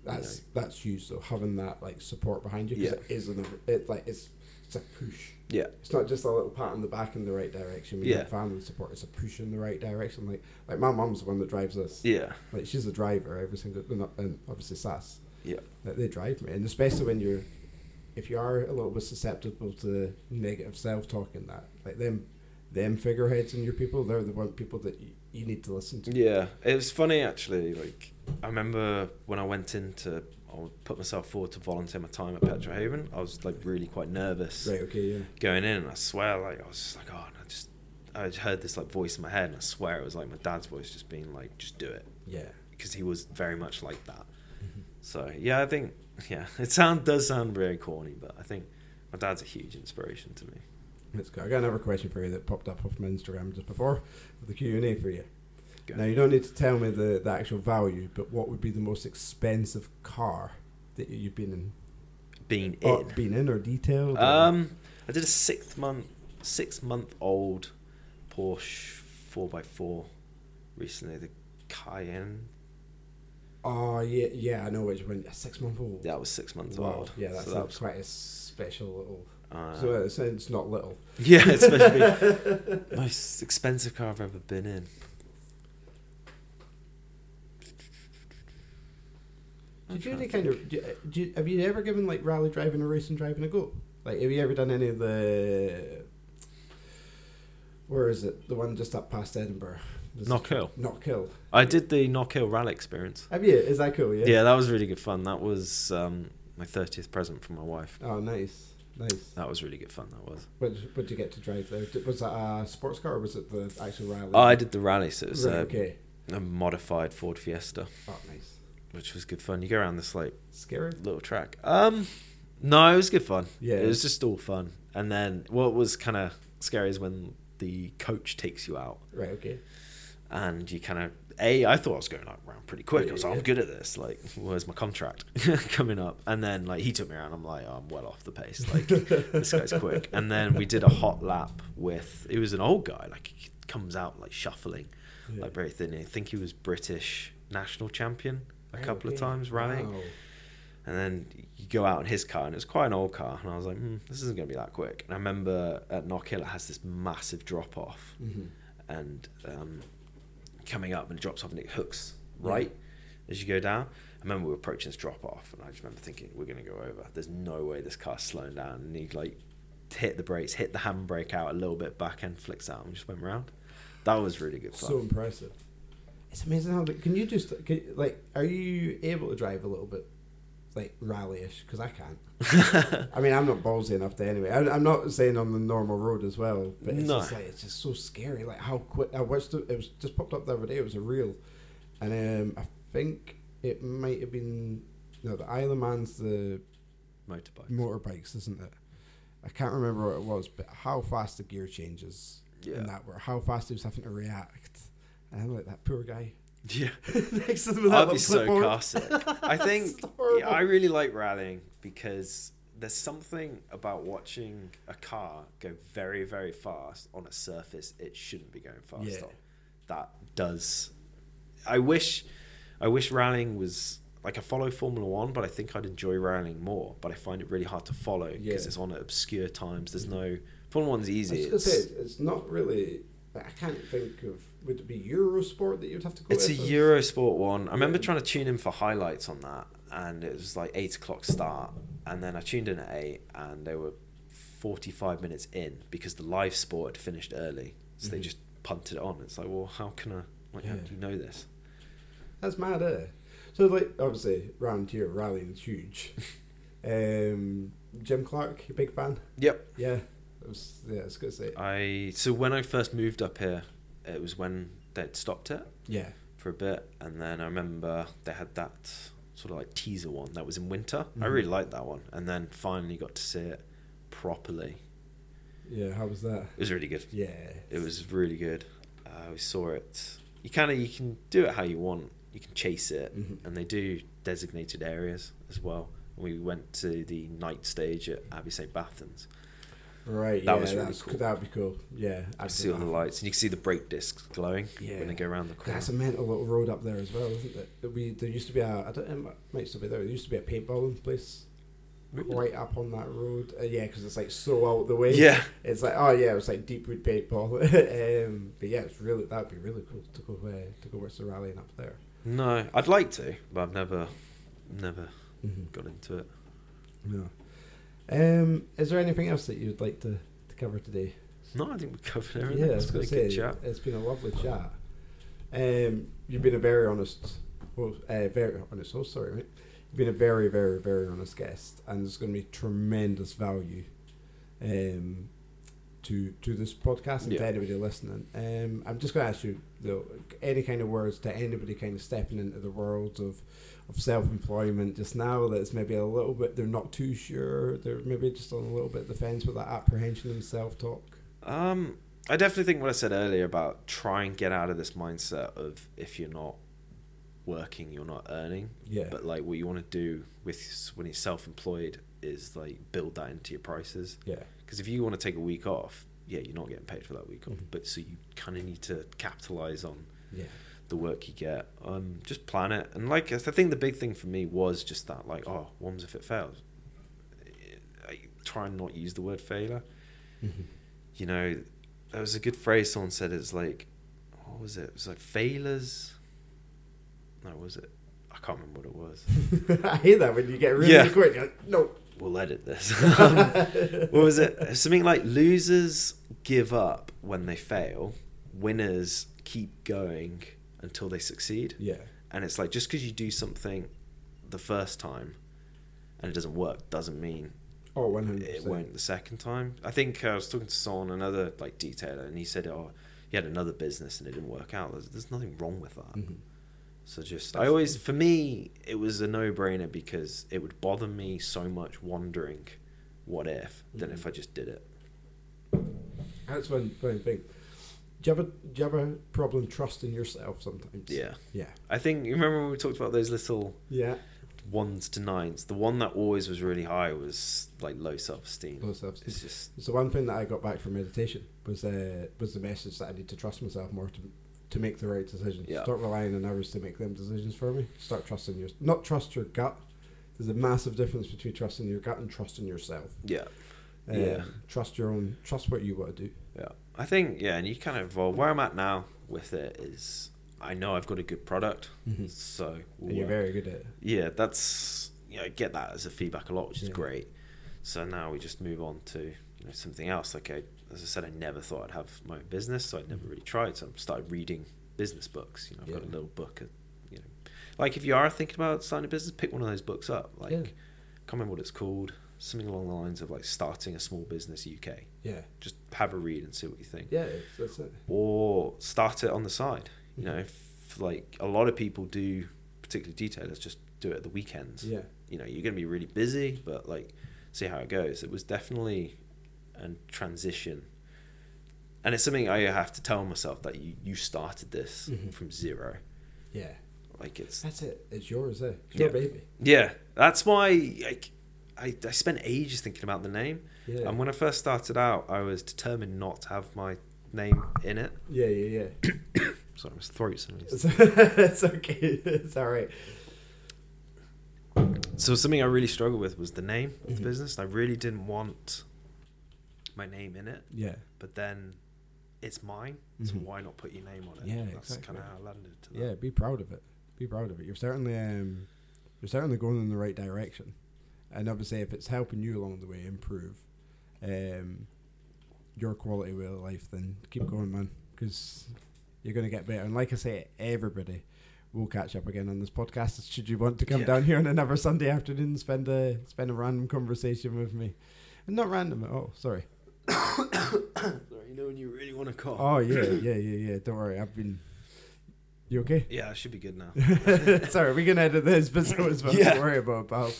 S1: That's that's huge though. Having that like support behind you 'cause
S2: Yeah.
S1: it is an over- it like it's it's a push.
S2: Yeah.
S1: It's not just a little pat on the back in the right direction. When
S2: Yeah.
S1: you have family support, it's a push in the right direction. Like like my mum's the one that drives us.
S2: Yeah.
S1: Like she's the driver every single and not- and obviously Sass.
S2: Yeah.
S1: Like they drive me, and especially when you're if you are a little bit susceptible to negative self talk and that like them them figureheads and your people they're the one people that you, you need to listen to.
S2: Yeah, it was funny actually. Like I remember when I went in to, I put myself forward to volunteer my time at Petra Haven. I was like really quite nervous
S1: Right. Okay. Yeah.
S2: going in, and I swear, like I was just like, oh, and I just, I just heard this like voice in my head, and I swear it was like my dad's voice just being like, just do it,
S1: Yeah. Mm-hmm.
S2: because he was very much like that. So yeah, I think *laughs* yeah, it sound does sound very corny, but I think my dad's a huge inspiration to me.
S1: That's good. I got another question for you that popped up off my Instagram just before the Q and A for you.
S2: Go.
S1: Now you don't need to tell me the, the actual value, but what would be the most expensive car that you've been in,
S2: Being
S1: or
S2: in,
S1: been in, or detailed? or-
S2: Um, I did a six month six month old Porsche four x four recently. The Cayenne
S1: Oh yeah, yeah, I know which one. A six month old.
S2: that was six months
S1: Wow.
S2: old.
S1: Yeah, that's
S2: So
S1: a-
S2: that was-
S1: quite a special little.
S2: uh,
S1: so it's, it's not little.
S2: *laughs* yeah, it's supposed to
S1: *laughs*
S2: be most expensive car I've ever been in.
S1: Did you
S2: I'm
S1: any
S2: trying
S1: kind
S2: to
S1: of? Do, uh, do you, have you ever given like rally driving a race and driving a go? Like, have you ever done any of the? Where is it? The one just up past Edinburgh. This-
S2: Knockhill.
S1: Knockhill.
S2: I did the Knockhill Rally experience.
S1: Have you? Is that cool? Oh, Yeah.
S2: Yeah. that was really good fun. That was um, my thirtieth present from my wife.
S1: Oh, nice, nice.
S2: That was really good fun. That was.
S1: What what did you get to drive there? Did- Was that a sports car or was it the actual rally?
S2: Oh, I did the rally, so it was
S1: Right,
S2: uh,
S1: okay.
S2: a modified Ford Fiesta,
S1: Oh, nice.
S2: which was good fun. You go around this like
S1: Scary.
S2: little track. Um, no, it was good fun.
S1: Yeah.
S2: it was just all fun. And then what was kind of scary is when the coach takes you out
S1: Right. Okay.
S2: and you kind of a. I thought I was going like around pretty quick. I was like,
S1: Yeah.
S2: I'm good at this. Like, where's my contract *laughs* coming up? And then like he took me around. I'm like, oh, I'm well off the pace. Like
S1: *laughs*
S2: this guy's quick. And then we did a hot lap with. It was an old guy. Like he comes out like shuffling,
S1: Yeah.
S2: like very thin. I think he was British national champion a
S1: Right,
S2: couple
S1: Oh, okay.
S2: of times rallying.
S1: Wow.
S2: And then you go out in his car, and it's quite an old car. And I was like, hmm, this isn't going to be that quick. And I remember at Knockhill, it has this massive drop off.
S1: Mhm.
S2: And um, coming up, and it drops off and it hooks right as you go down. I remember we were approaching this drop off, and I just remember thinking, we're going to go over. There's no way this car's slowing down. And he like hit the brakes, hit the handbrake out a little bit, back end flicks out, and just went round. That was really good fun.
S1: So impressive. It's amazing how can you just can, like are you able to drive a little bit like rally-ish because I can't.
S2: *laughs*
S1: I mean, I'm not ballsy enough to anyway. I, I'm not saying on the normal road as well, but it's
S2: No.
S1: just like it's just so scary. Like how quick I watched it. It was just popped up the other day. It was a reel, and um, I think it might have been no the Isle of Man's the
S2: Motorbike.
S1: *laughs* motorbikes, isn't it? I can't remember what it was, but how fast the gear changes
S2: Yeah.
S1: in that were, how fast he was having to react. And I'm like, that poor guy. *laughs*
S2: Yeah.
S1: Next to them
S2: I'd be so
S1: *laughs*
S2: car sick. I think yeah, I really like rallying because there's something about watching a car go very, very fast on a surface it shouldn't be going fast
S1: Yeah.
S2: on. That does. I wish, I wish rallying was like I follow Formula One, but I think I'd enjoy rallying more. But I find it really hard to follow because
S1: Yeah. Mm.
S2: it's on at obscure times. There's no Formula One's easy.
S1: I was
S2: It's,
S1: gonna say, it's not really. I can't think of. Would it be Eurosport that you'd have to go?
S2: It's a
S1: with?
S2: Eurosport one. I remember trying to tune in for highlights on that, and it was like eight o'clock start, and then I tuned in at eight, and they were forty-five minutes in because the live sport had finished early, so they
S1: Mhm.
S2: just punted it on. It's like, well, how can I? Like, how
S1: Yeah.
S2: do you know this?
S1: That's mad, eh? So like, obviously, round here, rallying's huge.
S2: *laughs*
S1: um, Jim Clark, you big fan?
S2: Yep.
S1: Yeah, it was. Yeah, I was gonna say.
S2: I so when I first moved up here, it was when they'd stopped it
S1: Yeah.
S2: for a bit, and then I remember they had that sort of like teaser one that was in winter. I
S1: Mhm.
S2: really liked that one, and then finally got to see it properly.
S1: Yeah. How was that?
S2: It was really good.
S1: Yeah.
S2: It was really good. Uh, we saw it. You kind of you can do it how you want. You can chase it,
S1: Mhm.
S2: and they do designated areas as well. We went to the night stage at Abbey St Bathans,
S1: Right.
S2: That
S1: yeah,
S2: was really
S1: that's-
S2: cool.
S1: That'd be cool. Yeah.
S2: I
S1: I'd
S2: see all the
S1: love-
S2: lights, and you can see the brake discs glowing
S1: Yeah.
S2: when they go around the corner.
S1: That's a mental little road up there as well, isn't it? That We there used to be a I don't know, it might still be there. There used to be a paintballing place
S2: Really?
S1: right up on that road. Uh, yeah, because it's like so out the way.
S2: yeah,
S1: It's like oh yeah, it was like deep wood paintball. *laughs* um, but yeah, it's really that'd be really cool to go uh, to go watch the rallying up there.
S2: no, I'd like to, but I've never, never got into it. Mm-hmm.
S1: No. Um, is there anything else that you'd like to, to cover today?
S2: No, I think we covered
S1: yeah,
S2: everything.
S1: I
S2: it's
S1: was
S2: been
S1: gonna
S2: a good
S1: say,
S2: chat.
S1: It's been a lovely chat. Um, you've been a very honest, well, uh, very honest. Oh, sorry, mate. You've been a very, very, very honest guest, and there's going to be tremendous value um, to to this podcast and to
S2: Yeah.
S1: anybody listening. Um, I'm just going to ask you though, any kind of words to anybody kind of stepping into the world of of self-employment just now that's maybe a little bit they're not too sure they're maybe just on a little bit of the fence with that apprehension and self-talk
S2: Um, I definitely think what I said earlier about try and get out of this mindset of if you're not working, you're not earning.
S1: yeah
S2: But like, what you want to do with when you're self-employed is like build that into your prices.
S1: yeah
S2: Because if you want to take a week off, yeah, you're not getting paid for that week off.
S1: Mhm.
S2: But so you kind of need to capitalize on
S1: yeah
S2: the work you get. Um, just plan it. And like, I think the big thing for me was just that, like, oh, what happens if it fails? I try and not use the word failure. You know, there was a good phrase someone said. It's like, what was it? It was like failures. No, what was it? I can't remember what it was.
S1: *laughs* I hate that when you get really
S2: Yeah.
S1: quick. You're like, no.
S2: We'll edit this. *laughs* Um, what was it? Something like losers give up when they fail. Winners keep going until they succeed.
S1: Yeah.
S2: And it's like just because you do something the first time and it doesn't work doesn't mean
S1: Oh, 100%.
S2: it won't the second time. I think uh, I was talking to someone, another like detailer, and he said, "Oh, he had another business and it didn't work out. There's, there's nothing wrong with that."
S1: Mhm.
S2: So just, I always, for me, it was a no-brainer because it would bother me so much wondering, "What if?" than if I just did it.
S1: That's one, one thing. Do you, have a, do you have a problem trusting yourself sometimes?
S2: Yeah,
S1: Yeah.
S2: I think you remember when we talked about those little
S1: Yeah.
S2: ones to nines. The one that always was really high was like low self-esteem.
S1: Low self-esteem.
S2: It's just
S1: So one thing that I got back from meditation was uh, was the message that I need to trust myself more to to make the right decisions.
S2: Yeah.
S1: Start relying on others to make them decisions for me. Start trusting your not trust your gut. There's a massive difference between trusting your gut and trusting yourself.
S2: yeah.
S1: Um,
S2: Yeah.
S1: Trust your own. Trust what you want to do.
S2: Yeah, I think yeah, and you kind of well, where I'm at now with it is I know I've got a good product,
S1: Mhm.
S2: so we'll
S1: And you're
S2: work-
S1: very good at it.
S2: yeah, that's you know, I get that as a feedback a lot, which is
S1: Yeah.
S2: great. So now we just move on to you know, something else. Like I, as I said, I never thought I'd have my own business, so I'd never really tried. So I started reading business books. You know, I've got
S1: Mm. Yeah.
S2: a little book. Of, you know, like if you are thinking about starting a business, pick one of those books up. Like,
S1: Yeah.
S2: can't remember what it's called. Something along the lines of like starting a small business UK.
S1: Yeah.
S2: Just have a read and see what you think
S1: Yeah. it's- That's it.
S2: or start it on the side. You
S1: Mm.
S2: know, if, like a lot of people do, particularly detailers, just do it at the weekends.
S1: Yeah.
S2: You know, you're going to be really busy, but like, see how it goes. It was definitely a transition. And it's something I have to tell myself that you, you started this
S1: Mhm.
S2: from zero.
S1: Yeah.
S2: Like, it's,
S1: That's it. It's yours, eh? It's your
S2: Yeah.
S1: baby.
S2: yeah, that's why like, I, I spent ages thinking about the name.
S1: Yeah.
S2: And when I first started out, I was determined not to have my name in it.
S1: yeah, yeah,
S2: *laughs*
S1: yeah.
S2: Sorry, my throat's
S1: It's,
S2: sneezed.
S1: *laughs* it's okay. *laughs* It's all right.
S2: So something I really struggled with was the name of
S1: Mhm.
S2: the business. I really didn't want my name in it,
S1: Yeah.
S2: but then it's mine, so
S1: Mhm.
S2: why not put your name on it?
S1: Yeah,
S2: that's
S1: exactly.
S2: kind of how I landed to that.
S1: Yeah. Be proud of it. Be proud of it. You're certainly, um, you're certainly going in the right direction, and obviously, if it's helping you along the way improve, um, your quality of life, then keep going, man, because you're going to get better. And like I say, everybody. We'll catch up again on this podcast. Should you want to come
S2: Yeah.
S1: down here on another Sunday afternoon, and spend a spend a random conversation with me, not random at all. Sorry,
S2: Sorry, you know when you really want to cough.
S1: Oh yeah, *coughs* yeah, yeah, yeah. Don't worry, I've been. You okay?
S2: Yeah, I should
S1: *laughs*
S2: be good now.
S1: Sorry, we can edit this, but so as well.
S2: Yeah.
S1: Don't worry about it, pal.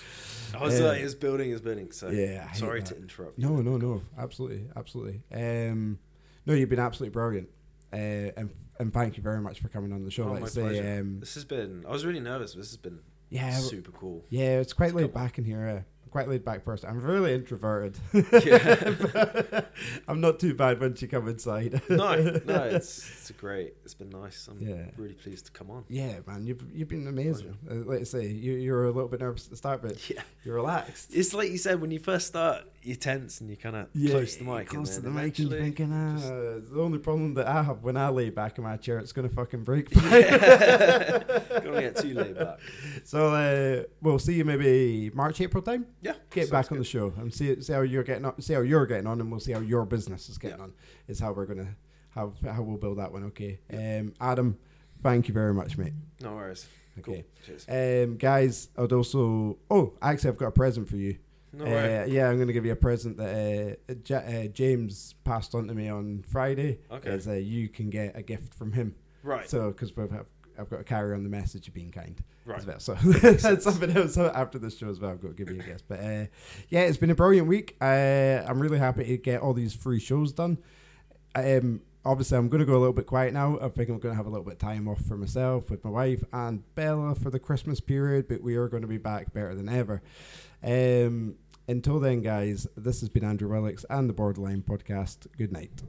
S2: I was
S1: Yeah.
S2: like, it's building, it's building. So
S1: Yeah, I hate
S2: sorry
S1: that.
S2: to interrupt.
S1: No, no, no. Absolutely, absolutely. Um, no, you've been absolutely brilliant, uh, and and thank you very much for coming on the show.
S2: Oh,
S1: like
S2: my
S1: I say,
S2: pleasure.
S1: um,
S2: This has been. I was really nervous, but this has been
S1: yeah, w-
S2: super cool.
S1: *laughs* yeah. It's quite
S2: It's
S1: laid
S2: cool.
S1: back in here. Uh, quite laid back person. I'm really introverted.
S2: Yeah.
S1: But *laughs* I'm not too bad once you come inside.
S2: no,
S1: *laughs*
S2: no, it's, it's great. It's been nice. I'm
S1: Yeah.
S2: really pleased to come on.
S1: Yeah, man, you've you've been amazing. Uh, like I say, you you were a little bit nervous at the start, but
S2: Yeah.
S1: you're relaxed.
S2: It's like you said, when you first start, you're tense and you kind of close the mic.
S1: Close to
S2: and
S1: the
S2: then
S1: mic and
S2: eventually
S1: thinking, ah,
S2: just-
S1: the only problem that I have when I lay back in my chair, it's gonna fucking break. *laughs*
S2: Yeah. Gotta get too laid back.
S1: So uh, we'll see you maybe March, April time.
S2: Yeah.
S1: Get
S2: sounds
S1: back on
S2: good.
S1: the show and see see how you're getting on. See how you're getting on, and we'll see how your business is getting
S2: Yeah.
S1: on. Is how we're gonna how how we'll build that one. Okay, um, Adam, thank you very much, mate.
S2: No worries. Cool.
S1: Okay.
S2: Cheers.
S1: Um, guys, I'd also. Oh, actually, I've got a present for you.
S2: No
S1: Uh,
S2: worries.
S1: yeah, I'm going to give you a present that uh, J- uh, James passed on to me on Friday.
S2: Okay.
S1: Is uh, you can get a gift from him.
S2: Right.
S1: So, because we've have, I've got to carry on the message of being kind.
S2: Right.
S1: As well. So *laughs* that's something else after this show as well. I've got to give you a guess. But uh, yeah, it's been a brilliant week. Uh, I'm really happy to get all these free shows done. Um, obviously, I'm going to go a little bit quiet now. I think I'm going to have a little bit of time off for myself with my wife and Bella for the Christmas period. But we are going to be back better than ever. Um, until then, guys, this has been Andrew Willicks and the Borderline Podcast. Good night.